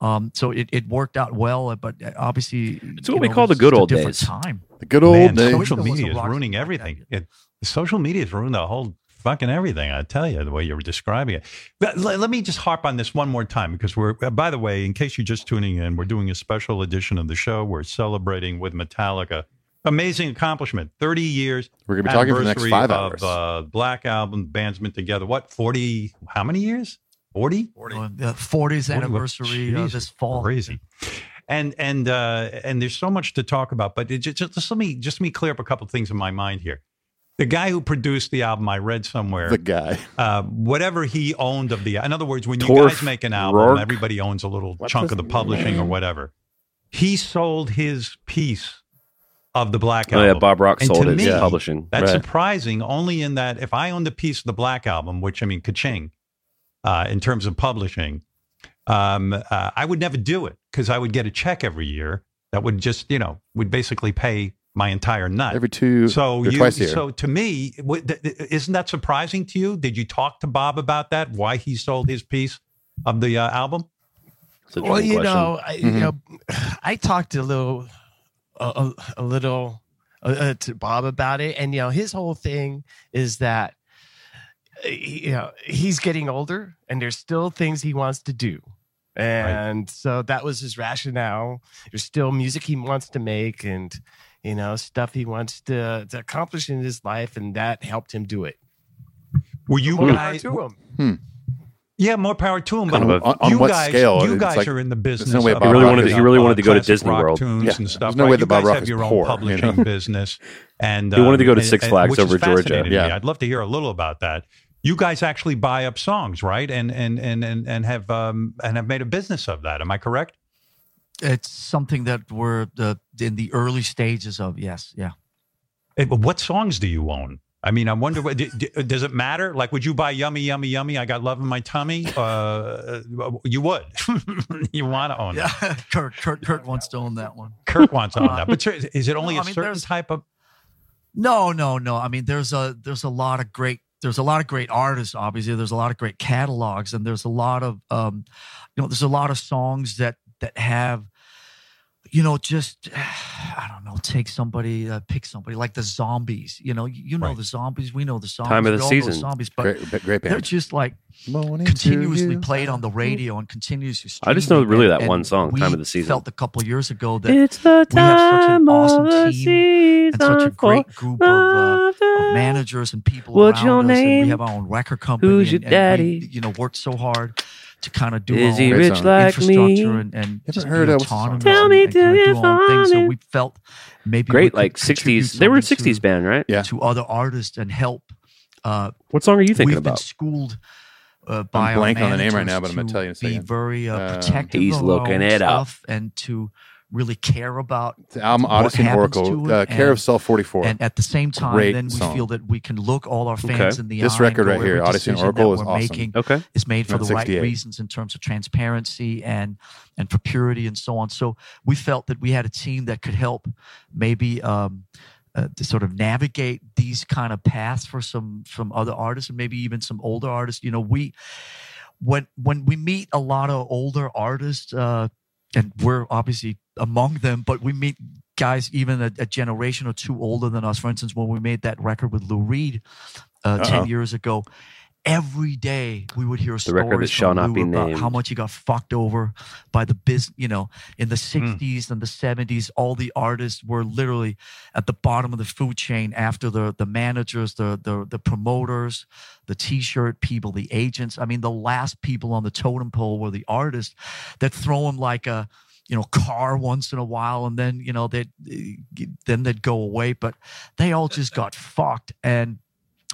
Um, so it, it worked out well, but obviously It's you what we know, call the it's good a old different days. Time. The good Man, old days. social Social media was is a rock- ruining everything. It, social media has ruined the whole fucking everything. I tell you the way you're describing it. But le- let me just harp on this one more time because we're. uh, By the way, in case you're just tuning in, we're doing a special edition of the show. We're celebrating with Metallica. Amazing accomplishment. 30 years. We're gonna be talking for the next anniversary five hours. of, Uh, Black Album, band's been together, what, 40, how many years? 40? Uh, the 40th anniversary uh, this fall. Crazy. And and uh, and there's so much to talk about, but it just, just, let me just let me clear up a couple things in my mind here. The guy who produced the album, I read somewhere. The guy. uh, whatever he owned of the. In other words, when you Torf guys make an album, Rourke. everybody owns a little chunk of the publishing or whatever. He sold his piece of the Black Oh, Album. yeah, Bob Rock And sold to it, me, yeah. publishing, That's right. surprising, only in that if I owned a piece of the Black Album, which I mean, ka-ching, uh, in terms of publishing, um, uh, I would never do it because I would get a check every year that would just, you know, would basically pay my entire nut Every two- So or you, twice a year. so to me, w- th- th- isn't that surprising to you? Did you talk to Bob about that? Why he sold his piece of the uh, album? well, you know, I, Mm-hmm. you know, I talked a little, a, a, a little uh, uh, to Bob about it, and you know, his whole thing is that uh, he- you know he's getting older, and there's still things he wants to do, and so that was his rationale. There's still music he wants to make, and you know, stuff he wants to, to accomplish in his life, and that helped him do it. Mm-hmm. Were you More power guys? to him. Yeah, more power to him. But Kind of a- on- on you what guys, scale? you It's guys like- are in the there's no business. way of- Bob He really Rock wanted is- to- he really of wanted to go to classic Disney rock World. Tunes Yeah. and stuff. There's no right? way that You Bob guys Rock have is your poor, you own publishing know? business. And He wanted to um, go to and- Six and- Flags which is over Georgia. fascinating to Yeah. me. I'd love to hear a little about that. You guys actually buy up songs, right? And and and and and have um and have made a business of that. Am I correct? It's something that we're uh, in the early stages of. Yes. Yeah. Eh, but what songs do you own? I mean, I wonder what d- d- does it matter? Like, would you buy "Yummy, Yummy, Yummy"? I got love in my tummy. Uh, you would. you want to own that. Kurt, Kurt, Kurt wants to own that one. Kirk wants to own Uh, that. But is- is it only no, a I mean, certain there's- type of? No, no, no. I mean, there's a there's a lot of great there's a lot of great artists. Obviously, there's a lot of great catalogs, and there's a lot of um, you know, there's a lot of songs that that have, you know, just I don't know, take somebody, uh, pick somebody like the Zombies. You know, you, you know the Zombies. We know the Zombies. Time of we the all know season. Zombies, but Great, great they're band. just like Morning to continuously you. played on the radio and continuously. I just know streaming, really and- that and one song, Time we of the Season. Felt a couple years ago that It's the we have such an time of the awesome team and such a season great for group of, uh, of managers and people What's around your us. And name? we have our own record company. Who's and, your and we, daddy? you know, worked so hard to kind of do Is our he own rich like me? infrastructure and, and just heard be of- autonomous Tell and, me, and kinda do you do our own things. So find it? we felt maybe we Great, could like contribute '60s. They were a something '60s band, right? Yeah. to other artists and help. Uh, What song are you thinking we've been about? schooled uh, by our blanking on the name right managers now, but I'm gonna to tell you in a Be second. very Um, uh, protective. He's of our looking own it up. stuff and to really care about The album what Odyssey and happens Oracle, to uh, it Care of and- Self 44. and at the same time, Great then we song. feel that we can look all our fans Okay. in the This eye. record and go, right here, every Odyssey and decision that Oracle, is we're awesome. Making Okay. is made for That's the right 68. reasons in terms of transparency and and for purity and so on. So we felt that we had a team that could help maybe. Um, uh, to sort of navigate these kind of paths for some some other artists and maybe even some older artists you know we when when we meet a lot of older artists, uh, and we're obviously among them, but we meet guys even a, a generation or two older than us. For instance, when we made that record with Lou Reed uh, Uh-oh. ten years ago, every day we would hear Uh-huh. The stories record that shall from not Lou be about named. how much he got fucked over by the biz. You know, in the '60s and the '70s, all the artists were literally at the bottom of the food chain after the the managers, the the the promoters, the T-shirt people, the agents. I mean, the last people on the totem pole were the artists that throw him like a you know car once in a while and then you know they then they'd go away but they all just got fucked and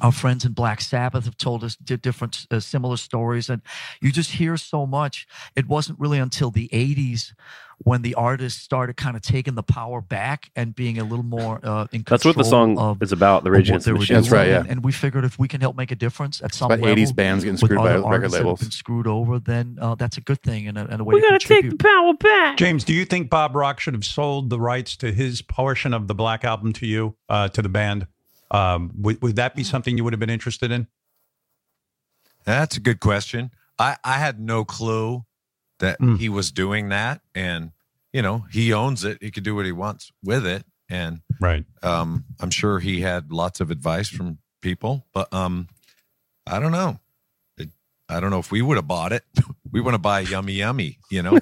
our friends in Black Sabbath have told us di- different uh, similar stories, and you just hear so much. It wasn't really until the '80s when the artists started kind of taking the power back and being a little more uh, in That's what the control song is about. The Rage of what Against the they were Machine. That's doing. right, yeah. And, and we figured if we can help make a difference at some about level, 80s bands getting with screwed by other record artists that have labels. been screwed over, then uh, that's a good thing and a, and a way We to gotta contribute. power back. James, do you think Bob Rock should have sold the rights to his portion of the Black Album to you, uh, to the band? Um, would, would that be Mm. something you would have been interested in? That's a good question. I, I had no clue that he was doing that. And, you know, he owns it. He could do what he wants with it. And right. um, I'm sure he had lots of advice from people, but um, I don't know. It, I don't know if we would have bought it. We want to buy Yummy Yummy, you know?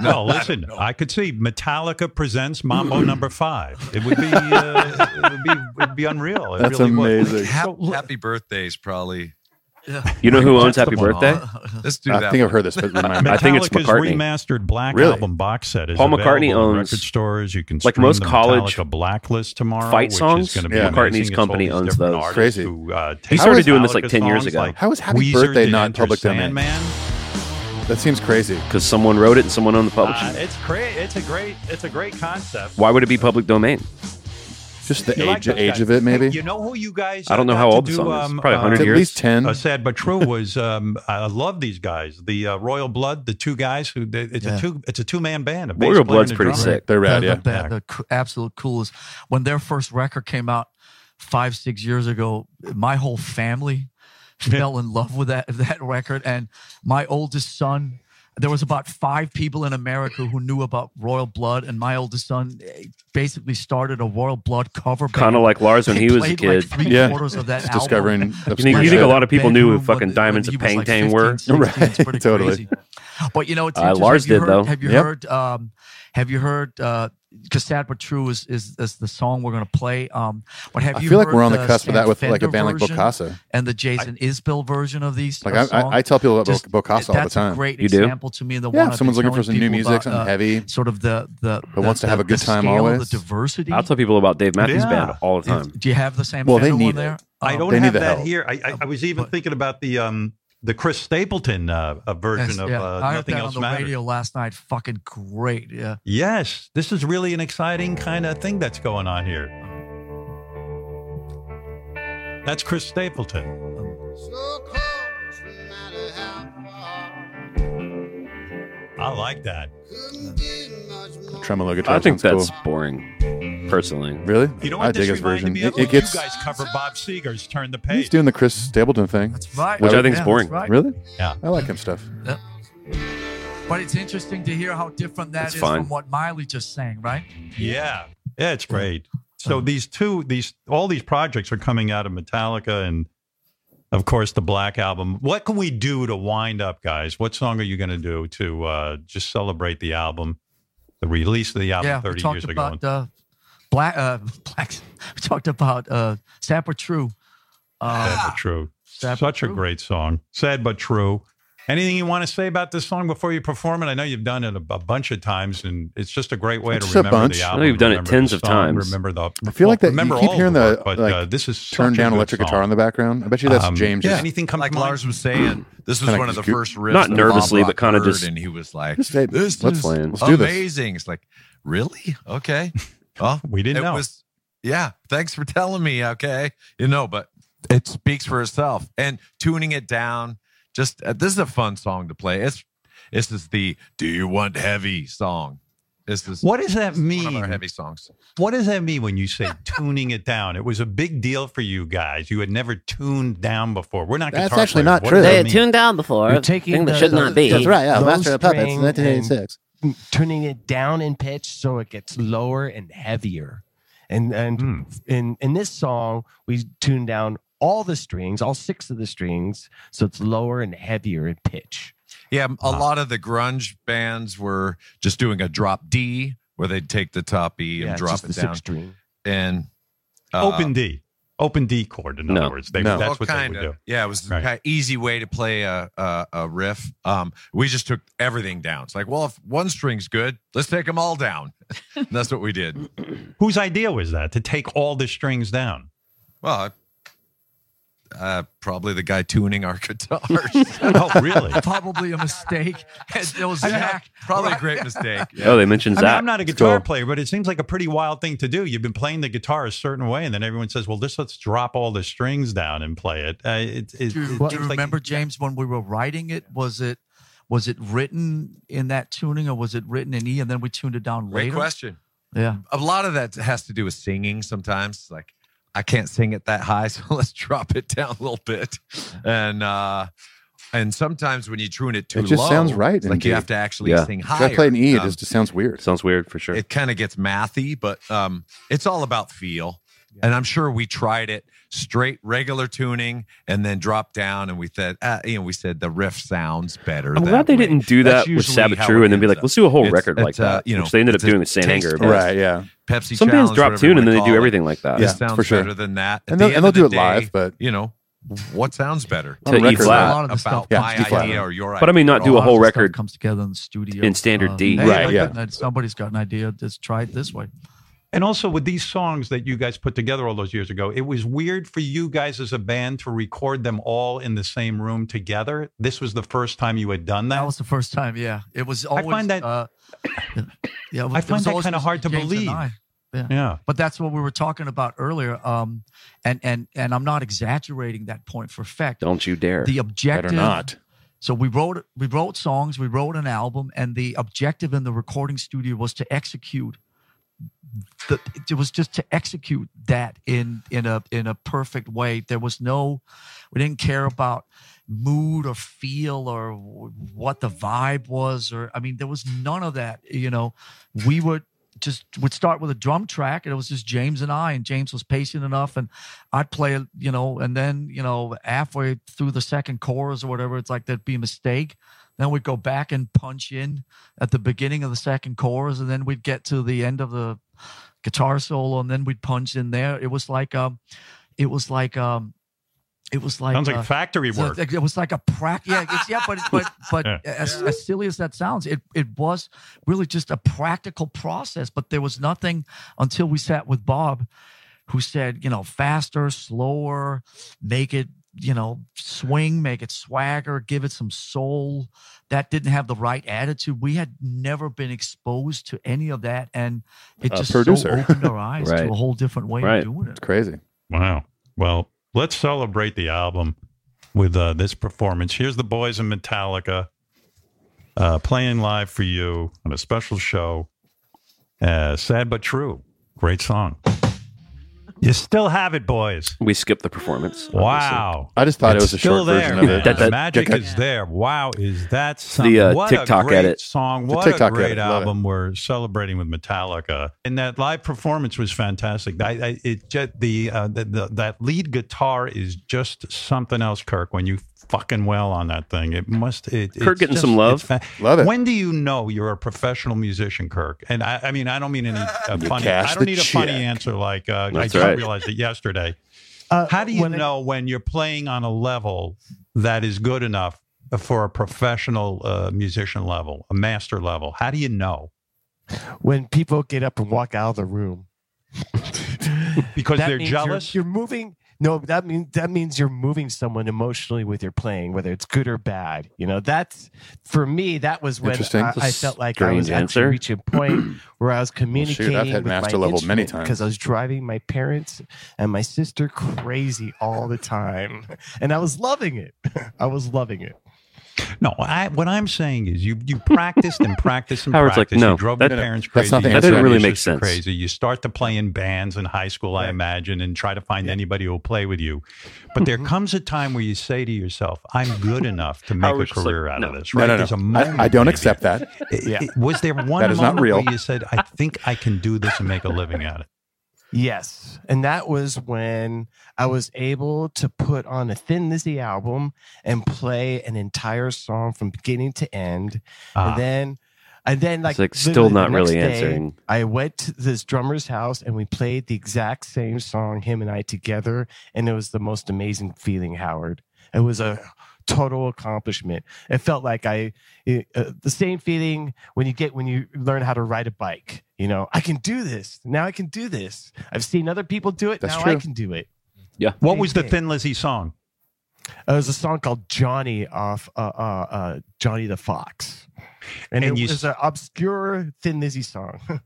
No, listen, I, could see Metallica presents Mambo Number Five. It would be, uh, it would be, it would be unreal. It That's really would. amazing. Hap- happy birthdays, probably. You know who owns Happy Birthday? Let's do I that. think I've heard this, but remind me. I think it's Metallica's McCartney. remastered Black Really? Album box set is Paul McCartney available in owns- record stores. You can like stream most the college Metallica Blacklist tomorrow. fight which is songs? gonna be Yeah. amazing. McCartney's It's all company these owns different those. artists Crazy. who, uh, He take started doing this, like, Metallica 10 years songs ago. like How is Happy Weezer Birthday did not Enter public domain? Sandman. That seems crazy. Because someone wrote it and someone owned the publishing. Uh, it's great. It's a great. It's a great concept. Why would it be public domain? Just the You like age, those age guys. of it, maybe. Hey, you know who you guys? I don't uh, got know how to old the do, song is. um, Probably uh, 100 At years. least ten. Uh, sad but true was um, I love these guys, the uh, Royal Blood, the two guys who they, it's Yeah. a two it's a two man band. A bass player Royal Blood's and a pretty drummer. sick. They're They're The, ba- the co- absolute coolest. When their first record came out five, six years ago, my whole family fell in love with that that record, and my oldest son. There was about five people in America who knew about Royal Blood, and my oldest son eh, basically started a Royal Blood cover band. Kinda like Lars when They he was a played like kid. three Yeah. quarters of that Just album. discovering You think, you think a lot of people knew who fucking Diamonds of he was Pang like Tang were? 15, 16, it's pretty crazy. But you know, it's Uh, interesting. Lars have you did, heard, though. Have you Yep. heard? Um, have you heard? Uh, Cause sad but true is, is is the song we're gonna play. Um, but have I you feel like heard we're on the cusp of Stan that with, like, a Fender band like version Bokassa. and the Jason Isbell version of these. Like, uh, I- I- songs? I tell people about Just- Bokassa all the that's a time. great You do? example to me. and The Yeah, one I've someone's been looking for some new telling people music, about, something uh, heavy. Sort of the the But wants the- to have a the good time scale of always. The diversity. I'll tell people about Dave Matthews Yeah. Band all the time. Do you have the same? Well, they Fender one need it. there? I Um, don't They need have the that help. here. I, I, I was even thinking about the um the Chris Stapleton uh, uh, version yes, of yeah. uh, I heard Nothing that Else on the Matters. radio last night. Fucking great. Yeah. Yes, this is really an exciting kind of thing that's going on here. That's Chris Stapleton. I like that. Tremolo guitar. I think sounds that's cool. boring, personally. Really? You know what I this dig his reminded version. me of? It, it you gets. guys cover Bob Seger's "Turn the He's Page." doing the Chris Stapleton thing, right. Which I Yeah, think is that's boring. right. Really? Yeah. I like him stuff. But it's interesting to hear how different that It's is fine. from what Miley just sang, right? Yeah, yeah, it's great. Uh-huh. So these two, these all these projects are coming out of Metallica and, of course, the Black Album. What can we do to wind up, guys? What song are you going to do to uh, just celebrate the album, the release of the album yeah, we thirty talked years ago? about Uh, black, uh, black. We talked about uh, Sad but True. Sad Ah, Uh, but true. Sad but Such a true. great song. Sad but true. Anything you want to say about this song before you perform it? I know you've done it a, a bunch of times, and it's just a great way It's just to a remember bunch. the I know album. you've done it remember tens the of song, times. Remember the. I feel like that. Remember you keep all hearing the, the work, but like, uh, this is turned such a down good electric song. guitar in the background. I bet you that's Um, James. yeah. just- Anything come like to mind? Lars was saying, this was Kinda one of the goop- first riffs. Not that nervosely, Bob but kinda Rock just- heard, and he was like, Just say, "This "Let's is play it. Let's do this." amazing." It's like, really? Okay. Well, We didn't it know. Was, yeah. Thanks for telling me. Okay, you know, but it speaks for itself. And tuning it down, just uh, this is a fun song to play. It's this is the "Do You Want Heavy" song. This is What does that one of our mean? heavy songs. What does that mean when you say tuning it down? It was a big deal for you guys. You had never tuned down before. We're not. That's guitar actually players. not What true. does that They had mean? tuned down before. You're taking thing that the- should not be. That's right. Yeah, Low Master of Puppets, string 1986. and Turning it down in pitch so it gets Hmm. lower and heavier. And and in in this song, we tune down all the strings, all six of the strings, so it's lower and heavier in pitch. Yeah, a lot of the grunge bands were just doing a drop D where they'd take the top E and Yeah, drop just it the down. sixth string. And Uh, Open D. Open D chord, in other words. They, That's what kinda. they would do. Yeah, it was Right. kind of easy way to play a, a a riff. Um, we just took everything down. It's like, well, if one string's good, let's take them all down. And that's what we did. Whose idea was that to take all the strings down? Well, uh, probably the guy tuning our guitars. oh, really? Probably a mistake. It was I mean, Zach. probably a great mistake. Oh, they mentioned I mean, Zach. I'm not a It's guitar cool. player, but it seems like a pretty wild thing to do. You've been playing the guitar a certain way, and then everyone says, "Well, this let's drop all the strings down and play it." Uh, it, it, do, it do you seems like- remember James when we were writing it? Was it was it written in that tuning, or was it written in E, and then we tuned it down Great later? question. Yeah. A lot of that has to do with singing sometimes. Like, I can't sing it that high, so let's drop it down a little bit. And uh and sometimes when you tune it too It just low, sounds right it's in Like D. you have to actually Yeah. sing If I higher. play an E, it Um, just- it sounds weird. Sounds weird for sure. it kind of gets mathy, but um, it's all about feel. And I'm sure we tried it straight regular tuning and then dropped down and we said, uh, you know, we said the riff sounds better. I'm that glad they way. didn't do That's that with usually Sabbath how True it and then be ends like, up. let's do a whole It's- record like it's, uh, that. which they ended up it's a doing with St. taste Anger. test. but- Pepsi Some bands Challenge, drop whatever you tune and wanna then they call do it. everything like that. This sounds for sure. better than that. At And the they'll- end and they'll of the do it live, day, but- you know, what sounds better To E It's flat. not A lot of the about stuff- yeah, my E flat. idea or your idea. But I mean, not do a lot of whole the stuff record comes together in the studio Uh, in standard D. hey, Right, I yeah. got- Somebody's got an idea. Just try it this way. And also with these songs that you guys put together all those years ago, it was weird for you guys as a band to record them all in the same room together. This was the first time you had done that. That was the first time. Yeah, it was always. I find that uh, yeah, it I was- it find was that always kind of hard to James and believe. I. Yeah. Yeah. But that's what we were talking about earlier. Um, and and and I'm not exaggerating that point for fact. Don't you dare. The objective. Better not. So we wrote we wrote songs, we wrote an album, and the objective in the recording studio was to execute. The, it was just to execute that in in a in a perfect way. There was no, we didn't care about mood or feel or w- what the vibe was or I mean there was none of that. You know, we would just would start with a drum track and it was just James and I and James was patient enough and I'd play you know and then you know halfway through the second chorus or whatever it's like there'd be a mistake then we'd go back and punch in at the beginning of the second chorus and then we'd get to the end of the guitar solo and then we'd punch in there it was like um it was like um it was like Sounds like factory so work. It, it was like a practice. Yeah, it's, yeah, but but but Yeah. As, as silly as that sounds, it it was really just a practical process. But there was nothing until we sat with Bob, who said, you know, faster, slower, make it, you know, swing, make it swagger, give it some soul. That didn't have the right attitude. We had never been exposed to any of that, and it A just producer. so opened our eyes Right. to a whole different way Right. of doing it. It's crazy. Wow. Well, let's celebrate the album with uh, this performance. Here's the boys in Metallica uh, playing live for you on a special show. Uh, Sad but true. Great song. You still have it, boys. We skipped the performance. Wow. I just thought it It's was a still short version there. of it. That- that- Magic that- is there. Wow, is that the, something? uh, what TikTok a great edit. song. The What TikTok a great edit. Love it. album we're celebrating with Metallica. And that live performance was fantastic. I, I, it just, the, uh, the, the that lead guitar is just something else, Kirk. When you fucking well on that thing, it must. It, Kirk it's getting just- some love. it's fa- Love it. When do you know you're a professional musician, Kirk? And I, I mean, I don't mean any uh, You funny. cash I don't the need a funny check. answer like uh, I That's just right. realized it yesterday. Uh, How do you know when you're playing on a level that is good enough for a professional uh, musician level, a master level? How do you know? When people get up and walk out of the room, Because That they're means you're- jealous. You're, moving. No, that means that means you're moving someone emotionally with your playing, whether it's good or bad. You know, that's for me. That was when Interesting. I, That's a I felt like I strange was actually answer. reaching a point where I was communicating. I've had with my master level many times. because I was driving my parents and my sister crazy all the time, and I was loving it. I was loving it. No, I, what I'm saying is you you practiced and practiced and Howard's like, practiced. no, you drove that- your parents crazy. that's not the You answer. That drove didn't your really make sister sense. Crazy. You start to play in bands in high school, I imagine, and try to find anybody who will play with you. But Mm-hmm. there comes a time where you say to yourself, "I'm good enough to make Howard's a just like, career out of no. this." No, Right? no, no. There's a I- moment. I don't maybe. accept that. I- I- Was there one That is not moment real. where you said, "I think I can do this and make a living at it"? Yes. And that was when I was able to put on a Thin Lizzy album and play an entire song from beginning to end. Ah. And then and then like, It's, like, literally still the not really next day, answering. I went to this drummer's house and we played the exact same song, him and I together, and it was the most amazing feeling, Howard. It was a total accomplishment. It felt like I it, uh, the same feeling when you get when you learn how to ride a bike. You know, I can do this now. I can do this. I've seen other people do it. That's now I true. can do it. Yeah. What was the Same Uh, Thin Lizzy song? It was a song called Johnny off uh, uh, uh, Johnny the Fox, and, And it you was an obscure Thin Lizzy song.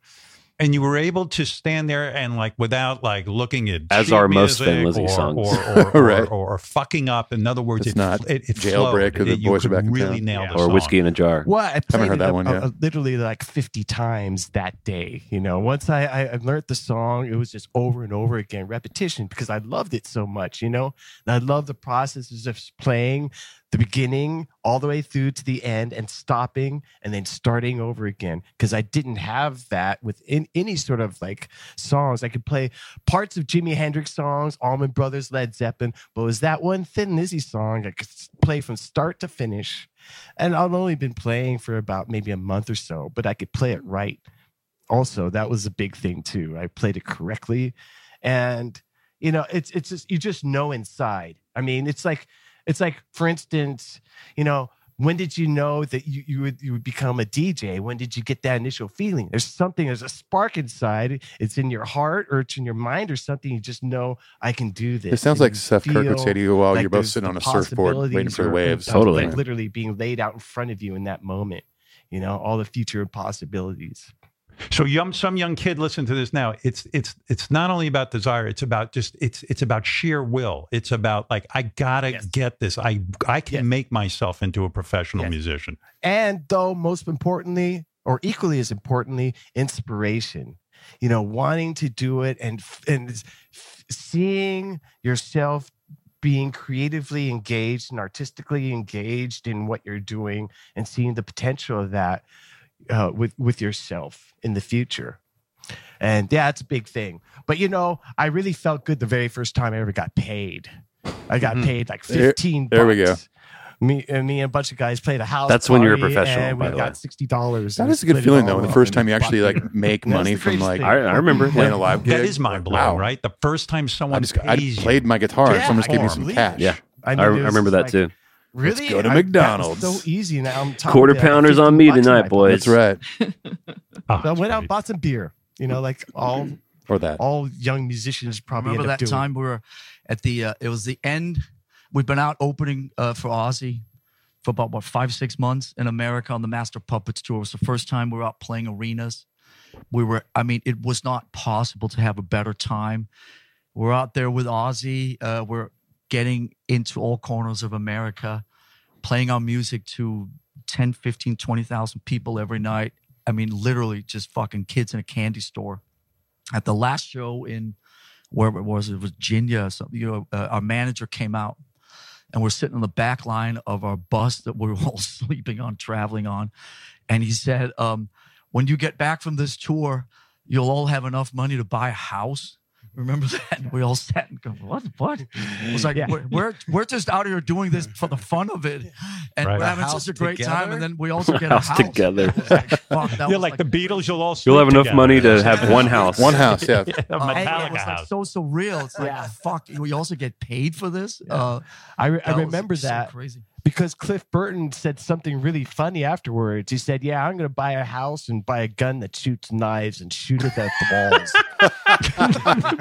And you were able to stand there and like without like looking at As sheet are most music Thin Lizzy or, songs. or, or, Right. or, or fucking up. In other words, It's it, not fl- it, it Jailbreak flowed. or the You boys are could back in really town. nail the or song. whiskey in a jar. Well, I played haven't heard it that a- one a- yet. a- literally like 50 times that day. You know, once I, I, I learned the song, it was just over and over again, repetition, because I loved it so much, you know? And I love the processes of playing the beginning all the way through to the end and stopping and then starting over again because I didn't have that within any sort of like songs. I could play parts of Jimi Hendrix songs, Allman Brothers, Led Zeppelin, but it was that one Thin Lizzy song I could s- play from start to finish. And I've only been playing for about maybe a month or so, but I could play it Mm. right. Also, that was a big thing too. I played it correctly. And you know, it's it's just you just know inside. I mean, it's like it's like for instance, you know, when did you know that you, you would you would become a DJ? When did you get that initial feeling? There's something, there's a spark inside. It's in your heart or it's in your mind or something. You just know I can do this. It sounds And like you Seth Curtis feel said to you while like you're both there's sitting the on a surfboard waiting for the possibilities or waves. something Totally. literally being laid out in front of you in that moment. You know, all the future possibilities. So young, some young kid, listen to this now. It's it's it's not only about desire. It's about just it's it's about sheer will. It's about like I gotta get this. I I can make myself into a professional musician. And though most importantly, or equally as importantly, inspiration. You know, wanting to do it and f- and s- f- seeing yourself being creatively engaged and artistically engaged in what you're doing and seeing the potential of that uh, with with yourself in the future. And yeah, it's a big thing. But you know, I really felt good the very first time I ever got paid. I got Mhm. paid like There- fifteen. there we go. bucks. Me and me and a bunch of guys played a house. That's when you're a party, professional, And we by the got way. sixty dollars. That is a good feeling though. When the first time you actually like make money from like playing a live gig. That is mind blowing, Wow. right? The first time someone I just I pays you. played my guitar and Yeah, someone just I gave me can't some believe cash. it. Yeah. I mean, I it was remember that, like, too. Really? Let's go to I- that was McDonald's. so easy. Now I'm talking Quarter pounders on me tonight, boys. That's right. So I went out and bought some beer. You know, like all or that all young musicians probably remember end up that doing. time we were at the uh, it was the end we'd been out opening uh, for ozzy for about what five six months in america on the master puppets tour it was the first time we were out playing arenas we were i mean it was not possible to have a better time we're out there with ozzy uh, we're getting into all corners of america playing our music to 10 15 20000 people every night i mean literally just fucking kids in a candy store at the last show in wherever it was, it was Virginia or something. You know, uh, our manager came out, and we're sitting on the back line of our bus that we were all sleeping on, traveling on, and he said, um, "When you get back from this tour, you'll all have enough money to buy a house." Remember that? And we all sat and go, "What? What?" It was like Yeah. we're, we're we're just out here doing this for the fun of it, and Right. we're A having house such a great time. together? And then we also get a House house together. Fuck, that You're was like, the Beatles. You'll all You'll have sleep enough together. money to have one house. One house, yeah. Yeah, a Uh, and yeah, it Metallica was like house. so surreal. It's like fuck. We also get paid for this. Uh, I, re- that I was remember so that crazy. because Cliff Burton said something really funny afterwards. He said, "Yeah, I'm going to buy a house and buy a gun that shoots knives and shoot it at the walls."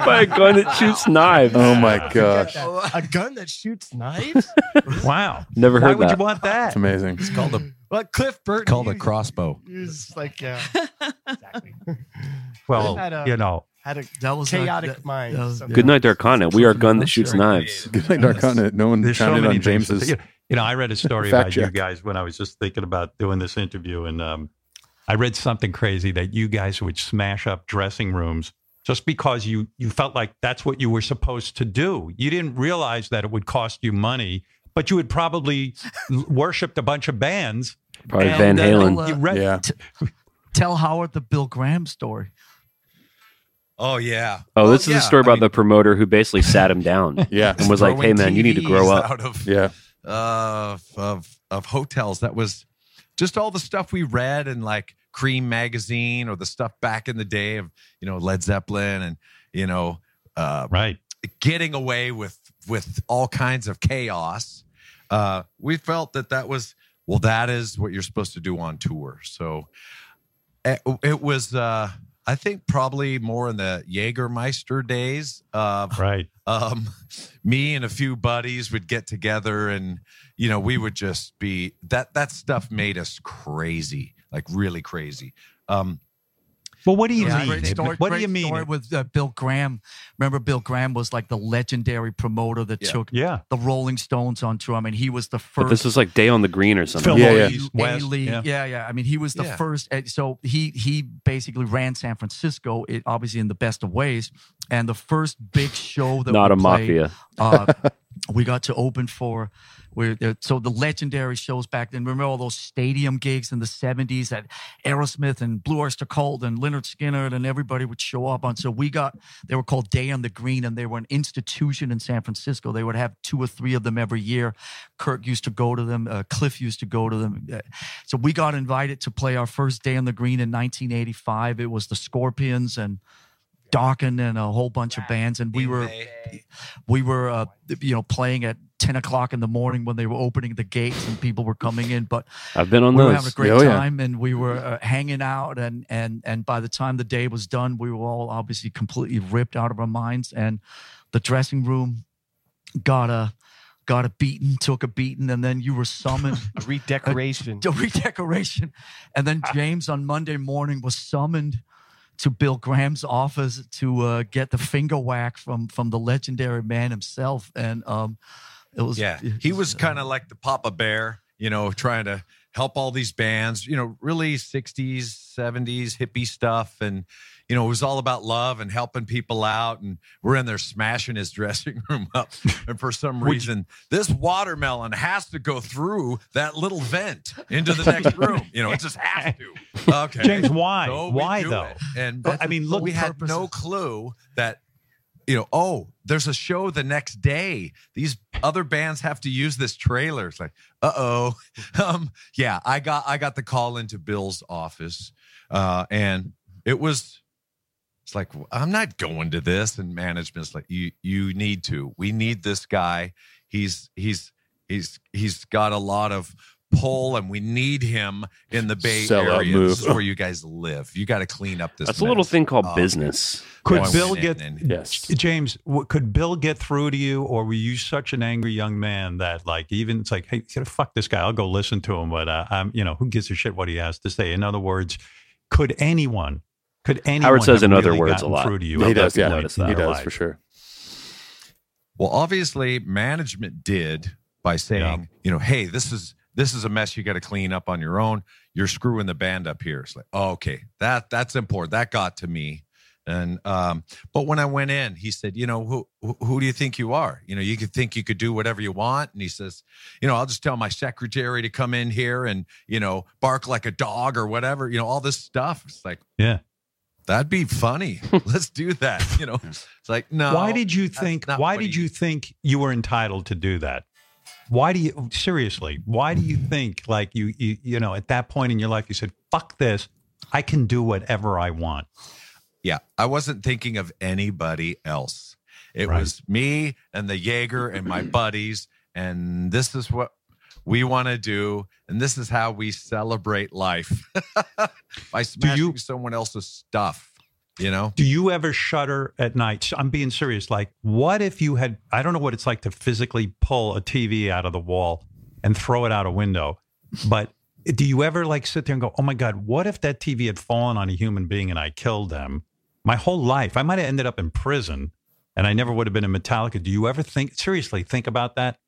By a gun that shoots knives. Oh my gosh. Oh, a gun that shoots knives? Wow. Never Why heard would that. you want that? It's amazing. It's called a Well, Cliff Burton called a crossbow. is like uh, Well, had a- you know, had a that was a- chaotic that- mind. that was- sometimes. Good night, to our continent. We are a gun that shoots knives. Good night, Dark Continent. No one There's so counted many on things to James's. think- You know, I read a story Fact about you check. guys when I was just thinking about doing this interview, and um, I read something crazy that you guys would smash up dressing rooms just because you you felt like that's what you were supposed to do. You didn't realize that it would cost you money, but you had probably l- worshipped a bunch of bands. Probably and Van then Halen. you read- Yeah. Tell Howard the Bill Graham story. Oh yeah. Oh, this is a story about the promoter who basically sat him down. yeah, and was like, "Hey, Throwing man, you need to grow TVs up." out of- yeah, uh, of of hotels. That was just all the stuff we read in like Cream magazine or the stuff back in the day of you know Led Zeppelin and you know uh, right getting away with with all kinds of chaos. Uh, we felt that that was well, that is what you're supposed to do on tour. So it, it was uh i think probably more in the jaegermeister days of right um me and a few buddies would get together and you know we would just be that that stuff made us crazy like really crazy um well what do you mean? Great story, What do great you mean? Story with uh, Bill Graham. Remember, Bill Graham was like the legendary promoter that took yeah. the Rolling Stones on tour. I mean, he was the first. but this was like Day on the Green or something. A league. Yeah. yeah, I mean, he was the Yeah. first. and So he he basically ran San Francisco, it, obviously in the best of ways. And the first big show that Not we a played, mafia. uh, we got to open for. Where there, so the legendary shows back then. Remember all those stadium gigs in the '70s that Aerosmith and Blue Oyster Cult and Leonard Skinner and everybody would show up on. So we got they were called Day on the Green, and they were an institution in San Francisco. They would have two or three of them every year. Kirk used to go to them. Uh, Cliff used to go to them. Uh, So we got invited to play our first Day on the Green in 1985. It was the Scorpions and Dawkins and a whole bunch of bands, and we were we were uh, you know playing at 10 o'clock in the morning when they were opening the gates and people were coming in. But I've been on we those. were having a great Oh, yeah. time, and we were uh, hanging out, and and and by the time the day was done, we were all obviously completely ripped out of our minds, and the dressing room got a got a beaten, took a beating, and then you were summoned a redecoration, Ah. a, redecoration, and then James on Monday morning was summoned. To Bill Graham's office to uh, get the finger whack from from the legendary man himself, and um, it was uh, yeah he was kind of like the papa bear you know trying to help all these bands you know really 60s 70s hippie stuff and you know it was all about love and helping people out and we're in there smashing his dressing room up and for some reason this watermelon has to go through that little vent into the next room you know it just has to okay James, why? So we Why, do though? it. and But, I mean, look, we had purpose- no clue that you know, oh, there's a show the next day. These other bands have to use this trailer. It's like, uh oh, um, yeah. I got I got the call into Bill's office, uh, and it was. It's like I'm not going to this, and management's like, you you need to. We need this guy. He's he's he's he's got a lot of pull, and we need him in the Bay Sellout Area. move. This is where you guys live. You got to clean up this. That's a little mess. thing called Um, business. yeah, Could I Bill went in get and- yes. James? w- Could Bill get through to you, or were you such an angry young man that like even it's like, hey, you know, fuck this guy. I'll go listen to him, but uh, I'm you know who gives a shit what he has to say. In other words, could anyone? Could anyone? says have in other really words a gotten lot. Through to you He at does, that yeah. point in He your does, life? for sure. Well, obviously, management did by saying, Mm-hmm. you know, hey, this is this is a mess you got to clean up on your own. You're screwing the band up here. It's like, oh, okay, that that's important. That got to me. And um, but when I went in, he said, you know, who who- who do you think you are? You know, you could think you could do whatever you want. And he says, you know, I'll just tell my secretary to come in here and you know bark like a dog or whatever. You know, all this stuff. It's like Yeah. that'd be funny. Let's do that. You know, it's like no. why did you that's think? not Why what did you think you were entitled to do that? Why do you seriously? Why do you think like you you you know at that point in your life you said fuck this? I can do whatever I want. Yeah, I wasn't thinking of anybody else. It Right. was me and the Jaeger and my buddies, and this is what we want to do, and this is how we celebrate life by smashing someone else's stuff. You know, Do you ever shudder at night? So I'm being serious. Like, what if you had, I don't know what it's like to physically pull a TV out of the wall and throw it out a window, but do you ever like sit there and go, oh my God, what if that TV had fallen on a human being and I killed them? My whole life, I might have ended up in prison and I never would have been in Metallica. Do you ever think, seriously, think about that?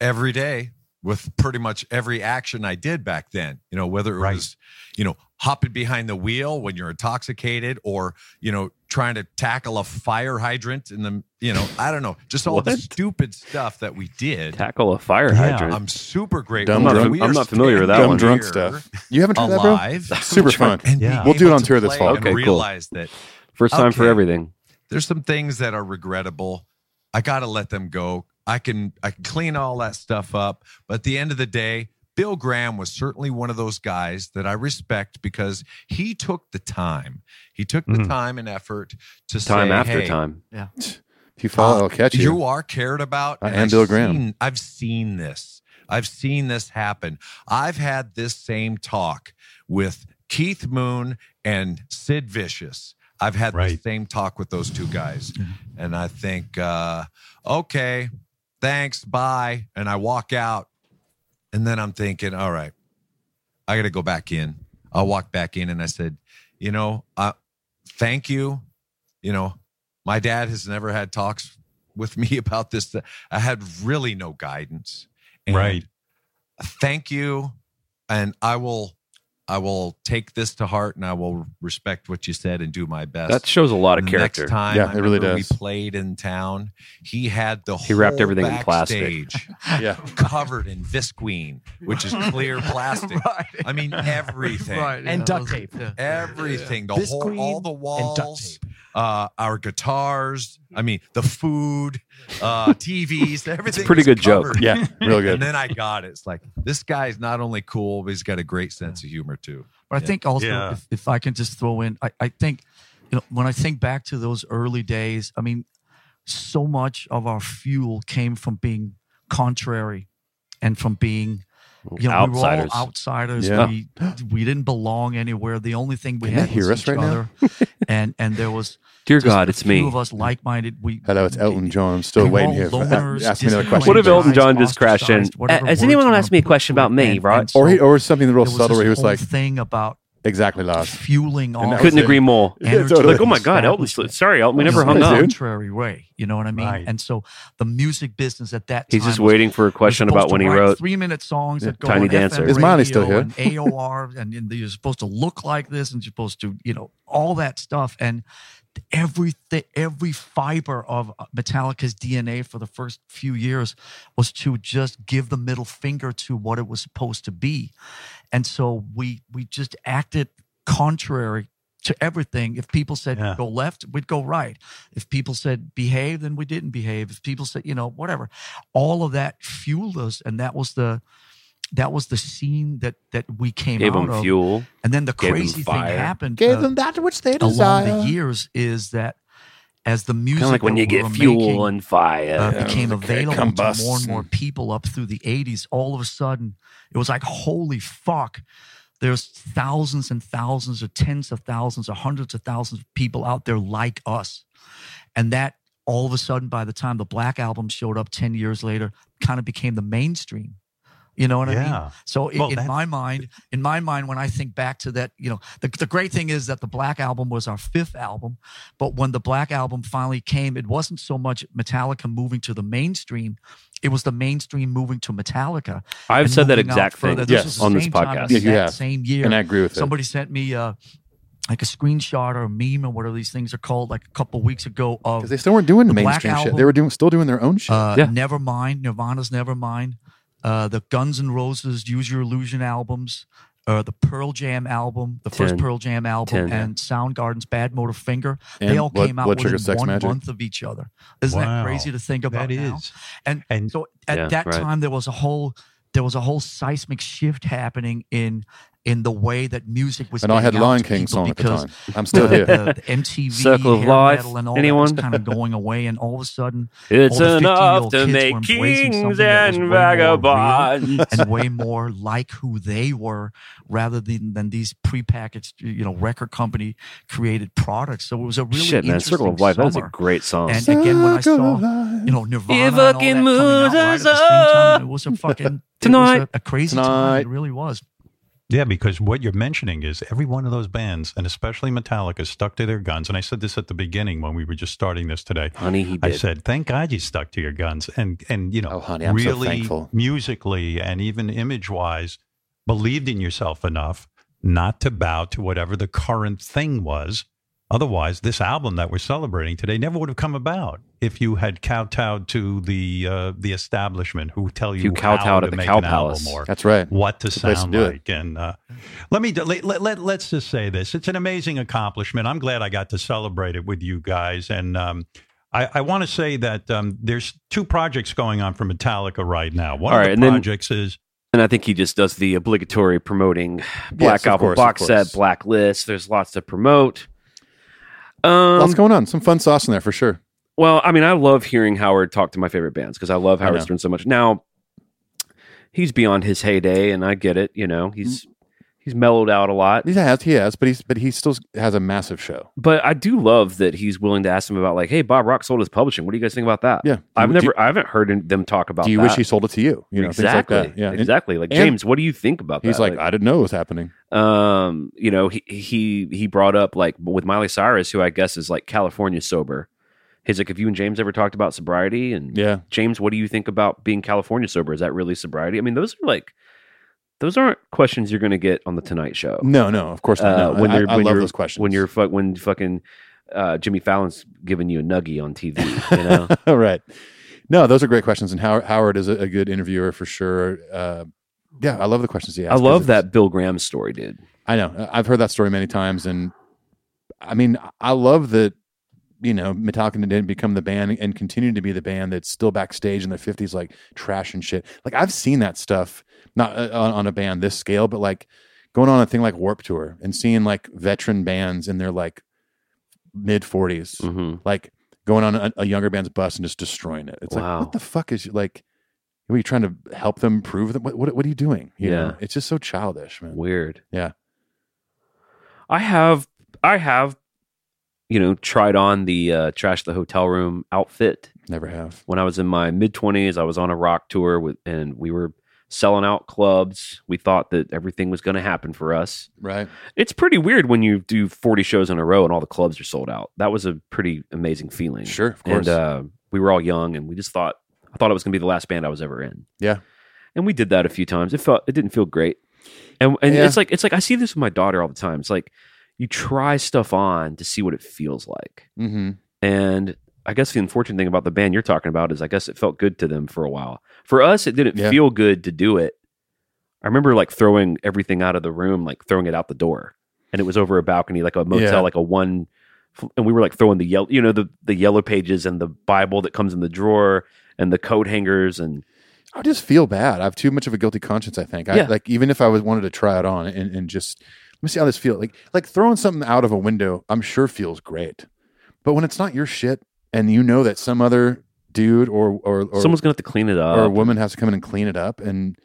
every day with pretty much every action I did back then, you know, whether it was, you know, hopping behind the wheel when you're intoxicated or, you know, trying to tackle a fire hydrant in the, you know, I don't know, just all the What? stupid stuff that we did. Tackle a fire Yeah. hydrant. I'm super grateful. Dumb that drunk- we are I'm not familiar with that standing one. here Dumb drunk stuff. You haven't tried that, bro? alive, Super fun. and be Yeah. We'll do able it on to tour this play fall. and Okay, cool. realize that First time for Okay. everything. There's some things that are regrettable. I gotta let them go. I can I can clean all that stuff up. But at the end of the day, Bill Graham was certainly one of those guys that I respect because he took the time. He took the Mhm. time and effort to Time say, after "Hey, time. Yeah. If you follow, uh, I'll catch you. You are cared about. I and am I've Bill Graham. seen- I've seen this. I've seen this happen. I've had this same talk with Keith Moon and Sid Vicious. I've had the same talk with those two guys. And I think, uh, okay, thanks, bye. And I walk out. And then I'm thinking, all right, I got to go back in. I walked back in and I said, you know, uh, thank you. You know, my dad has never had talks with me about this. I had really no guidance. And Right. Thank you. And I will, I will take this to heart and I will respect what you said and do my best. That shows a lot of The next character. time Yeah, I it really remember does. We played in town. He had the He wrapped whole everything in plastic. backstage yeah. covered in visqueen, which is clear plastic. I mean everything. Right, And yeah. duct tape. Yeah. Everything. The whole Visqueen all the and duct walls. Uh, our guitars. I mean the food, uh, TVs, everything. pretty was good joke. covered. Yeah, real good. And then I got it. It's like this guy's not only cool, but he's got a great sense of humor too. But I Yeah. think also, if, if I can just throw in, I, I think, you know, when I think back to those early days, I mean, so much of our fuel came from being contrary and from being, you know, we Outsiders. were all outsiders. Yeah. We, we didn't belong anywhere. The only thing we Can they had was hear us each right now? other. and, and there was, Dear just God, a it's few me. of us like-minded. We, Hello, it's Elton John. I'm still we were waiting all here. For, loners, ask me another question. What if Elton John just crashed in? whatever Has word anyone you asked me a question about me, right? Or, he, or something real there was subtle this where he was whole like, thing about exactly, Lars. fueling all Couldn't agree more. energy Like, oh my God, Elton, establishment sorry, Elton, we in never a hung up. Contrary way, you know what I mean. And so the music business at that time He's just was- waiting for a was question supposed about to when he write wrote three-minute songs Yeah. that go Tiny on Dancer. FM Is Monty still radio here? And AOR, and, and you're supposed to look like this, and you're supposed to, you know, all that stuff, and every every fiber of uh, Metallica's DNA for the first few years was to just give the middle finger to what it was supposed to be, and so we we just acted contrary to everything. If people said go left, we'd go right. If people said behave, then we didn't behave. If people said you know whatever, all of that fueled us, and that was the that was the scene that that we came Gave out 'em of. fuel, and then the gave 'em crazy thing fire. happened. Gave uh, 'em that which they Along desire. the years is that as the music Kinda like when that you we get were fuel making, and fire. uh, Yeah, became the available to more combust and more and- people up through the 80s all of a sudden it was like holy fuck there's thousands and thousands or tens of thousands or hundreds of thousands of people out there like us and that all of a sudden by the time the black album showed up 10 years later kind of became the mainstream you know what I Yeah. mean? So i- Well, in that's- my mind, in my mind, when I think back to that, you know, the, the great thing is that the Black Album was our fifth album, but when the Black Album finally came, it wasn't so much Metallica moving to the mainstream; it was the mainstream moving to Metallica. I've and said that moving out exact thing, further. yes, was the on this same time, it podcast. was Yeah, you that have. same year, And I agree with it. Somebody sent me. Uh, like a screenshot or a meme or whatever these things are called, like a couple weeks ago, of because they still weren't doing the Black mainstream shit. Album They were doing still doing their own shit. uh, Nevermind, Nirvana's Nevermind, uh, the Guns N' Roses Use Your Illusion albums, uh, the Pearl Jam album, the first Ten. Pearl Jam album, Ten. and Soundgarden's Bad Motor Finger. they And all Blood- came out Blood within Sugar Sex one Magic. month of each other. Isn't Wow. that crazy to think about That now? is. And, so at Yeah, that right. time there was a whole there was a whole seismic shift happening in in the way that music was And I had getting out Lion to King people song at the because time. I'm still the- here. the- the MTV Circle of hair Life, metal and all that was anyone? kind of going away and all of a sudden all It's the 50 -year-old enough to kids make were embracing kings something that was and way more real vagabonds. and way more like who they were rather than, than these prepackaged, you know, record company created products. So it was a really Shit, man, interesting Circle of Life. That was a summer. great song. And again, when I saw, you know, Nirvana and all that coming out right at the same time, it was a fucking it was a- a crazy time. It really was. Yeah, because what you're mentioning is every one of those bands, and especially Metallica, stuck to their guns. And I said this at the beginning when we were just starting this today. Honey, he I did. Oh, said, "Thank God you stuck to your guns." And and you know, honey, I'm so really thankful. musically and even image wise, believed in yourself enough not to bow to whatever the current thing was. Otherwise, this album that we're celebrating today never would have come about if you had kowtowed to the uh, the establishment who tell you, you how kowtowed to at the make Cow an album Palace. or That's right. What to It's the place to sound do it. like. And uh, let me let, let, let us just say this: it's an amazing accomplishment. I'm glad I got to celebrate it with you guys. And um, I, I want to say that um, there's two projects going on for Metallica right now. One All of right, the and then- projects is And I think he just does the obligatory promoting Black Yes, of Album course, of box set, course. Black List. There's lots to promote. Um, Lots going on. Some fun sauce in there for sure. Well, I mean, I love hearing Howard talk to my favorite bands because I love I Howard know. Stern so much. Now, he's beyond his heyday, and I get it. You know, he's he's mellowed out a lot. He has, he has, but he's but he still has a massive show. But I do love that he's willing to ask them about like, hey, Bob Rock sold his publishing. What do you guys think about that? Yeah. I've Do- never, do- I haven't heard them talk about. Do you that. wish he sold it to you? You know, exactly, things like that. Yeah, And- exactly. Like and James, what do you think about He's that? like, I didn't know it was happening. um you know he he he brought up like with miley cyrus who i guess is like california sober he's like have you and james ever talked about sobriety and Yeah. james what do you think about being california sober is that really sobriety i mean those are like those aren't questions you're going to get on the tonight show Uh, No, no, of course not. No, when I- you're I when love you're, those questions. when you're fuck when fucking uh jimmy fallon's giving you a nuggie on tv you know All right. No, those are great questions, and Howard, Howard is a, a good interviewer for sure. Uh, yeah, I love the questions he i asks. love that bill graham story dude I know. I- I've heard that story many times, and I mean, I love that you know Metallica didn't become the band and continue to be the band that's still backstage in their fifties, like trash and shit. Like I've seen that stuff, not uh, on, on a band this scale, but like going on a thing like Warp Tour and seeing like veteran bands in their like mid 40s Mm-hmm. like going on a, a younger band's bus and just destroying it. It's Wow. like what the fuck is like? Are you trying to help them prove them? What what, what are you doing? You Yeah. know? it's just so childish, man. Weird. Yeah. I have I have you know tried on the uh, trash the hotel room outfit. Never have. When I was in my mid 20s, I was on a rock tour with and we were selling out clubs. We thought that everything was going to happen for us. Right. It's pretty weird when you do 40 shows in a row and all the clubs are sold out. That was a pretty amazing feeling. Sure, of course. And uh, we were all young and we just thought I thought it was going to be the last band I was ever in Yeah. and we did that a few times. It felt it didn't feel great, and and Yeah. it's like it's like I see this with my daughter all the time. It's like you try stuff on to see what it feels like, Mm-hmm. and I guess the unfortunate thing about the band you're talking about is I guess it felt good to them for a while. For us, it didn't Yeah. feel good to do it. I remember like throwing everything out of the room, like throwing it out the door, and it was over a balcony, like a motel, Yeah. like a one. And we were like throwing the yellow, you know, the the yellow pages and the Bible that comes in the drawer and the coat hangers and I just feel bad. I have too much of a guilty conscience. I think. I, Yeah. Like even if I was wanted to try it on and, and just let me see how this feels. Like like throwing something out of a window, I'm sure feels great, but when it's not your shit and you know that some other dude or or, or someone's gonna have to clean it up. or a woman has to come in and clean it up, and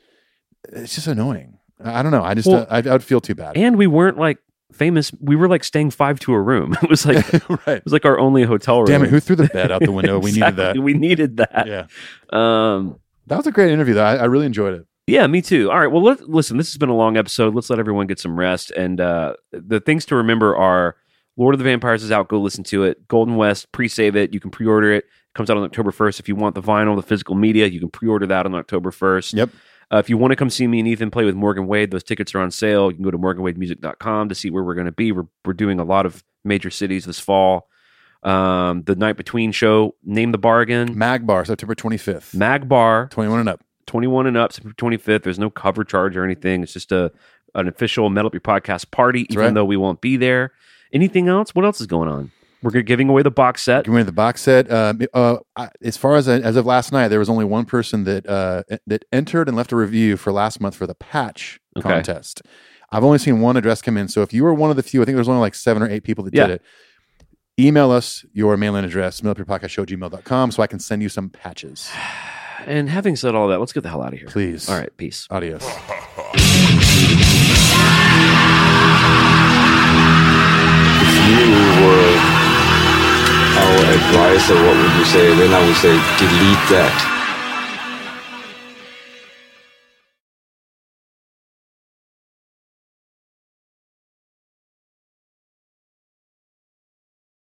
it's just annoying. I I don't know. I Oh. just Well- I, I would feel too bad. and we weren't like famous. We were like staying five to a room. It was like right. It was like our only hotel room. Damn it! Who threw the bed out the window? We needed that. Exactly, We needed that. Yeah. Um. That was a great interview, though. I, I really enjoyed it. Yeah, me too. All right. Well, let, listen, this has been a long episode. Let's let everyone get some rest. And uh, the things to remember are Lord of the Vampires is out. Go listen to it. Golden West, pre save it. You can pre order it. It comes out on October 1st. If you want the vinyl, the physical media, you can pre order that on October 1st. Yep. Uh, if you want to come see me and Ethan play with Morgan Wade, those tickets are on sale. You can go to morganwademusic.com to see where we're going to be. We're, we're doing a lot of major cities this fall. Um, the Night Between show, Name the Bargain. Magbar, September 25th. Magbar. 21 and up. 21 and up, September 25th. There's no cover charge or anything. It's just a an official Metal Up Your Podcast party, even right. though we won't be there. Anything else? What else is going on? We're g- giving away the box set. Giving away the box set. Um, uh, I- as far as as of last night, there was only one person that uh, that entered and left a review for last month for the patch Okay. contest. I've only seen one address come in. So if you were one of the few, I think there was only like seven or eight people that Yeah. did it. Email us your mailing address, mailupyourpodcastshow@gmail.com, so I can send you some patches. And having said all that, let's get the hell out of here. Please. All right. Peace. Adios. you were our advisor, what would you say? Then I would say, delete that.